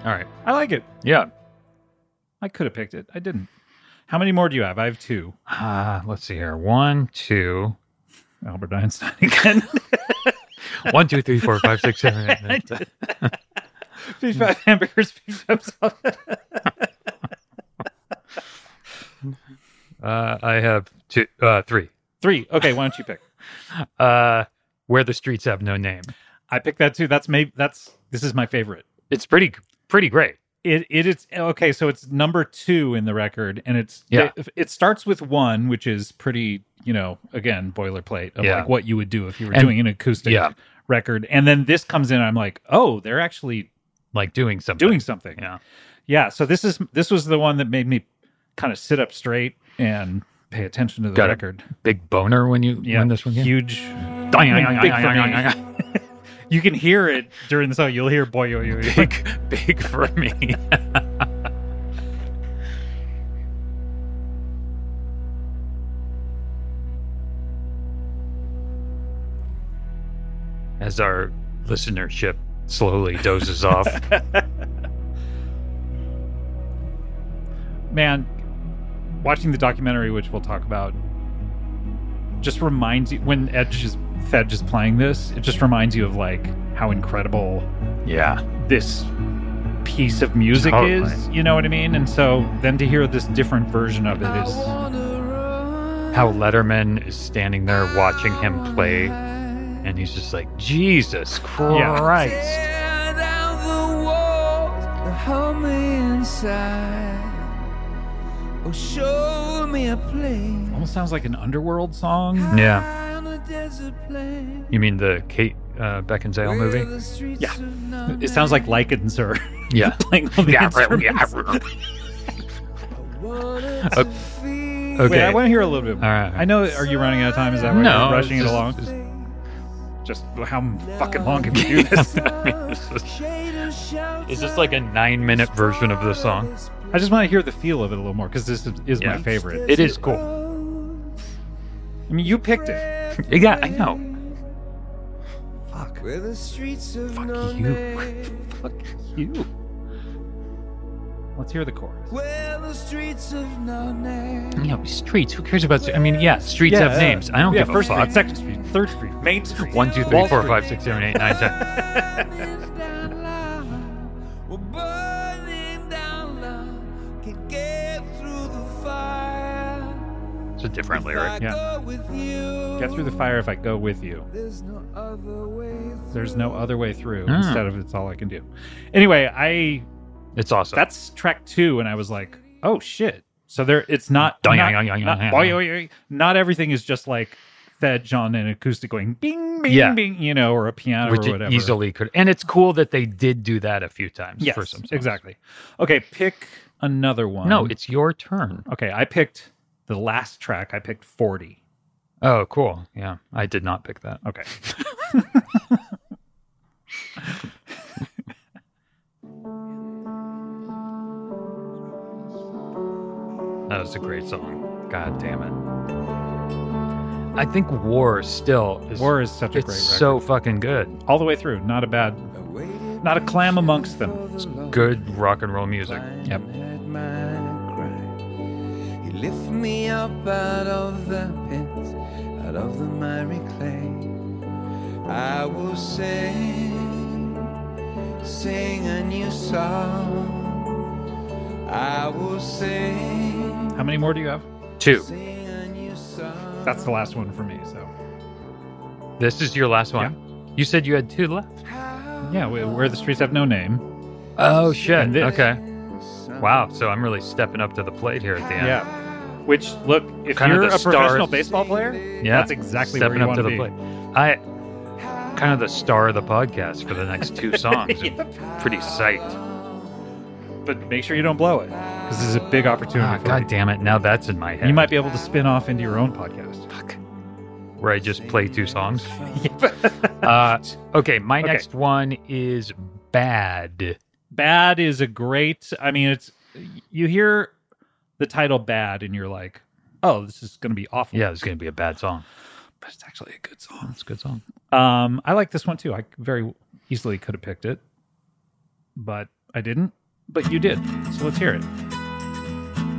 Speaker 2: All right.
Speaker 1: i like it
Speaker 2: Yeah.
Speaker 1: i could have picked it i didn't how many more do you have i have two
Speaker 2: Uh, let's see here. One, two,
Speaker 1: albert einstein again
Speaker 2: one, two, three, four, five, six, seven, eight, nine, ten.
Speaker 1: 55 hamburgers 55 sausages.
Speaker 2: Uh, I have two, uh, three.
Speaker 1: Three. Okay, why don't you pick?
Speaker 2: Uh, Where the streets have no name.
Speaker 1: I picked that too. That's maybe that's this is my favorite.
Speaker 2: It's pretty, pretty great.
Speaker 1: It it is okay. So it's number two in the record, and it's
Speaker 2: Yeah.
Speaker 1: It, it starts with one, which is pretty you know again boilerplate of
Speaker 2: Yeah.
Speaker 1: like what you would do if you were
Speaker 2: And-
Speaker 1: doing an acoustic
Speaker 2: yeah.
Speaker 1: record, and then this comes in. and I'm like, oh, they're actually
Speaker 2: Like doing something.
Speaker 1: doing something.
Speaker 2: Yeah.
Speaker 1: Yeah. So this is this was the one that made me kind of sit up straight and pay attention to the
Speaker 2: Got it.
Speaker 1: record.
Speaker 2: Big boner when you
Speaker 1: Yeah.
Speaker 2: when this one came.
Speaker 1: huge. big for me. You can hear it during the song. You'll hear boy yo yo. yo.
Speaker 2: big, big for me. As our listenership slowly dozes off,
Speaker 1: man, watching the documentary, which we'll talk about, just reminds you when Edge is Fedge is playing this, it just reminds you of like how incredible
Speaker 2: yeah,
Speaker 1: this piece of music
Speaker 2: Totally.
Speaker 1: is. You know what I mean? And so then to hear this different version of it
Speaker 5: Oh,
Speaker 1: is
Speaker 2: How Letterman is standing there watching him play, and he's just like, Jesus Christ.
Speaker 5: Tear down the walls that hold me inside. Oh, show me a place.
Speaker 1: almost sounds like an underworld song.
Speaker 2: Yeah.
Speaker 5: high on a desert plain,
Speaker 2: You mean the Kate uh, Beckinsale
Speaker 5: where
Speaker 2: movie?
Speaker 5: the streets
Speaker 1: Yeah.
Speaker 5: of no
Speaker 1: It sounds like
Speaker 5: name.
Speaker 1: Lycans are
Speaker 2: Yeah.
Speaker 1: playing all the
Speaker 2: Yeah,
Speaker 1: instruments.
Speaker 5: I wanted to feel
Speaker 2: okay.
Speaker 1: Wait, I want to hear a little bit more.
Speaker 2: All right.
Speaker 1: I know. Are you running out of time? Is that why
Speaker 2: No,
Speaker 1: you're rushing
Speaker 2: it's
Speaker 1: it along?
Speaker 2: just-
Speaker 1: Just how fucking long can we do this?
Speaker 5: shade and shelter.
Speaker 2: Is this like a nine minute version of the song?
Speaker 1: I just want to hear the feel of it a little more because this is, is my
Speaker 2: Yeah.
Speaker 1: favorite.
Speaker 2: It is cool.
Speaker 1: I mean, you picked it.
Speaker 2: Yeah, I know.
Speaker 1: Fuck.
Speaker 5: Where the streets of
Speaker 2: Fuck
Speaker 5: no
Speaker 2: you.
Speaker 5: name.
Speaker 1: Fuck you. Let's hear the chorus.
Speaker 5: Where the streets of no name.
Speaker 2: You know, streets. Who cares about? I mean, yeah, uh, streets
Speaker 1: Yeah,
Speaker 2: have
Speaker 1: yeah.
Speaker 2: names. I don't
Speaker 1: yeah,
Speaker 2: give
Speaker 1: first
Speaker 2: a fuck.
Speaker 1: Street, second street, third street, main street.
Speaker 2: One, two,
Speaker 1: Wall
Speaker 2: three, four,
Speaker 1: Street.
Speaker 2: five, six, seven, eight, nine, ten.
Speaker 5: Burning down love. We're burning down love. Can't get through the fire.
Speaker 2: It's a different
Speaker 5: If I
Speaker 2: lyric.
Speaker 1: yeah.
Speaker 5: go with you,
Speaker 1: Get through the fire if I go with you.
Speaker 5: There's no other way.
Speaker 1: There's no other way through
Speaker 2: Mm.
Speaker 1: instead of it's all I can do. Anyway, I
Speaker 2: It's awesome.
Speaker 1: that's track two, and I was like, oh shit. So there, it's not
Speaker 2: Dong,
Speaker 1: not,
Speaker 2: yong, yong,
Speaker 1: not-
Speaker 2: yong,
Speaker 1: boy,
Speaker 2: yong.
Speaker 1: boy, boy. not everything is just like fed on an acoustic going bing bing
Speaker 2: Yeah.
Speaker 1: bing, you know, or a piano
Speaker 2: which
Speaker 1: or
Speaker 2: it
Speaker 1: whatever.
Speaker 2: easily could. And it's cool that they did do that a few times
Speaker 1: yes,
Speaker 2: for some. songs.
Speaker 1: exactly. Um, Okay, pick another one.
Speaker 2: No, it's your turn.
Speaker 1: okay. I picked the last track. I picked forty.
Speaker 2: Oh, cool. Yeah, I did not pick that.
Speaker 1: Okay.
Speaker 2: That was a great song. God damn it. I think War still is.
Speaker 1: War is such a
Speaker 2: it's
Speaker 1: great
Speaker 2: so
Speaker 1: record.
Speaker 2: fucking good.
Speaker 1: all the way through. Not a bad, not a clam amongst them.
Speaker 2: Good rock and roll music.
Speaker 1: Yep.
Speaker 5: Had my cry. He lifted me up out of the pit, out of the miry clay. I will sing, sing a new song. I will sing,
Speaker 1: How many more do you have?
Speaker 2: Two.
Speaker 5: sing a new song.
Speaker 1: That's the last one for me. So
Speaker 2: This is your last one. You said you had two left.
Speaker 1: yeah, we- where the streets have no name.
Speaker 2: Oh shit.
Speaker 1: And this.
Speaker 2: Okay. Wow. So I'm really stepping up to the plate here at the
Speaker 1: Yeah.
Speaker 2: end.
Speaker 1: Which look, if
Speaker 2: Kind of
Speaker 1: you're
Speaker 2: the
Speaker 1: a professional
Speaker 2: stars-
Speaker 1: baseball player,
Speaker 2: Yeah.
Speaker 1: that's exactly
Speaker 2: stepping
Speaker 1: where you want
Speaker 2: up to the
Speaker 1: be.
Speaker 2: plate. I kind of the star of the podcast for the next two songs. I'm pretty psyched.
Speaker 1: But make sure you don't blow it, because this is a big opportunity.
Speaker 2: Ah,
Speaker 1: for
Speaker 2: God damn it. Now that's in my
Speaker 1: You.
Speaker 2: head.
Speaker 1: you might be able to spin off into your own podcast. Fuck.
Speaker 2: where I just play two songs. uh, okay, my
Speaker 1: Okay.
Speaker 2: next one is Bad.
Speaker 1: Bad is a great. I mean, it's you hear the title "Bad" and you're like, oh, this is going to be awful.
Speaker 2: Yeah, it's going to be a bad song.
Speaker 1: but it's actually a good song.
Speaker 2: It's a good song.
Speaker 1: Um, I like this one too. I very easily could have picked it, but I didn't. But you did, so let's hear it.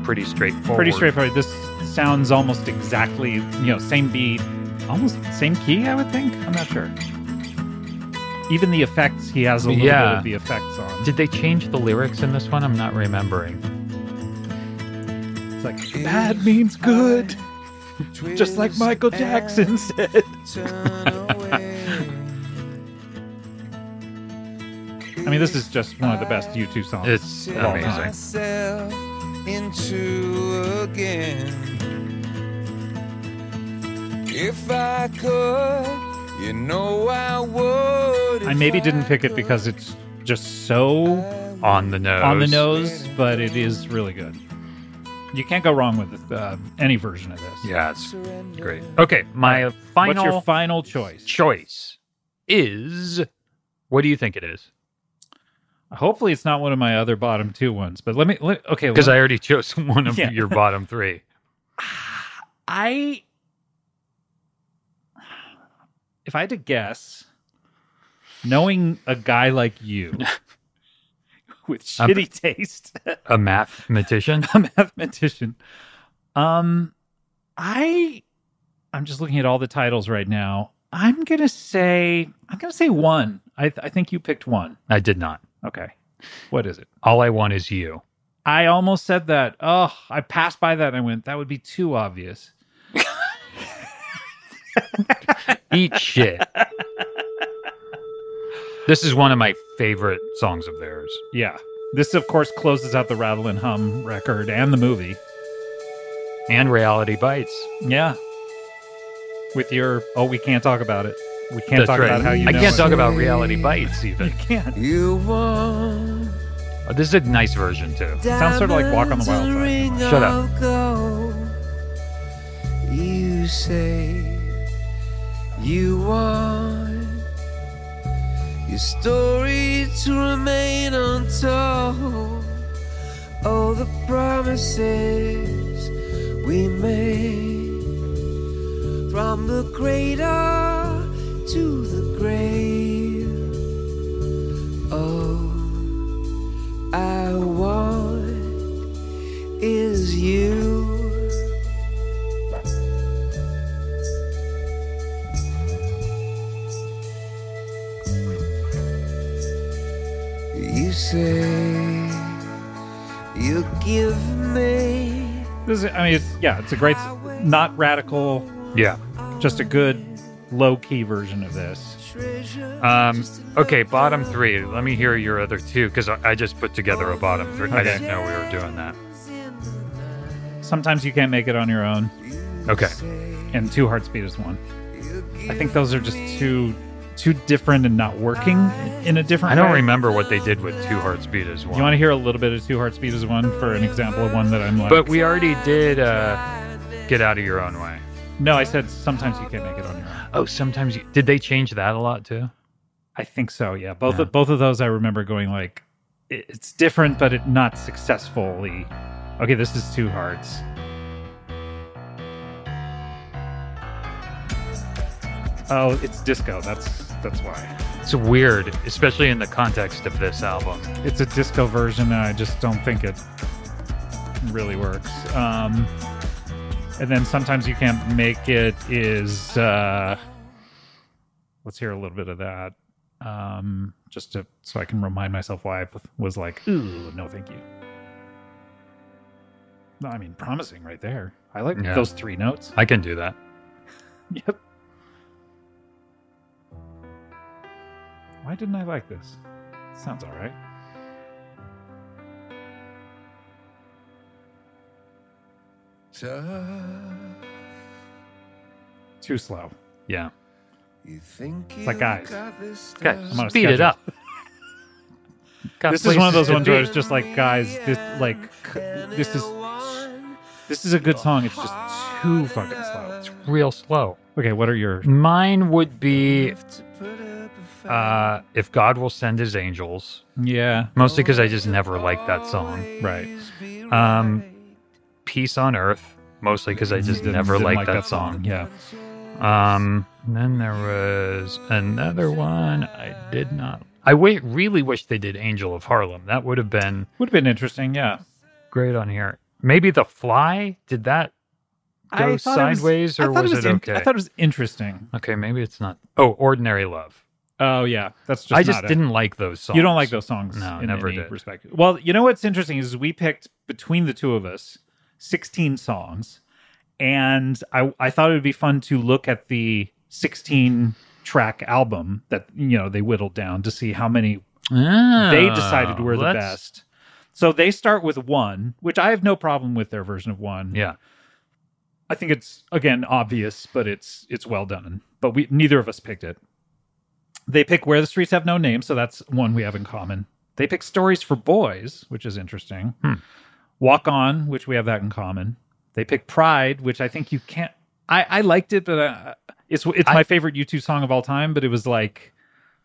Speaker 2: Pretty straightforward.
Speaker 1: Pretty straightforward. This sounds almost exactly, you know, same beat, almost same key. I would think. I'm not sure. Even the effects, he has a little
Speaker 2: Yeah.
Speaker 1: bit of the effects on.
Speaker 2: Did they change the lyrics in this one? I'm not remembering.
Speaker 1: It's like bad means good, just like Michael Jackson said. I mean, this is just one of the best U2 songs.
Speaker 2: It's
Speaker 1: of all
Speaker 2: amazing.
Speaker 1: time.
Speaker 5: myself into again. If I could, you know I would.
Speaker 1: I maybe didn't pick it because it's just so
Speaker 2: On the nose.
Speaker 1: on the nose, but it is really good. You can't go wrong with uh, any version of this.
Speaker 2: Yeah, it's great. Okay, my final
Speaker 1: What's your final choice?
Speaker 2: choice is. What do you think it is?
Speaker 1: Hopefully, it's not one of my other bottom two ones. But let me. Let, okay,
Speaker 2: Because
Speaker 1: let-
Speaker 2: I already chose one of
Speaker 1: Yeah.
Speaker 2: your bottom three.
Speaker 1: I, if I had to guess, knowing a guy like you with
Speaker 2: I'm-
Speaker 1: shitty taste,
Speaker 2: A mathematician?
Speaker 1: a mathematician, um, I, I'm just looking at all the titles right now. I'm gonna say, I'm gonna say one. I, I think you picked one.
Speaker 2: I did not.
Speaker 1: Okay, What is it?
Speaker 2: All I want is you.
Speaker 1: I almost said that. Oh, I passed by that and I went, that would be too obvious.
Speaker 2: Eat shit. this is one of my favorite songs of theirs.
Speaker 1: Yeah. This, of course, closes out the Rattle and Hum record and the movie.
Speaker 2: And Reality Bites.
Speaker 1: Yeah. With your, oh, we can't talk about it. We can't
Speaker 2: That's
Speaker 1: talk
Speaker 2: right.
Speaker 1: about how you
Speaker 2: I
Speaker 1: know
Speaker 2: can't
Speaker 1: it.
Speaker 2: talk about Reality Bites even.
Speaker 1: You can't.
Speaker 5: You want
Speaker 2: Uh, This is a nice version too.
Speaker 1: Sounds sort of like Walk on the Wild Side.
Speaker 2: Shut up.
Speaker 5: Gold. You say you want your story to remain untold. All the promises we made from the cradle to the grave. Oh. I want is you. You say you give me
Speaker 1: This is, I mean, it's, yeah, it's a great, not radical,
Speaker 2: Yeah.
Speaker 1: just a good low key version of this.
Speaker 5: treasure.
Speaker 2: Um, okay, bottom three. Let me hear your other two because I, I just put together a bottom three. I
Speaker 1: Okay.
Speaker 2: didn't know we were doing that.
Speaker 1: Sometimes you can't make it on your own,
Speaker 2: Okay.
Speaker 1: and Two Heartsbeat is one. I think those are just too too different and not working in a different
Speaker 2: I don't
Speaker 1: way.
Speaker 2: remember what they did with Two Hearts Beat as one.
Speaker 1: You want to hear a little bit of Two Heartsbeat is one for an example of one that I'm like.
Speaker 2: but we already did uh, Get Out of Your Own Way.
Speaker 1: no, I said sometimes you can't make it on your own.
Speaker 2: Oh, sometimes you, did they change that a lot too?
Speaker 1: I think so. Yeah, both
Speaker 2: Yeah.
Speaker 1: Of, both of those I remember going like, "It- it's different, but it not successfully. Okay, this is Two Hearts. Oh, it's disco. That's that's why.
Speaker 2: It's weird, especially in the context of this album.
Speaker 1: It's a disco version, and I just don't think it really works. Um, and then sometimes you can't make it. Is uh, let's hear a little bit of that, um, just to so I can remind myself why I was like, ooh, no, thank you. No, I mean, promising right there. I like
Speaker 2: Yeah.
Speaker 1: those three notes.
Speaker 2: I can do that.
Speaker 1: Yep. Why didn't I like this? Sounds all right. Too slow.
Speaker 2: Yeah.
Speaker 5: You think
Speaker 1: like
Speaker 5: you
Speaker 1: guys.
Speaker 5: got this
Speaker 2: Okay,
Speaker 5: down?
Speaker 1: I'm on a
Speaker 2: speed it
Speaker 1: schedule.
Speaker 2: up. Got
Speaker 1: This is one of
Speaker 2: places
Speaker 1: those
Speaker 2: to
Speaker 1: ones
Speaker 2: be.
Speaker 1: where I was just like, guys, this like c- this is this is a good song. It's just too fucking slow.
Speaker 2: real slow.
Speaker 1: Okay, what are your?
Speaker 2: Mine would be
Speaker 5: To put up a fight.
Speaker 2: uh, If God Will Send His Angels,
Speaker 1: Yeah,
Speaker 2: mostly because I just never liked that song.
Speaker 1: right.
Speaker 2: Um, Peace on Earth, mostly because I just
Speaker 1: Didn't-
Speaker 2: never
Speaker 1: didn't
Speaker 2: liked
Speaker 1: like
Speaker 2: that, song.
Speaker 1: Yeah,
Speaker 2: Um, and then there was another one I did not. I wait, really wish they did Angel of Harlem. That would have been
Speaker 1: would have been interesting. Yeah,
Speaker 2: great on here. Maybe The Fly. Did that go
Speaker 1: I thought it was-
Speaker 2: sideways
Speaker 1: I
Speaker 2: or
Speaker 1: thought
Speaker 2: was,
Speaker 1: it
Speaker 2: it,
Speaker 1: in-
Speaker 2: okay?
Speaker 1: I thought it was interesting.
Speaker 2: okay, maybe it's not. Oh, Ordinary Love.
Speaker 1: Oh yeah, that's just.
Speaker 2: I just
Speaker 1: not it.
Speaker 2: didn't like those songs.
Speaker 1: You don't like those songs.
Speaker 2: No,
Speaker 1: in
Speaker 2: never
Speaker 1: any
Speaker 2: did.
Speaker 1: Respect. Well, you know what's interesting is we picked between the two of us 16 songs, and I I thought it would be fun to look at the 16 track album that you know they whittled down to see how many they decided were the
Speaker 2: Oh, Uh, let's-
Speaker 1: best. So they start with one, which I have no problem with their version of one.
Speaker 2: Yeah.
Speaker 1: I think it's again obvious, but it's it's well done. But we neither of us picked it. They pick where the streets have no name, so that's one we have in common. They pick stories for boys, which is interesting.
Speaker 2: Hmm.
Speaker 1: Walk on, which we have that in common. They pick pride, which I think you can't. I I liked it, but uh, it's it's
Speaker 2: I-
Speaker 1: my favorite U two song of all time. But it was like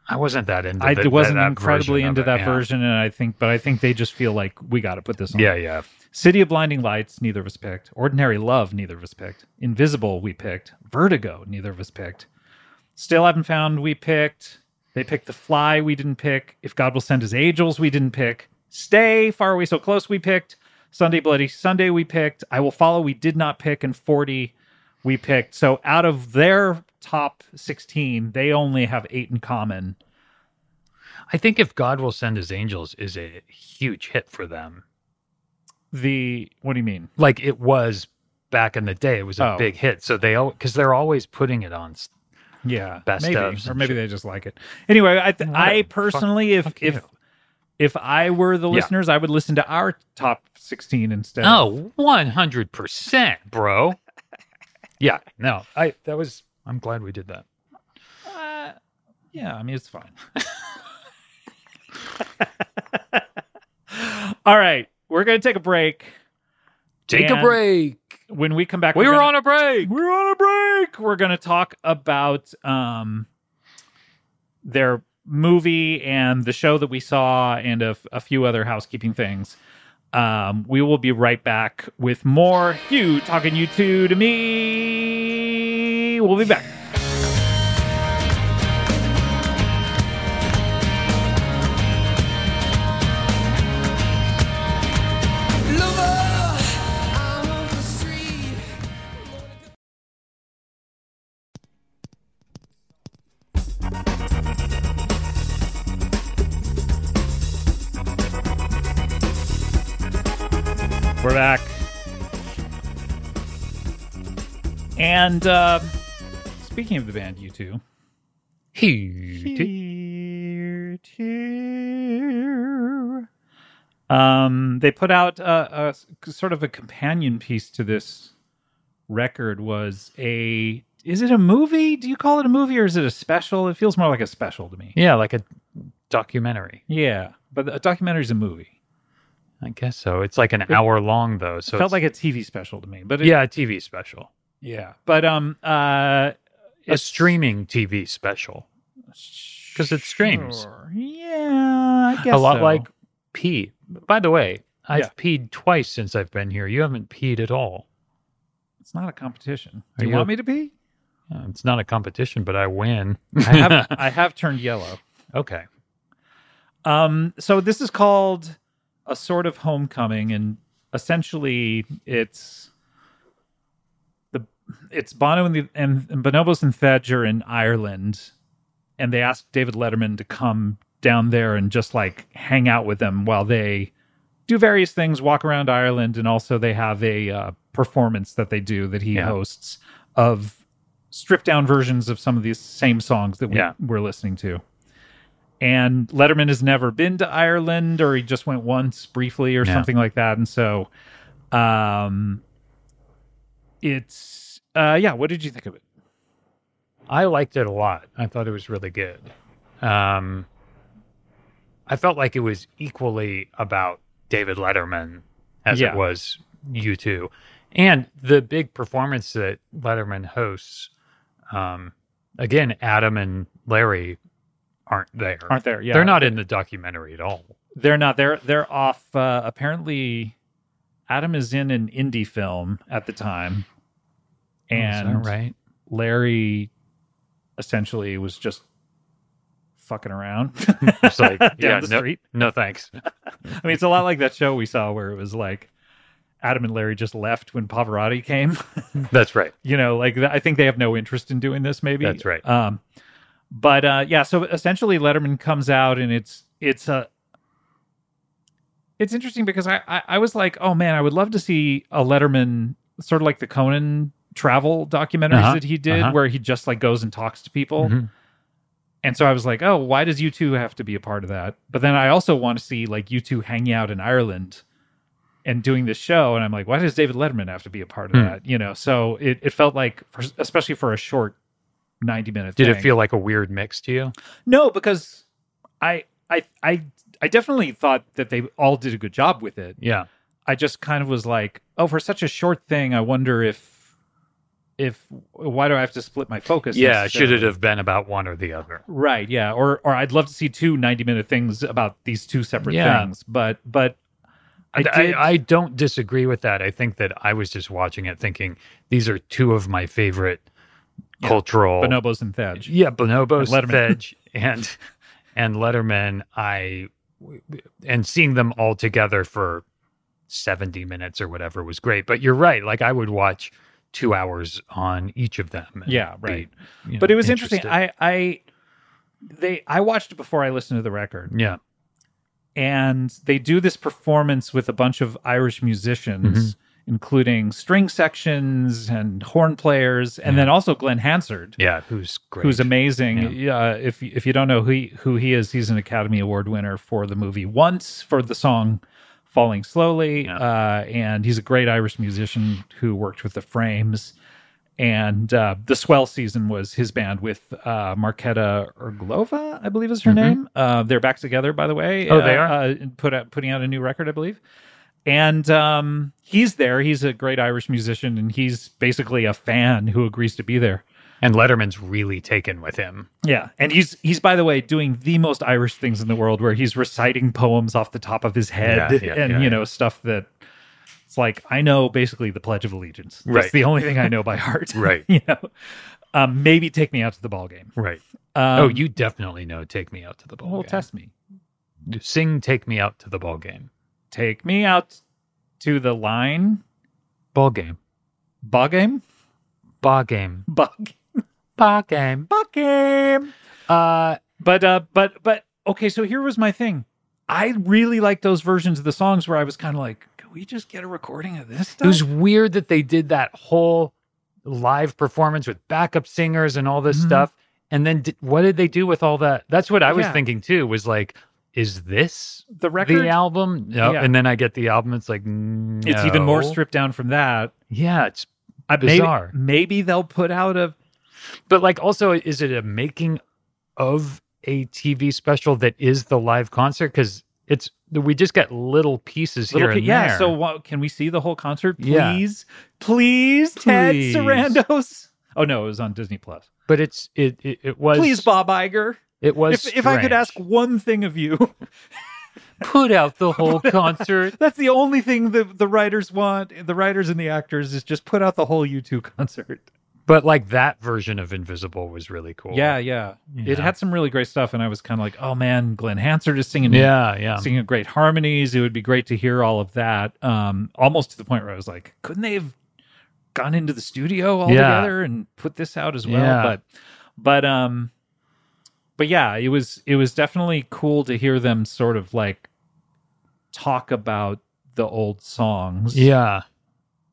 Speaker 2: I wasn't that into.
Speaker 1: I
Speaker 2: the,
Speaker 1: wasn't
Speaker 2: that, that
Speaker 1: incredibly
Speaker 2: version of
Speaker 1: into
Speaker 2: it,
Speaker 1: that
Speaker 2: yeah.
Speaker 1: version, and I think, but I think they just feel like we got to put this on.
Speaker 2: Yeah, yeah.
Speaker 1: City of Blinding Lights, neither of us picked. Ordinary Love, neither of us picked. Invisible, we picked. Vertigo, neither of us picked. Still Haven't Found, we picked. They picked The Fly, we didn't pick. If God Will Send His Angels, we didn't pick. Stay, Far Away So Close, we picked. Sunday Bloody Sunday, we picked. I Will Follow, we did not pick. And 40, we picked. So out of their top 16, they only have eight in common.
Speaker 2: I think if God will send his angels is a huge hit for them.
Speaker 1: The what do you mean?
Speaker 2: Like it was back in the day, it was a
Speaker 1: Oh.
Speaker 2: big hit. So they because they're always putting it on. s-
Speaker 1: Yeah,
Speaker 2: Best
Speaker 1: maybe,
Speaker 2: ofs
Speaker 1: or
Speaker 2: and
Speaker 1: maybe they just like it. Anyway, I th-
Speaker 2: What
Speaker 1: I
Speaker 2: a- fuck-
Speaker 1: personally, if
Speaker 2: fuck
Speaker 1: if
Speaker 2: you.
Speaker 1: if I were the
Speaker 2: Yeah.
Speaker 1: listeners, I would listen to our top sixteen instead.
Speaker 2: Oh, 100%, bro. yeah, no. I that was I'm glad we did that.
Speaker 1: Uh, yeah, I mean it's fine. All right, we're gonna take a break.
Speaker 2: Take
Speaker 1: And
Speaker 2: a break.
Speaker 1: When we come back,
Speaker 2: We
Speaker 1: we're
Speaker 2: were
Speaker 1: gonna-
Speaker 2: on a break.
Speaker 1: We're on a break. We're going to talk about um, their movie and the show that we saw and a, a few other housekeeping things. Um, we will be right back with more you talking you two to me. We'll be back.
Speaker 5: Lover, I'm on the street.
Speaker 1: We're back. And uh, speaking of the band, you two.
Speaker 2: Hey,
Speaker 1: Here to- Um, they put out a, a sort of a companion piece to this record was a is it a movie? Do you call it a movie or is it a special? It feels more like a special to me.
Speaker 2: Yeah, like a documentary.
Speaker 1: Yeah, but a documentary is a movie.
Speaker 2: I guess so. It's like an hour long though, so
Speaker 1: Felt
Speaker 2: it's,
Speaker 1: like a TV special to me, but it,
Speaker 2: yeah, a TV special.
Speaker 1: yeah. But um, uh,
Speaker 2: a streaming TV special.
Speaker 1: because
Speaker 2: it streams.
Speaker 1: Yeah, I guess
Speaker 2: a lot
Speaker 1: so.
Speaker 2: like pee. By the way, I've
Speaker 1: Yeah.
Speaker 2: peed twice since I've been here. You haven't peed at all.
Speaker 1: it's not a competition.
Speaker 2: Are
Speaker 1: Do you
Speaker 2: you-
Speaker 1: want me to be?
Speaker 2: Uh, It's not a competition, but I win.
Speaker 1: I have I have turned yellow.
Speaker 2: okay.
Speaker 1: Um, so this is called a sort of homecoming, and essentially it's the it's Bono and the and, and Bonobos and Thatcher in Ireland, and they asked David Letterman to come down there and just like hang out with them while they do various things, walk around Ireland, and also they have a uh, performance that they do that he
Speaker 2: Yeah.
Speaker 1: hosts of stripped down versions of some of these same songs that we
Speaker 2: Yeah.
Speaker 1: were listening to. And Letterman has never been to Ireland, or he just went once briefly, or
Speaker 2: Yeah.
Speaker 1: something like that. And so, um, it's uh, yeah. What did you think of it?
Speaker 2: I liked it a lot. I thought it was really good. Um, I felt like it was equally about David Letterman as
Speaker 1: Yeah.
Speaker 2: it was you two, and the big performance that Letterman hosts. Um, again, Adam and Larry aren't there.
Speaker 1: Aren't there? Yeah,
Speaker 2: They're not in the documentary at all.
Speaker 1: They're not. They're they're off. Uh, apparently, Adam is in an indie film at the time, and
Speaker 2: Oh, is that right?
Speaker 1: Larry essentially was just fucking around
Speaker 2: It's like,
Speaker 1: down
Speaker 2: yeah,
Speaker 1: the
Speaker 2: no-
Speaker 1: street.
Speaker 2: No thanks.
Speaker 1: I mean, it's a lot like that show we saw where it was like Adam and Larry just left when Pavarotti came.
Speaker 2: That's right.
Speaker 1: you know, like th- I think they have no interest in doing this. Maybe
Speaker 2: That's right.
Speaker 1: Um, but uh, yeah, so essentially, Letterman comes out, and it's it's a it's interesting because I, I I was like, oh man, I would love to see a Letterman sort of like the Conan travel documentaries
Speaker 2: Uh-huh,
Speaker 1: that he did,
Speaker 2: uh-huh.
Speaker 1: where he just like goes and talks to people.
Speaker 2: Mhm.
Speaker 1: And so I was like, oh, why does you two have to be a part of that? But then I also want to see like you two hanging out in Ireland and doing this show. And I'm like, why does David Letterman have to be a part of
Speaker 2: Hmm.
Speaker 1: that? You know, so it, it felt like, for, especially for a short 90 minute
Speaker 2: Did it
Speaker 1: thing.
Speaker 2: feel like a weird mix to you?
Speaker 1: No, because I, I, I, I definitely thought that they all did a good job with it.
Speaker 2: Yeah.
Speaker 1: I just kind of was like, oh, for such a short thing, I wonder if, if, why do I have to split my focus?
Speaker 2: Yeah. Should
Speaker 1: necessarily?
Speaker 2: it have been about one or the other?
Speaker 1: Right, yeah. Or or I'd love to see two 90 minute things about these two separate
Speaker 2: Yeah.
Speaker 1: things. But but I
Speaker 2: I,
Speaker 1: did
Speaker 2: I, don't disagree with that. I think that I was just watching it thinking these are two of my favorite
Speaker 1: Yeah.
Speaker 2: cultural.
Speaker 1: Bonobos and Thedge.
Speaker 2: Oh. Yeah, Bonobos,
Speaker 1: And Letterman.
Speaker 2: Fedge, and and Letterman. I and seeing them all together for seventy minutes or whatever was great. But you're right. Like I would watch two hours on each of them. and
Speaker 1: Yeah,
Speaker 2: be,
Speaker 1: right.
Speaker 2: you know,
Speaker 1: But it was interesting.
Speaker 2: interested.
Speaker 1: I I they I watched it before I listened to the record,
Speaker 2: Yeah.
Speaker 1: and they do this performance with a bunch of Irish musicians,
Speaker 2: Mm-hmm.
Speaker 1: including string sections and horn players, and then also Glenn Hansard.
Speaker 2: Yeah. Who's great.
Speaker 1: Who's amazing? Yeah. if if you don't know who he, who he is, he's an Academy Award winner for the movie Once for the song "Falling Slowly,"
Speaker 2: Yeah.
Speaker 1: uh, and he's a great Irish musician who worked with the Frames. And uh, the swell season was his band with uh, Marketa Erglova, I believe is her name. Uh, they're back together, by the way.
Speaker 2: Mm-hmm. Oh, they
Speaker 1: Uh,
Speaker 2: are?
Speaker 1: uh, put out, putting out a new record, I believe and um, he's there. He's a great Irish musician, and he's basically a fan who agrees to be there.
Speaker 2: and Letterman's really taken with him.
Speaker 1: Yeah, and he's he's by the way doing the most Irish things in the world, where he's reciting poems off the top of his head,
Speaker 2: Yeah, yeah,
Speaker 1: and
Speaker 2: yeah,
Speaker 1: you
Speaker 2: yeah.
Speaker 1: know stuff that it's like I know basically the Pledge of Allegiance. That's
Speaker 2: Right.
Speaker 1: the only thing I know by heart.
Speaker 2: Right.
Speaker 1: you know, um, maybe take me out to the ball game.
Speaker 2: Right.
Speaker 1: Um,
Speaker 2: oh, you definitely know. Take me out to the ball.
Speaker 1: well,
Speaker 2: game.
Speaker 1: test me.
Speaker 2: Sing. Take me out to the ball game.
Speaker 1: Take me out to the line
Speaker 2: Ball game.
Speaker 1: ball game
Speaker 2: Ball game.
Speaker 1: ball game.
Speaker 2: Ball game.
Speaker 1: Ball game.
Speaker 2: Uh,
Speaker 1: But uh but but okay, so here was my thing. I really like those versions of the songs where I was kind of like, could we just get a recording of this
Speaker 2: it
Speaker 1: stuff?
Speaker 2: was weird that they did that whole live performance with backup singers and all this
Speaker 1: Mhm.
Speaker 2: stuff. And then did, what did they do with all that? That's what I was
Speaker 1: Yeah.
Speaker 2: thinking too. Was like, is this
Speaker 1: the record
Speaker 2: the album? No.
Speaker 1: Yeah.
Speaker 2: And then I get the album. It's like, no.
Speaker 1: it's even more stripped down from that.
Speaker 2: Yeah, it's
Speaker 1: I, maybe-
Speaker 2: Bizarre.
Speaker 1: Maybe, they'll put out a
Speaker 2: But like, also, is it a making of a TV special that is the live concert? Because it's we just get little pieces
Speaker 1: little
Speaker 2: here
Speaker 1: bit.
Speaker 2: and
Speaker 1: Yeah,
Speaker 2: there.
Speaker 1: so what, can we see the whole concert,
Speaker 2: Yeah.
Speaker 1: please? Please, Ted
Speaker 2: Please.
Speaker 1: Sarandos. Oh no, it was on Disney Plus.
Speaker 2: but it's it it, it was
Speaker 1: Please, Bob Iger.
Speaker 2: it was
Speaker 1: If, if I could ask
Speaker 2: strange.
Speaker 1: one thing of you,
Speaker 2: put out the whole concert.
Speaker 1: that's the only thing the the writers want. The writers and the actors is just put out the whole U two concert.
Speaker 2: But like that version of Invisible was really cool.
Speaker 1: Yeah, yeah.
Speaker 2: You
Speaker 1: It
Speaker 2: know?
Speaker 1: had some really great stuff, and I was kind of like, oh man, Glenn Hansard is singing,
Speaker 2: yeah, yeah.
Speaker 1: singing great harmonies. It would be great to hear all of that. Um, almost to the point where I was like, couldn't they have gone into the studio all
Speaker 2: Yeah.
Speaker 1: together and put this out as well?
Speaker 2: Yeah.
Speaker 1: But, but, um, but yeah, it was it was definitely cool to hear them sort of like talk about the old songs
Speaker 2: Yeah,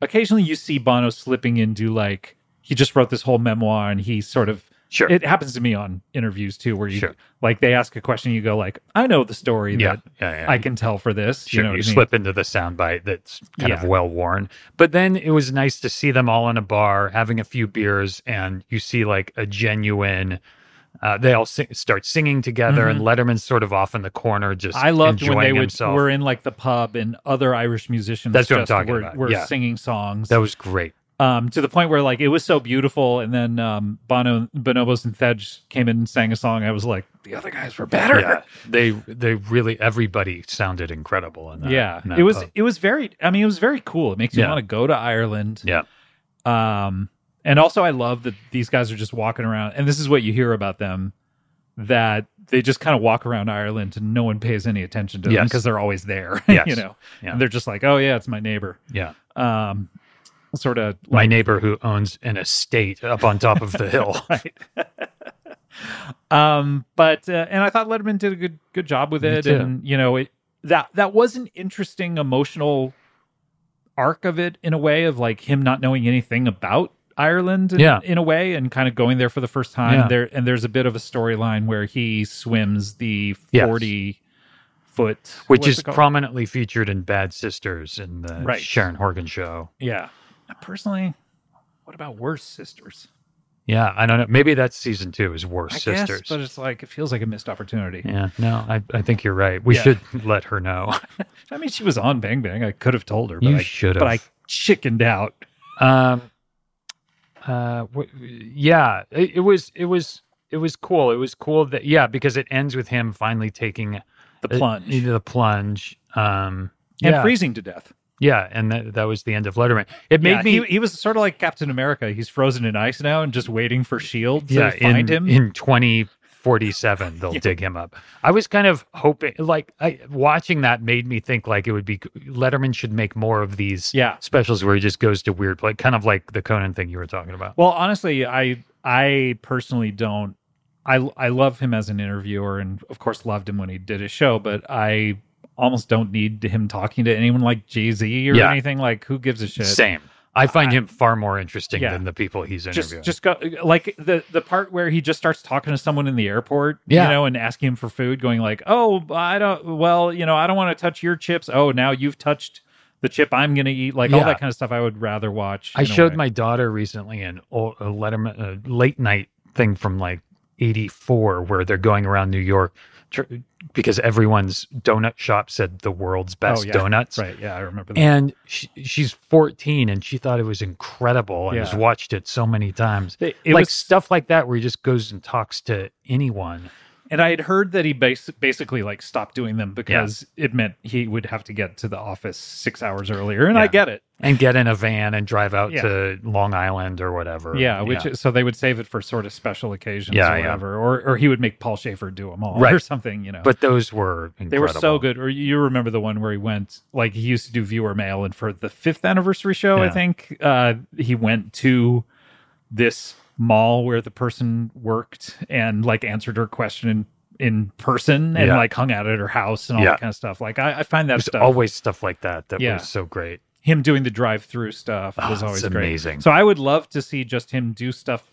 Speaker 1: occasionally you see Bono slipping into like he just wrote this whole memoir and he sort of
Speaker 2: Sure.
Speaker 1: It happens to me on interviews too, where you
Speaker 2: Sure.
Speaker 1: like they ask a question, you go like, I know the story
Speaker 2: yeah,
Speaker 1: that
Speaker 2: yeah, yeah.
Speaker 1: I can tell for this.
Speaker 2: Sure,
Speaker 1: you know, what I mean?
Speaker 2: slip into the soundbite that's kind of
Speaker 1: Yeah.
Speaker 2: well worn. But then it was nice to see them all in a bar having a few beers, and you see like a genuine. Uh, they all sing, start singing together, and Letterman's sort of off in the corner, just
Speaker 1: Mm-hmm. I loved when they
Speaker 2: enjoying
Speaker 1: would
Speaker 2: himself.
Speaker 1: were in like the pub and other Irish musicians.
Speaker 2: That's what I'm
Speaker 1: just
Speaker 2: talking
Speaker 1: were,
Speaker 2: about,
Speaker 1: Were
Speaker 2: yeah.
Speaker 1: singing songs.
Speaker 2: that was great.
Speaker 1: um, to the point where like it was so beautiful, and then um, Bono, Bonobos, and Thedge came in and sang a song. I was like, the other guys were better.
Speaker 2: Yeah, they they really everybody sounded incredible in that.
Speaker 1: yeah
Speaker 2: in that
Speaker 1: it was
Speaker 2: pub.
Speaker 1: it was very i mean it was very cool it makes you
Speaker 2: Yeah.
Speaker 1: want to go to ireland
Speaker 2: Yeah.
Speaker 1: um and also i love that these guys are just walking around and this is what you hear about them that they just kind of walk around ireland and no one pays any attention to them
Speaker 2: Yes.
Speaker 1: because they're always there
Speaker 2: Yes.
Speaker 1: you know
Speaker 2: Yeah.
Speaker 1: and they're just like oh yeah it's my neighbor
Speaker 2: yeah.
Speaker 1: um sort of
Speaker 2: My
Speaker 1: like
Speaker 2: neighbor who owns an estate up on top of the hill.
Speaker 1: um but uh, and i thought letterman did a good good job with
Speaker 2: Me
Speaker 1: it
Speaker 2: too.
Speaker 1: and you know it that that was an interesting emotional arc of it in a way of like him not knowing anything about ireland in,
Speaker 2: Yeah.
Speaker 1: in a way and kind of going there for the first time
Speaker 2: Yeah.
Speaker 1: there and there's a bit of a storyline where he swims the
Speaker 2: Yes.
Speaker 1: 40 foot
Speaker 2: which
Speaker 1: what's
Speaker 2: is
Speaker 1: it called?
Speaker 2: prominently featured in Bad Sisters in the
Speaker 1: Right.
Speaker 2: Sharon Horgan show.
Speaker 1: yeah personally what about worse sisters
Speaker 2: Yeah, I don't know. Maybe that's season two is Worse
Speaker 1: I
Speaker 2: Sisters.
Speaker 1: guess, but it's like it feels like a missed opportunity
Speaker 2: yeah, no, I, I think you're right. We
Speaker 1: Yeah.
Speaker 2: should let her know.
Speaker 1: I mean, she was on Bang Bang. I could have told her, but
Speaker 2: You
Speaker 1: I
Speaker 2: should
Speaker 1: But I
Speaker 2: have.
Speaker 1: chickened out.
Speaker 2: um, uh, w- yeah, it, it was, it was, it was cool. It was cool that yeah, because it ends with him finally taking uh,
Speaker 1: The plunge
Speaker 2: the plunge. Um,
Speaker 1: and
Speaker 2: yeah,
Speaker 1: freezing to death.
Speaker 2: yeah, and that that was the end of Letterman. It made
Speaker 1: Yeah,
Speaker 2: me
Speaker 1: He, he was sort of like Captain America. He's frozen in ice now and just waiting for Shield E to
Speaker 2: yeah,
Speaker 1: find
Speaker 2: in,
Speaker 1: him.
Speaker 2: in 2047 they'll dig him up i was kind of hoping like I, watching that made me think like it would be letterman should make more of these
Speaker 1: Yeah.
Speaker 2: specials where he just goes to weird like kind of like the conan thing you were talking about
Speaker 1: well, honestly, I I personally don't I I love him as an interviewer, and of course loved him when he did his show. But I almost don't need him talking to anyone like Jay Z or
Speaker 2: Yeah.
Speaker 1: anything. Like, who gives a shit?
Speaker 2: Same. I find him far more interesting
Speaker 1: Yeah.
Speaker 2: than the people he's interviewing.
Speaker 1: Just just go like the the part where he just starts talking to someone in the airport,
Speaker 2: Yeah.
Speaker 1: you know, and asking him for food, going like, "Oh, I don't. Well, you know, I don't want to touch your chips. Oh, now you've touched." The chip I'm gonna eat, like all
Speaker 2: Yeah.
Speaker 1: that kind of stuff, I would rather watch.
Speaker 2: I
Speaker 1: in a
Speaker 2: showed
Speaker 1: way.
Speaker 2: my daughter recently an old, a Letterman a late night thing from like '84, where they're going around New York tr- because everyone's donut shop said the world's best
Speaker 1: Oh, yeah.
Speaker 2: donuts.
Speaker 1: right, yeah, I remember that.
Speaker 2: And she, she's 14, and she thought it was incredible, and has
Speaker 1: Yeah.
Speaker 2: watched it so many times.
Speaker 1: It- it
Speaker 2: like
Speaker 1: was-
Speaker 2: stuff like that, where he just goes and talks to anyone.
Speaker 1: And I had heard that he bas- basically like stopped doing them because it meant he would have to get to the office six hours earlier. And I
Speaker 2: Yeah.
Speaker 1: get it.
Speaker 2: and get in a van and drive out
Speaker 1: Yeah.
Speaker 2: to Long Island or whatever.
Speaker 1: Yeah, which Is, so they would save it for sort of special occasions
Speaker 2: Yeah,
Speaker 1: or
Speaker 2: yeah.
Speaker 1: whatever, or or he would make Paul Schaefer do them all
Speaker 2: Right.
Speaker 1: or something. You know,
Speaker 2: but those were incredible.
Speaker 1: they were so good. Or you remember the one where he went like he used to do viewer mail, and for the fifth anniversary show, I
Speaker 2: Yeah.
Speaker 1: think uh, he went to this mall where the person worked and like answered her question in, in person and
Speaker 2: Yeah.
Speaker 1: like hung out at her house and all
Speaker 2: Yeah.
Speaker 1: that kind of stuff. Like I, I find that
Speaker 2: There's
Speaker 1: stuff
Speaker 2: always stuff like that that
Speaker 1: Yeah.
Speaker 2: was so great.
Speaker 1: him doing the drive-through stuff
Speaker 2: Oh,
Speaker 1: was always
Speaker 2: it's
Speaker 1: great.
Speaker 2: amazing.
Speaker 1: So I would love to see just him do stuff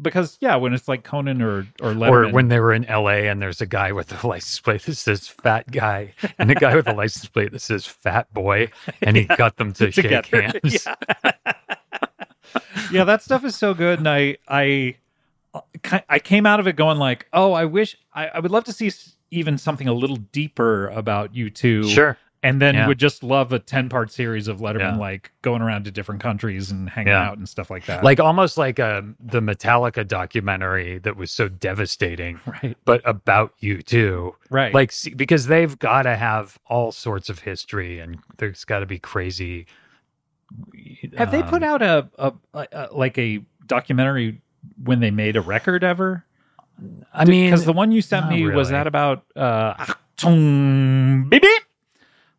Speaker 1: because yeah, when it's like Conan or or
Speaker 2: Or
Speaker 1: Letterman,
Speaker 2: when they were in LA and there's a guy with a license plate that says fat guy and a guy with a license plate that says fat boy and he got them to shake
Speaker 1: Together.
Speaker 2: hands. Yeah.
Speaker 1: yeah, that stuff is so good, and I I uh, I came out of it going like, oh, I wish I, I would love to see s- even something a little deeper about you two.
Speaker 2: Sure.
Speaker 1: And then
Speaker 2: Yeah.
Speaker 1: would just love a ten part series of Letterman
Speaker 2: Yeah.
Speaker 1: like going around to different countries and hanging
Speaker 2: Yeah.
Speaker 1: out and stuff like that.
Speaker 2: Like almost like um, the Metallica documentary that was so devastating,
Speaker 1: right,
Speaker 2: but about you too.
Speaker 1: right,
Speaker 2: like see, because they've got to have all sorts of history and there's got to be crazy
Speaker 1: Have they put
Speaker 2: um,
Speaker 1: out a, a, a, a like a documentary when they made a record ever?
Speaker 2: i mean
Speaker 1: Because the one you sent
Speaker 2: not
Speaker 1: me was
Speaker 2: really.
Speaker 1: that about uh, Achtung, Bibi?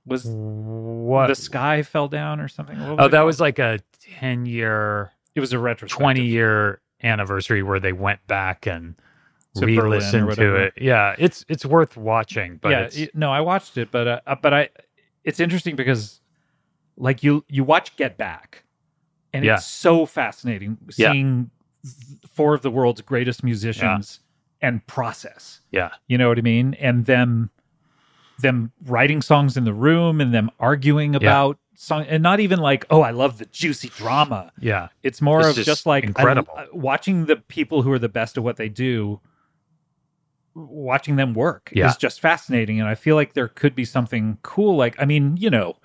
Speaker 1: Was
Speaker 2: what
Speaker 1: the sky fell down or something? What
Speaker 2: oh
Speaker 1: it
Speaker 2: that
Speaker 1: called?
Speaker 2: was like a 10 year
Speaker 1: it was a retrospective.
Speaker 2: 20 year anniversary where they went back and
Speaker 1: To Berlin or
Speaker 2: re-listened to
Speaker 1: whatever.
Speaker 2: it yeah it's it's worth watching but
Speaker 1: yeah,
Speaker 2: it's,
Speaker 1: it- no, I watched it, but uh, but I it's interesting because like you you watch Get Back, and
Speaker 2: Yeah.
Speaker 1: it's so fascinating
Speaker 2: Yeah.
Speaker 1: seeing four of the world's greatest musicians and process.
Speaker 2: yeah
Speaker 1: You know what I mean? And them them writing songs in the room and them arguing about song and not even like, oh, I love the juicy drama.
Speaker 2: yeah
Speaker 1: It's more
Speaker 2: It's
Speaker 1: of
Speaker 2: just
Speaker 1: just, like I-
Speaker 2: incredible.
Speaker 1: I- watching the people who are the best at what they do watching them work
Speaker 2: Yeah.
Speaker 1: is just fascinating and I feel like there could be something cool like I mean, you know,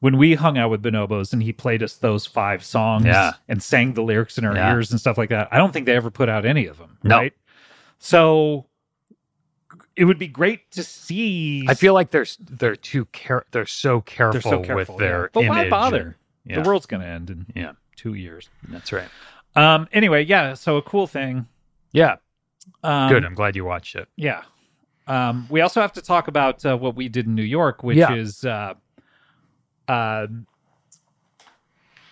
Speaker 1: when we hung out with Bonobos and he played us those five songs
Speaker 2: Yeah.
Speaker 1: and sang the lyrics in our
Speaker 2: Yeah.
Speaker 1: ears and stuff like that. I don't think they ever put out any of them,
Speaker 2: No.
Speaker 1: right? So it would be great to see
Speaker 2: i feel like they're s- they're too care they're so careful,
Speaker 1: they're so careful
Speaker 2: with their
Speaker 1: yeah. But
Speaker 2: image
Speaker 1: why
Speaker 2: and-
Speaker 1: bother?
Speaker 2: yeah,
Speaker 1: The world's going to end in
Speaker 2: yeah
Speaker 1: 2 years.
Speaker 2: that's right
Speaker 1: Um anyway, yeah, so a cool thing
Speaker 2: yeah
Speaker 1: Um,
Speaker 2: good i'm glad you watched it
Speaker 1: Yeah. Um, we also have to talk about uh, what we did in New York, which
Speaker 2: Yeah.
Speaker 1: is uh, uh,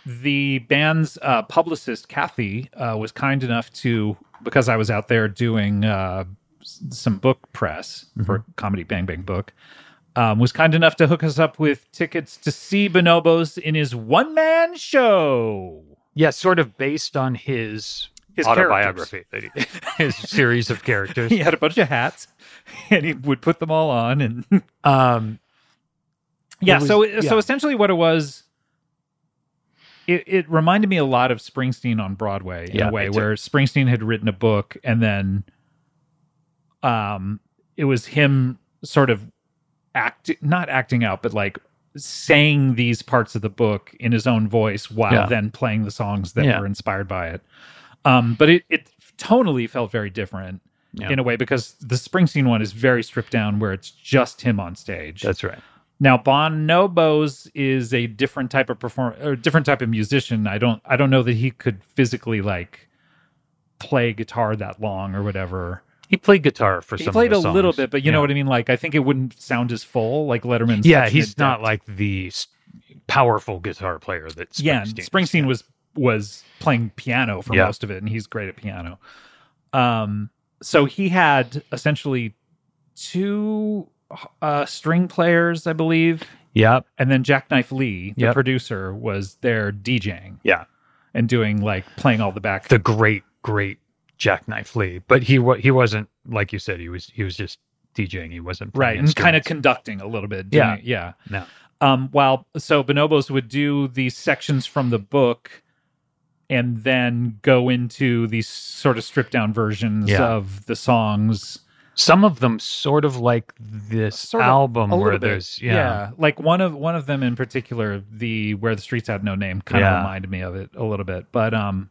Speaker 1: the band's uh, publicist, Kathy, uh, was kind enough to, because I was out there doing uh, s- some book press
Speaker 2: Mm-hmm.
Speaker 1: for Comedy Bang Bang Book, um, was kind enough to hook us up with tickets to see Bonobos in his one man show.
Speaker 2: Yeah, sort of based on his,
Speaker 1: His
Speaker 2: autobiography, that he- his series of characters.
Speaker 1: He had a bunch of hats and he would put them all on and
Speaker 2: Um,
Speaker 1: yeah
Speaker 2: It was-
Speaker 1: so
Speaker 2: yeah.
Speaker 1: so essentially what it was it, it reminded me a lot of springsteen on broadway in
Speaker 2: Yeah,
Speaker 1: a way
Speaker 2: me too.
Speaker 1: where springsteen had written a book and then um it was him sort of act not acting out but like saying these parts of the book in his own voice while
Speaker 2: Yeah.
Speaker 1: then playing the songs that
Speaker 2: Yeah.
Speaker 1: were inspired by it um but it it tonally felt very different
Speaker 2: Yeah.
Speaker 1: in a way because the springsteen one is very stripped down where it's just him on stage
Speaker 2: that's right.
Speaker 1: now, Bonobos is a different type of perform or different type of musician. I don't I don't know that he could physically like play guitar that long or whatever.
Speaker 2: He played guitar for
Speaker 1: He
Speaker 2: some.
Speaker 1: played
Speaker 2: of
Speaker 1: a
Speaker 2: the
Speaker 1: little
Speaker 2: songs.
Speaker 1: bit, but you know
Speaker 2: Yeah.
Speaker 1: what I mean. Like I think it wouldn't sound as full like Letterman's.
Speaker 2: Yeah,
Speaker 1: such an
Speaker 2: he's not
Speaker 1: adept-
Speaker 2: like the s- powerful guitar player that. Springsteen
Speaker 1: yeah.
Speaker 2: is.
Speaker 1: Springsteen was was playing piano for
Speaker 2: Yeah.
Speaker 1: most of it, and he's great at piano. Um, so he had essentially two uh, string players, I believe,
Speaker 2: Yep.
Speaker 1: and then Jackknife Lee, the
Speaker 2: Yep.
Speaker 1: producer, was there DJing
Speaker 2: Yeah.
Speaker 1: and doing like playing all the back.
Speaker 2: The great, great Jackknife Lee. But he wa- he wasn't like you said. He was he was just DJing. He wasn't
Speaker 1: right
Speaker 2: playing
Speaker 1: and kind of
Speaker 2: instruments.
Speaker 1: conducting a little bit
Speaker 2: Yeah.
Speaker 1: doing- yeah
Speaker 2: No.
Speaker 1: um while so bonobos would do these sections from the book and then go into these sort of stripped down versions
Speaker 2: Yeah.
Speaker 1: of the songs
Speaker 2: some of them sort of like this
Speaker 1: Sort of,
Speaker 2: album
Speaker 1: a
Speaker 2: where
Speaker 1: little bit.
Speaker 2: there's yeah,
Speaker 1: like one of one of them in particular the where the streets have no name kind
Speaker 2: Yeah.
Speaker 1: of reminded me of it a little bit but um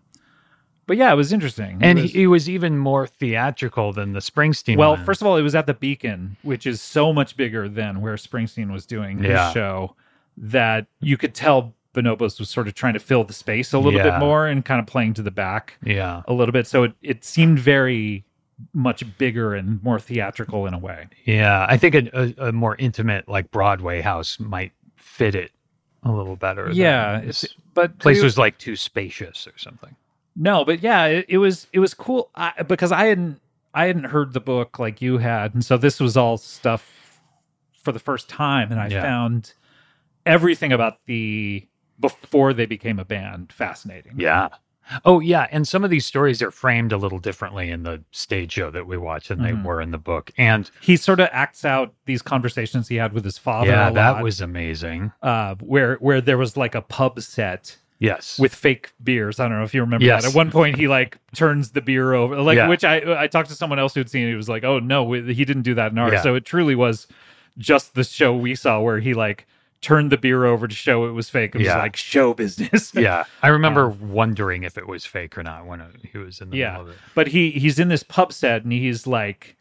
Speaker 1: but yeah it was interesting It
Speaker 2: and
Speaker 1: was-
Speaker 2: he, he was even more theatrical than the Springsteen.
Speaker 1: well,
Speaker 2: one.
Speaker 1: first of all, it was at the Beacon, which is so much bigger than where Springsteen was doing
Speaker 2: Yeah.
Speaker 1: his show, that you could tell Bonobos was sort of trying to fill the space a little
Speaker 2: Yeah.
Speaker 1: bit more and kind of playing to the back
Speaker 2: yeah,
Speaker 1: a little bit. So it, it seemed very much bigger and more theatrical in a way.
Speaker 2: yeah, I think a, a, a more intimate like Broadway house might fit it a little better. than
Speaker 1: yeah,
Speaker 2: this
Speaker 1: it's, but
Speaker 2: place
Speaker 1: it-
Speaker 2: was like too spacious or something.
Speaker 1: No, but yeah, it, it was it was cool I, because I hadn't I hadn't heard the book like you had, and so this was all stuff for the first time, and I
Speaker 2: Yeah.
Speaker 1: found everything about the before they became a band fascinating.
Speaker 2: Yeah. Oh yeah, and some of these stories are framed a little differently in the stage show that we watched than
Speaker 1: Mhm.
Speaker 2: they were in the book. And
Speaker 1: He sort of acts out these conversations he had with his father.
Speaker 2: yeah,
Speaker 1: a
Speaker 2: that
Speaker 1: lot,
Speaker 2: was amazing.
Speaker 1: uh, where where there was like a pub set
Speaker 2: Yes.
Speaker 1: with fake beers. I don't know if you remember
Speaker 2: Yes.
Speaker 1: that. At one point, he like turns the beer over, like
Speaker 2: Yeah.
Speaker 1: which I I talked to someone else who'd seen it. He was like, "Oh no, we, he didn't do that in ours."
Speaker 2: Yeah.
Speaker 1: So it truly was just the show we saw where he like turned the beer over to show it was fake. It was
Speaker 2: Yeah.
Speaker 1: like show business.
Speaker 2: yeah, I remember wondering if it was fake or not when it- he was in the
Speaker 1: Yeah.
Speaker 2: middle of it.
Speaker 1: but he he's in this pub set and he's like,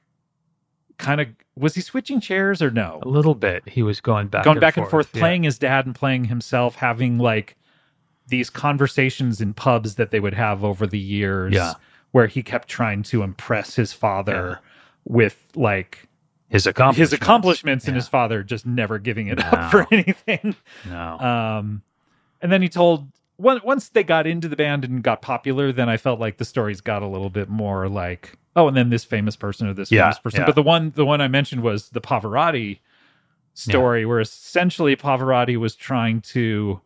Speaker 1: kind of was he switching chairs or no?
Speaker 2: A little bit. He was going back,
Speaker 1: going
Speaker 2: and
Speaker 1: back
Speaker 2: forth,
Speaker 1: and forth,
Speaker 2: yeah.
Speaker 1: playing his dad and playing himself, having like these conversations in pubs that they would have over the years,
Speaker 2: Yeah.
Speaker 1: where he kept trying to impress his father with like
Speaker 2: his accomplishments.
Speaker 1: his accomplishments and
Speaker 2: Yeah.
Speaker 1: his father just never giving it
Speaker 2: No.
Speaker 1: up for anything.
Speaker 2: No.
Speaker 1: Um, and then he told on- once they got into the band and got popular, then I felt like the stories got a little bit more like oh, and then this famous person or this
Speaker 2: Yeah,
Speaker 1: famous person.
Speaker 2: yeah.
Speaker 1: But the one the one I mentioned was the Pavarotti story, where essentially Pavarotti was trying to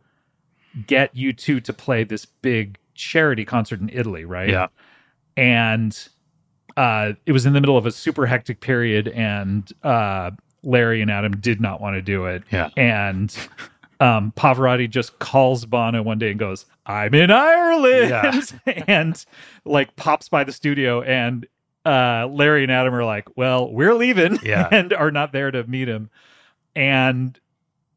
Speaker 1: get you two to play this big charity concert in Italy, right?
Speaker 2: yeah.
Speaker 1: and uh, it was in the middle of a super hectic period, and uh, Larry and Adam did not want to do it.
Speaker 2: Yeah.
Speaker 1: and um, Pavarotti just calls Bono one day and goes, "I'm in Ireland," and like pops by the studio, and uh, Larry and Adam are like, "Well, we're leaving,"
Speaker 2: Yeah.
Speaker 1: and are not there to meet him, and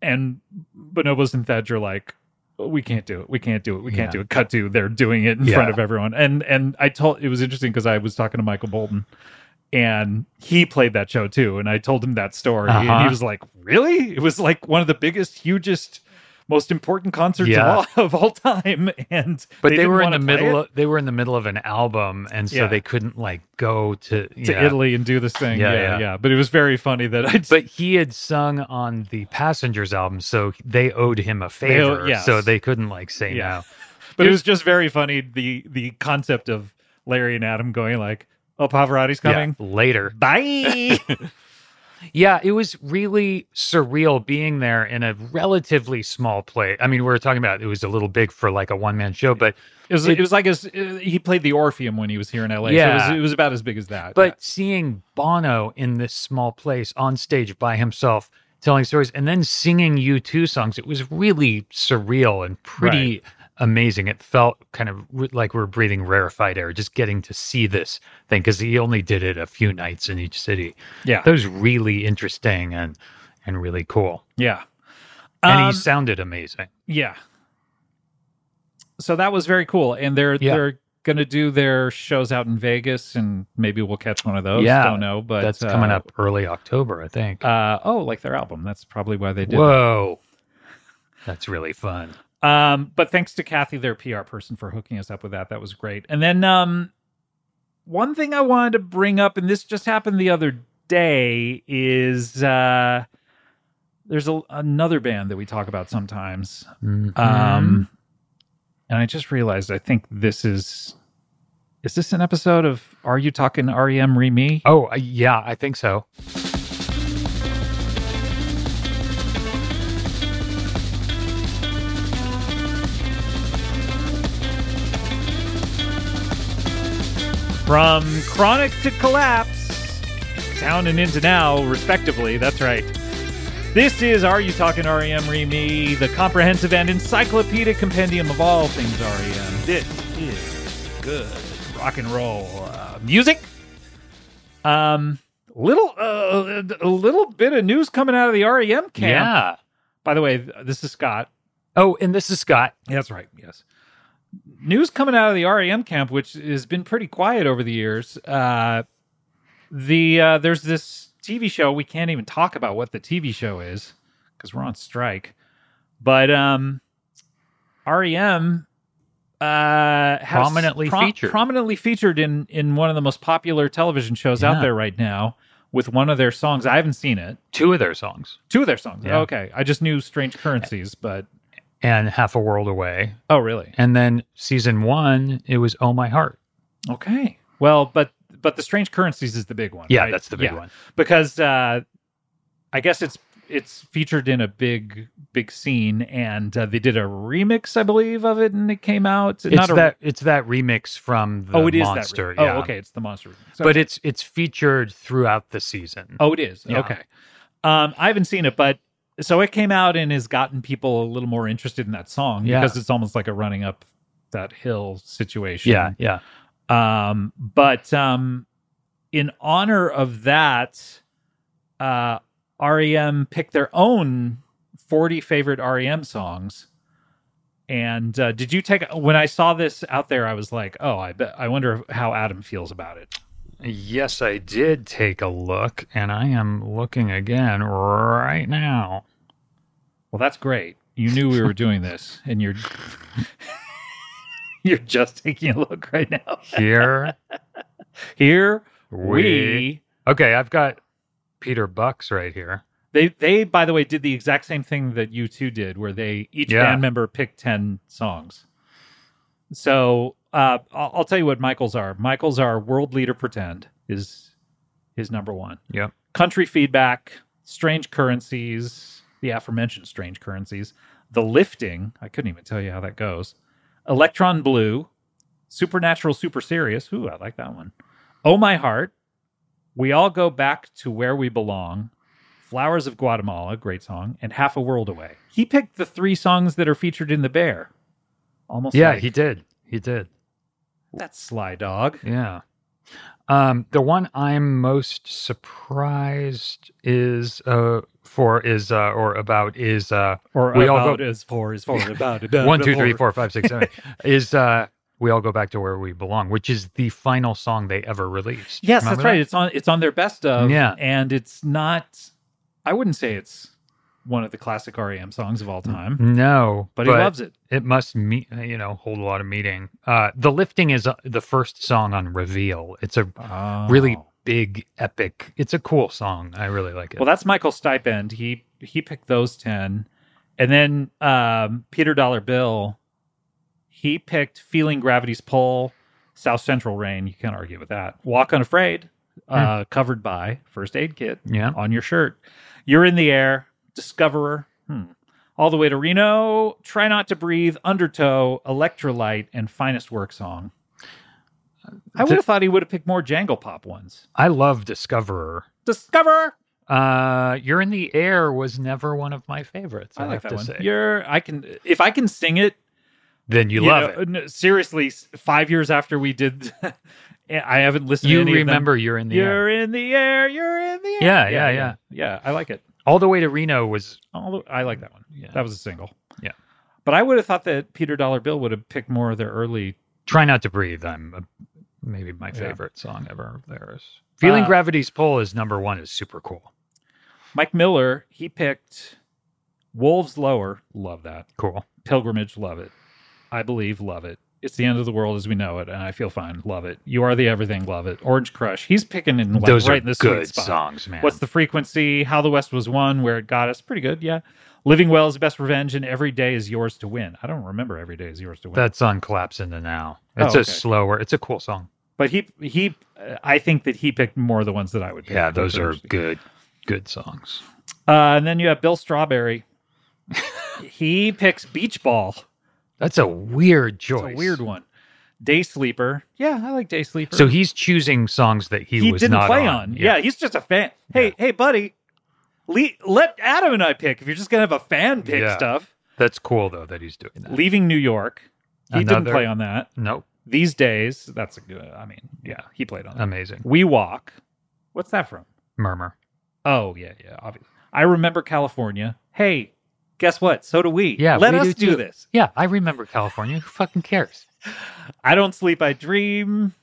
Speaker 1: and Bonobos and Thedge are like, we can't do it. We can't do it. We can't do
Speaker 2: Yeah.
Speaker 1: it. Cut to they're doing it in
Speaker 2: Yeah.
Speaker 1: front of everyone. And and I told it was interesting because I was talking to Michael Bolton and he played that show too. And I told him that story. And he
Speaker 2: Uh-huh.
Speaker 1: was like, Really? It was like one of the biggest, hugest, most important concerts
Speaker 2: Yeah.
Speaker 1: of, all, of all time. And
Speaker 2: But they,
Speaker 1: didn't
Speaker 2: were in
Speaker 1: wanna
Speaker 2: the
Speaker 1: play
Speaker 2: middle.
Speaker 1: it
Speaker 2: Of, they were in the middle of an album, and so
Speaker 1: Yeah.
Speaker 2: they couldn't like go to,
Speaker 1: to
Speaker 2: yeah.
Speaker 1: Italy and do this thing. Yeah,
Speaker 2: Yeah,
Speaker 1: yeah.
Speaker 2: yeah.
Speaker 1: But it was very funny that I
Speaker 2: But he had sung on the Passengers album, so they owed him a
Speaker 1: owe-
Speaker 2: favor.
Speaker 1: yes.
Speaker 2: So they couldn't like say
Speaker 1: Yeah.
Speaker 2: no.
Speaker 1: but it was just very funny the the concept of Larry and Adam going like, Oh, Pavarotti's
Speaker 2: Yeah,
Speaker 1: coming.
Speaker 2: later.
Speaker 1: Bye.
Speaker 2: Yeah, it was really surreal being there in a relatively small place. I mean, we were talking about it was a little big for like a one man show, but
Speaker 1: It was
Speaker 2: It-
Speaker 1: it, was like his, uh, he played the Orpheum when he was here in LA. so it
Speaker 2: Yeah.
Speaker 1: was, it was about as big as that.
Speaker 2: But seeing Bono in this small place on stage by himself telling stories and then singing U2 songs, it was really surreal and pretty amazing. It felt kind of re- like we were breathing rarefied air, just getting to see this thing because he only did it a few nights in each city.
Speaker 1: yeah,
Speaker 2: That was really interesting and and really cool.
Speaker 1: yeah,
Speaker 2: And
Speaker 1: Um,
Speaker 2: he sounded amazing.
Speaker 1: yeah. So that was very cool, and they're
Speaker 2: Yeah.
Speaker 1: they're gonna do their shows out in Vegas, and maybe we'll catch one of those.
Speaker 2: Yeah,
Speaker 1: don't know, but
Speaker 2: That's
Speaker 1: uh,
Speaker 2: coming up early October, I think.
Speaker 1: Uh, oh, like their album. That's probably why they did. it.
Speaker 2: Whoa. That's really fun.
Speaker 1: Um, but thanks to Kathy, their PR person, for hooking us up with that. That was great. And then um, one thing I wanted to bring up, and this just happened the other day, is uh, there's a, another band that we talk about sometimes.
Speaker 2: Mhm.
Speaker 1: Um, and I just realized I think this is Is this an episode of Are You Talking REM Re Me?
Speaker 2: Oh, uh, yeah, I think so.
Speaker 1: From Chronic to Collapse, Down and Into Now, respectively. That's right. This is Are You Talking REM Re Me, the comprehensive and encyclopedic compendium of all things REM. This is good rock and roll uh, music. Um, little, uh, a little bit of news coming out of the REM camp.
Speaker 2: Yeah.
Speaker 1: By the way, th- this is Scott.
Speaker 2: Oh, and this is Scott.
Speaker 1: That's right. Yes. News coming out of the REM camp, which has been pretty quiet over the years. Uh, the uh, there's this TV show we can't even talk about what the TV show is because we're on strike. But um, REM uh, has
Speaker 2: Prominently featured.
Speaker 1: prominently featured in in one of the most popular television shows out
Speaker 2: Yeah.
Speaker 1: there right now with one of their songs. I haven't seen it.
Speaker 2: Two of their songs
Speaker 1: Two of their songs.
Speaker 2: Yeah.
Speaker 1: Okay, I just knew Strange Currencies, but
Speaker 2: and Half a World Away.
Speaker 1: oh really?
Speaker 2: And then season one, it was Oh My Heart.
Speaker 1: Okay. Well, but but the strange currencies is the big one.
Speaker 2: Yeah,
Speaker 1: right?
Speaker 2: that's the big
Speaker 1: Yeah.
Speaker 2: one.
Speaker 1: because uh, I guess it's it's featured in a big big scene, and uh, they did a remix, I believe, of it, and it came out.
Speaker 2: It's
Speaker 1: a,
Speaker 2: that it's that remix from the
Speaker 1: oh, it is
Speaker 2: monster.
Speaker 1: that. Remix.
Speaker 2: yeah.
Speaker 1: Oh, okay, it's the monster. Remix.
Speaker 2: But it's it's featured throughout the season.
Speaker 1: Oh, it is.
Speaker 2: Yeah.
Speaker 1: Okay. Um, I haven't seen it, but so it came out and has gotten people a little more interested in that song
Speaker 2: Yeah.
Speaker 1: because it's almost like a running up that hill situation.
Speaker 2: yeah, yeah.
Speaker 1: Um, but um, in honor of that, uh, REM picked their own 40 favorite REM songs. And uh, did you take when I saw this out there? I was like, oh, I bet. I wonder how Adam feels about it.
Speaker 2: Yes, I did take a look, and I am looking again right now.
Speaker 1: Well, that's great. You knew we were doing this, and you're you're just taking a look right now.
Speaker 2: Here
Speaker 1: Here
Speaker 2: we
Speaker 1: we
Speaker 2: Okay, I've got Peter Bucks right here.
Speaker 1: They they by the way did the exact same thing that you two did, where they each
Speaker 2: Yeah.
Speaker 1: band member picked ten songs. So uh, I'll, I'll tell you what Michael's are. Michael's are "World Leader Pretend" is his number one.
Speaker 2: Yep.
Speaker 1: Country feedback, strange currencies, the aforementioned strange currencies, the lifting. I couldn't even tell you how that goes. Electron blue, supernatural, super serious. Ooh, I like that one. Oh my heart. We all go back to where we belong. Flowers of Guatemala, great song, and Half a World Away. He picked the three songs that are featured in The Bear. Almost.
Speaker 2: Yeah,
Speaker 1: like,
Speaker 2: he did. He did.
Speaker 1: that's Sly Dog.
Speaker 2: Yeah. Um, the one I'm most surprised is uh for is uh or about is uh
Speaker 1: Or
Speaker 2: We all
Speaker 1: about
Speaker 2: go-
Speaker 1: as four as four about it.
Speaker 2: one two three four five six seven is uh we all go back to where we belong, which is the final song they ever released.
Speaker 1: Yes,
Speaker 2: Remember
Speaker 1: that's right.
Speaker 2: that?
Speaker 1: It's on it's on their best of.
Speaker 2: Yeah.
Speaker 1: And it's not I wouldn't say it's one of the classic REM songs of all time.
Speaker 2: No,
Speaker 1: But, he loves it.
Speaker 2: It must meet, you know, hold a lot of meaning. Uh, the lifting is uh, the first song on Reveal. It's a really
Speaker 1: Oh.
Speaker 2: big epic it's a cool song i really like it
Speaker 1: Well, that's Michael Stipend. He he picked those ten, and then um, Peter Dollar Bill, he picked "Feeling Gravity's Pull," "South Central Rain." You can't argue with that. "Walk Unafraid," uh, covered by First Aid Kit
Speaker 2: yeah
Speaker 1: on your shirt. "You're in the Air," "Discoverer," hmm. all the way to Reno. "Try Not to Breathe," "Undertow," "Electrolyte," and "Finest Work Song." I
Speaker 2: The-
Speaker 1: would have thought he would have picked more Jangle Pop ones.
Speaker 2: i love discoverer
Speaker 1: Discoverer.
Speaker 2: uh you're in the air was never one of my favorites i,
Speaker 1: I like
Speaker 2: have
Speaker 1: that
Speaker 2: to
Speaker 1: one.
Speaker 2: say
Speaker 1: You're I can if I can sing it.
Speaker 2: then you, love it
Speaker 1: it. Seriously, s- five years after we did, I haven't listened.
Speaker 2: you
Speaker 1: to any
Speaker 2: remember
Speaker 1: Of
Speaker 2: you're in
Speaker 1: them.
Speaker 2: the air
Speaker 1: You're in the air. You're in the air.
Speaker 2: Yeah, yeah,
Speaker 1: yeah. Yeah, I like it.
Speaker 2: all the way to reno was
Speaker 1: Although I like that one.
Speaker 2: yeah.
Speaker 1: That was a single.
Speaker 2: Yeah.
Speaker 1: But I would have thought that Peter Dollar Bill would have picked more of their early.
Speaker 2: try not to breathe i'm uh maybe my
Speaker 1: Yeah.
Speaker 2: favorite song ever of theirs feeling
Speaker 1: Uh,
Speaker 2: gravity's pull is number one is super cool
Speaker 1: Mike Miller, he picked Wolves Lower. Love that.
Speaker 2: cool
Speaker 1: Pilgrimage, love it. I believe, love it. It's the end of the world as we know it, and I feel fine. Love it. You are the everything. Love it. Orange Crush. He's picking in like,
Speaker 2: those
Speaker 1: right
Speaker 2: are
Speaker 1: in the sweet
Speaker 2: good
Speaker 1: spot.
Speaker 2: songs man
Speaker 1: What's the frequency? How the West was won? Where it got us? Pretty good, yeah. Living well is the best revenge, and every day is yours to win. I don't remember every day is yours to win.
Speaker 2: that song collapse into now it's
Speaker 1: Oh,
Speaker 2: a
Speaker 1: okay.
Speaker 2: slower it's a cool song
Speaker 1: But he he, uh, I think that he picked more of the ones that I would pick.
Speaker 2: Yeah, those
Speaker 1: That's
Speaker 2: are
Speaker 1: interesting.
Speaker 2: good, good songs.
Speaker 1: Uh, and then you have Bill Strawberry. he picks Beach Ball.
Speaker 2: That's a weird choice.
Speaker 1: It's a weird one. Day Sleeper. Yeah, I like Day Sleeper.
Speaker 2: So he's choosing songs that he,
Speaker 1: he
Speaker 2: was
Speaker 1: didn't
Speaker 2: not
Speaker 1: play on.
Speaker 2: on.
Speaker 1: Yeah. he's just a fan. Hey,
Speaker 2: Yeah.
Speaker 1: hey, buddy, le- let Adam and I pick. If you're just gonna have a fan pick
Speaker 2: Yeah.
Speaker 1: stuff,
Speaker 2: that's cool though that he's doing that.
Speaker 1: leaving New York. He didn't
Speaker 2: Another-
Speaker 1: play on that.
Speaker 2: nope,
Speaker 1: These days, that's a good. I mean, yeah, he played on that.
Speaker 2: amazing.
Speaker 1: we walk. What's that from?
Speaker 2: Murmur.
Speaker 1: Oh yeah, yeah, obviously. I remember California. Hey, guess what? So do we.
Speaker 2: Yeah,
Speaker 1: let
Speaker 2: we
Speaker 1: us
Speaker 2: do
Speaker 1: do
Speaker 2: too.
Speaker 1: this.
Speaker 2: Yeah, I remember California. Who fucking cares?
Speaker 1: I don't sleep, I dream.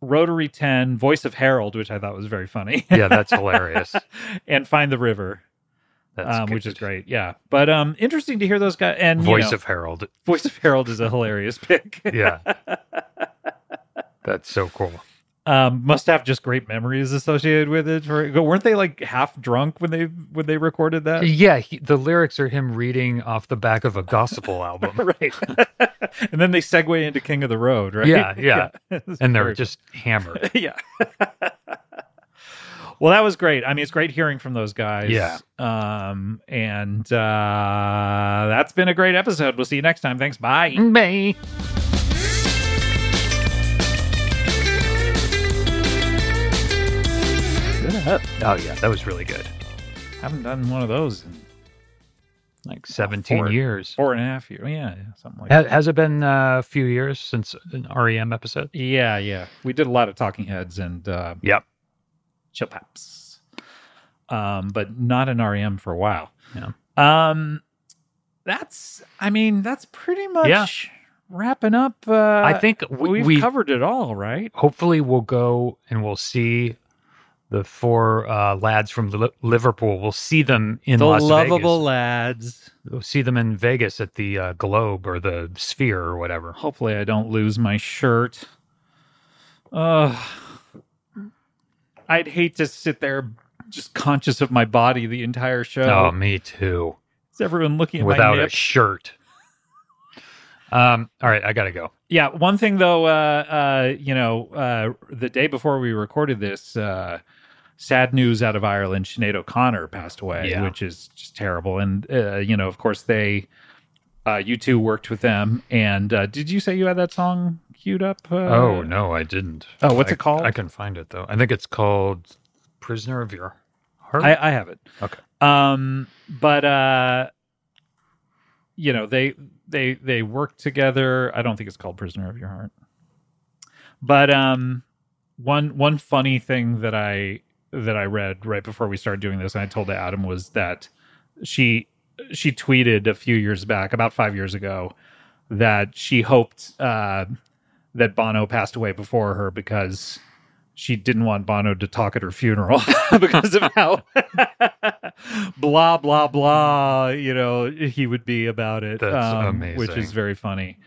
Speaker 1: Rotary Ten, Voice of Harold, which I thought was very funny.
Speaker 2: Yeah, that's hilarious.
Speaker 1: and Find the River,
Speaker 2: That's
Speaker 1: um, which
Speaker 2: good.
Speaker 1: is great. Yeah, but um, interesting to hear those guys. And
Speaker 2: Voice
Speaker 1: you know,
Speaker 2: of Harold.
Speaker 1: Voice of Harold is a hilarious pick.
Speaker 2: Yeah, that's so cool.
Speaker 1: um, must have just great memories associated with it. For, weren't they like half drunk when they when they recorded that?
Speaker 2: Yeah, he, the lyrics are him reading off the back of a gospel album,
Speaker 1: right. and then they segue into King of the Road, right?
Speaker 2: Yeah, yeah.
Speaker 1: It's
Speaker 2: and they're
Speaker 1: very-
Speaker 2: just hammered.
Speaker 1: yeah. well, that was great. I mean, it's great hearing from those guys.
Speaker 2: Yeah.
Speaker 1: Um, and uh, that's been a great episode. We'll see you next time. Thanks. Bye.
Speaker 2: May. Oh yeah, that was really good.
Speaker 1: Haven't done one of those in
Speaker 2: Like seventeen
Speaker 1: four-
Speaker 2: years.
Speaker 1: four and a half years. Yeah, yeah, something like
Speaker 2: Ha-
Speaker 1: that.
Speaker 2: Has it been uh, a few years since an REM episode?
Speaker 1: Yeah, yeah. We did a lot of Talking Heads and uh,
Speaker 2: Yep.
Speaker 1: Chill Paps, um, but not an REM for a while.
Speaker 2: Yeah.
Speaker 1: Um, that's. I mean, that's pretty much
Speaker 2: Yeah.
Speaker 1: wrapping up. Uh,
Speaker 2: I think we,
Speaker 1: we've
Speaker 2: we
Speaker 1: covered it all, right?
Speaker 2: hopefully we'll go and we'll see the four uh, lads from Li- Liverpool. We'll see them in
Speaker 1: the
Speaker 2: Las
Speaker 1: lovable
Speaker 2: Vegas.
Speaker 1: lads.
Speaker 2: We'll see them in Vegas at the uh, Globe or the Sphere or whatever.
Speaker 1: Hopefully, I don't lose my shirt. Ugh. I'd hate to sit there just conscious of my body the entire show.
Speaker 2: Oh, me too.
Speaker 1: Is everyone looking at my
Speaker 2: Without a
Speaker 1: nips?
Speaker 2: shirt. Um. All right, I gotta go.
Speaker 1: Yeah, one thing though, uh, uh, you know, uh, the day before we recorded this, uh, sad news out of Ireland: Sinead O'Connor passed away,
Speaker 2: Yeah.
Speaker 1: which is just terrible. And uh, you know, of course, they, uh, you two worked with them. And uh, did you say you had that song queued up? Uh,
Speaker 2: oh no, I didn't.
Speaker 1: Oh, what's
Speaker 2: I-
Speaker 1: it called?
Speaker 2: I can find it though. I think it's called "Prisoner of Your Heart."
Speaker 1: I, I have it.
Speaker 2: Okay.
Speaker 1: Um, but uh, you know they they they work together. I don't think it's called Prisoner of Your Heart. But um, one one funny thing that I that I read right before we started doing this, and I told Adam was that she she tweeted a few years back, about five years ago, that she hoped uh, that Bono passed away before her because she didn't want Bono to talk at her funeral because of how blah blah blah you know he would be about it um,
Speaker 2: That's
Speaker 1: which
Speaker 2: amazing.
Speaker 1: is very funny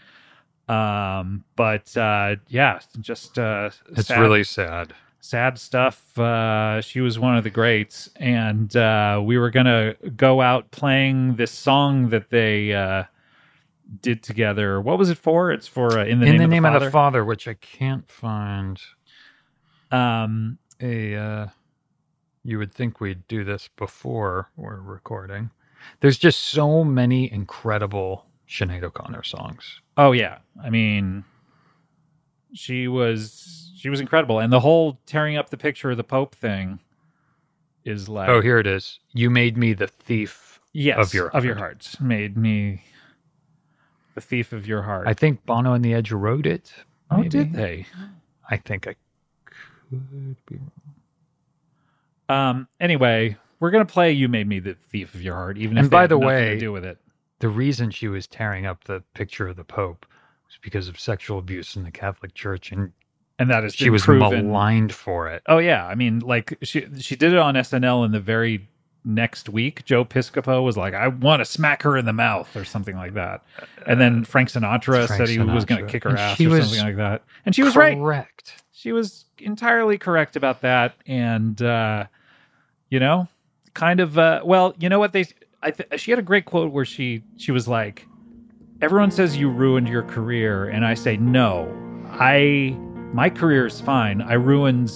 Speaker 1: um but uh yeah just uh
Speaker 2: it's
Speaker 1: sad-
Speaker 2: really sad.
Speaker 1: sad stuff uh she was one of the greats and uh we were gonna go out playing this song that they uh did together what was it for it's for uh, in the
Speaker 2: in
Speaker 1: name,
Speaker 2: the
Speaker 1: of,
Speaker 2: name
Speaker 1: the
Speaker 2: of the
Speaker 1: Father.
Speaker 2: Father, which I can't find.
Speaker 1: um
Speaker 2: a uh, you would think we'd do this before we're recording. There's just so many incredible Sinead O'Connor songs.
Speaker 1: Oh yeah, I mean, she was she was incredible, and the whole tearing up the picture of the Pope thing is like
Speaker 2: Oh, here it is. You made me the thief.
Speaker 1: yes
Speaker 2: of your
Speaker 1: of your heart made me the thief of your heart.
Speaker 2: I think Bono and the Edge wrote it.
Speaker 1: oh,
Speaker 2: maybe.
Speaker 1: did they?
Speaker 2: I think I could be. wrong.
Speaker 1: Um. Anyway, we're gonna play "You Made Me the Thief of Your Heart," even if
Speaker 2: And
Speaker 1: they
Speaker 2: by
Speaker 1: had
Speaker 2: the
Speaker 1: nothing
Speaker 2: way-
Speaker 1: to do with it.
Speaker 2: The reason she was tearing up the picture of the Pope was because of sexual abuse in the Catholic Church, and
Speaker 1: And that is
Speaker 2: she was
Speaker 1: proven.
Speaker 2: maligned for it.
Speaker 1: Oh yeah, I mean, like she she did it on SNL, and the very next week, Joe Piscopo was like, "I want to smack her in the mouth" or something like that, and then Frank Sinatra
Speaker 2: Frank
Speaker 1: said he was going
Speaker 2: Sinatra.
Speaker 1: to kick her
Speaker 2: And
Speaker 1: ass
Speaker 2: she
Speaker 1: or
Speaker 2: was
Speaker 1: something like that, and she was right.
Speaker 2: Correct.
Speaker 1: She was entirely correct about that, and uh, you know, kind of uh, well, you know what they. I th- she had a great quote where she she was like, "Everyone says you ruined your career, and I say no, I my career is fine. I ruined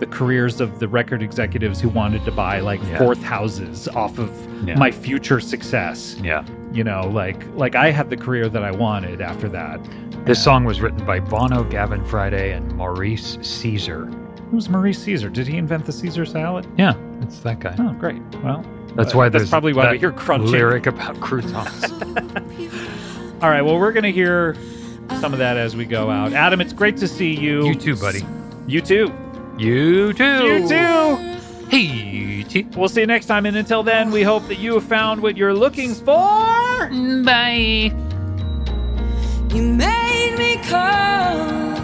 Speaker 1: the careers of the record executives who wanted to buy like
Speaker 2: Yeah.
Speaker 1: fourth houses off of
Speaker 2: Yeah.
Speaker 1: my future success.
Speaker 2: Yeah.
Speaker 1: You know, like like I had the career that I wanted after that.
Speaker 2: This song was written by Bono, Gavin Friday, and Maurice Caesar.
Speaker 1: Who's Maurice Caesar? Did he invent the Caesar salad?
Speaker 2: Yeah, it's that guy.
Speaker 1: Oh, great. Well,
Speaker 2: That's
Speaker 1: uh,
Speaker 2: why
Speaker 1: that's
Speaker 2: there's
Speaker 1: probably why
Speaker 2: that
Speaker 1: we hear crunching.
Speaker 2: lyric about croutons.
Speaker 1: All right. Well, we're gonna hear some of that as we go out. Adam, it's great to see you.
Speaker 2: you too, buddy.
Speaker 1: You too.
Speaker 2: You too.
Speaker 1: You too.
Speaker 2: Hey, T.
Speaker 1: We'll see you next time. And until then, we hope that you have found what you're looking for.
Speaker 6: You made me come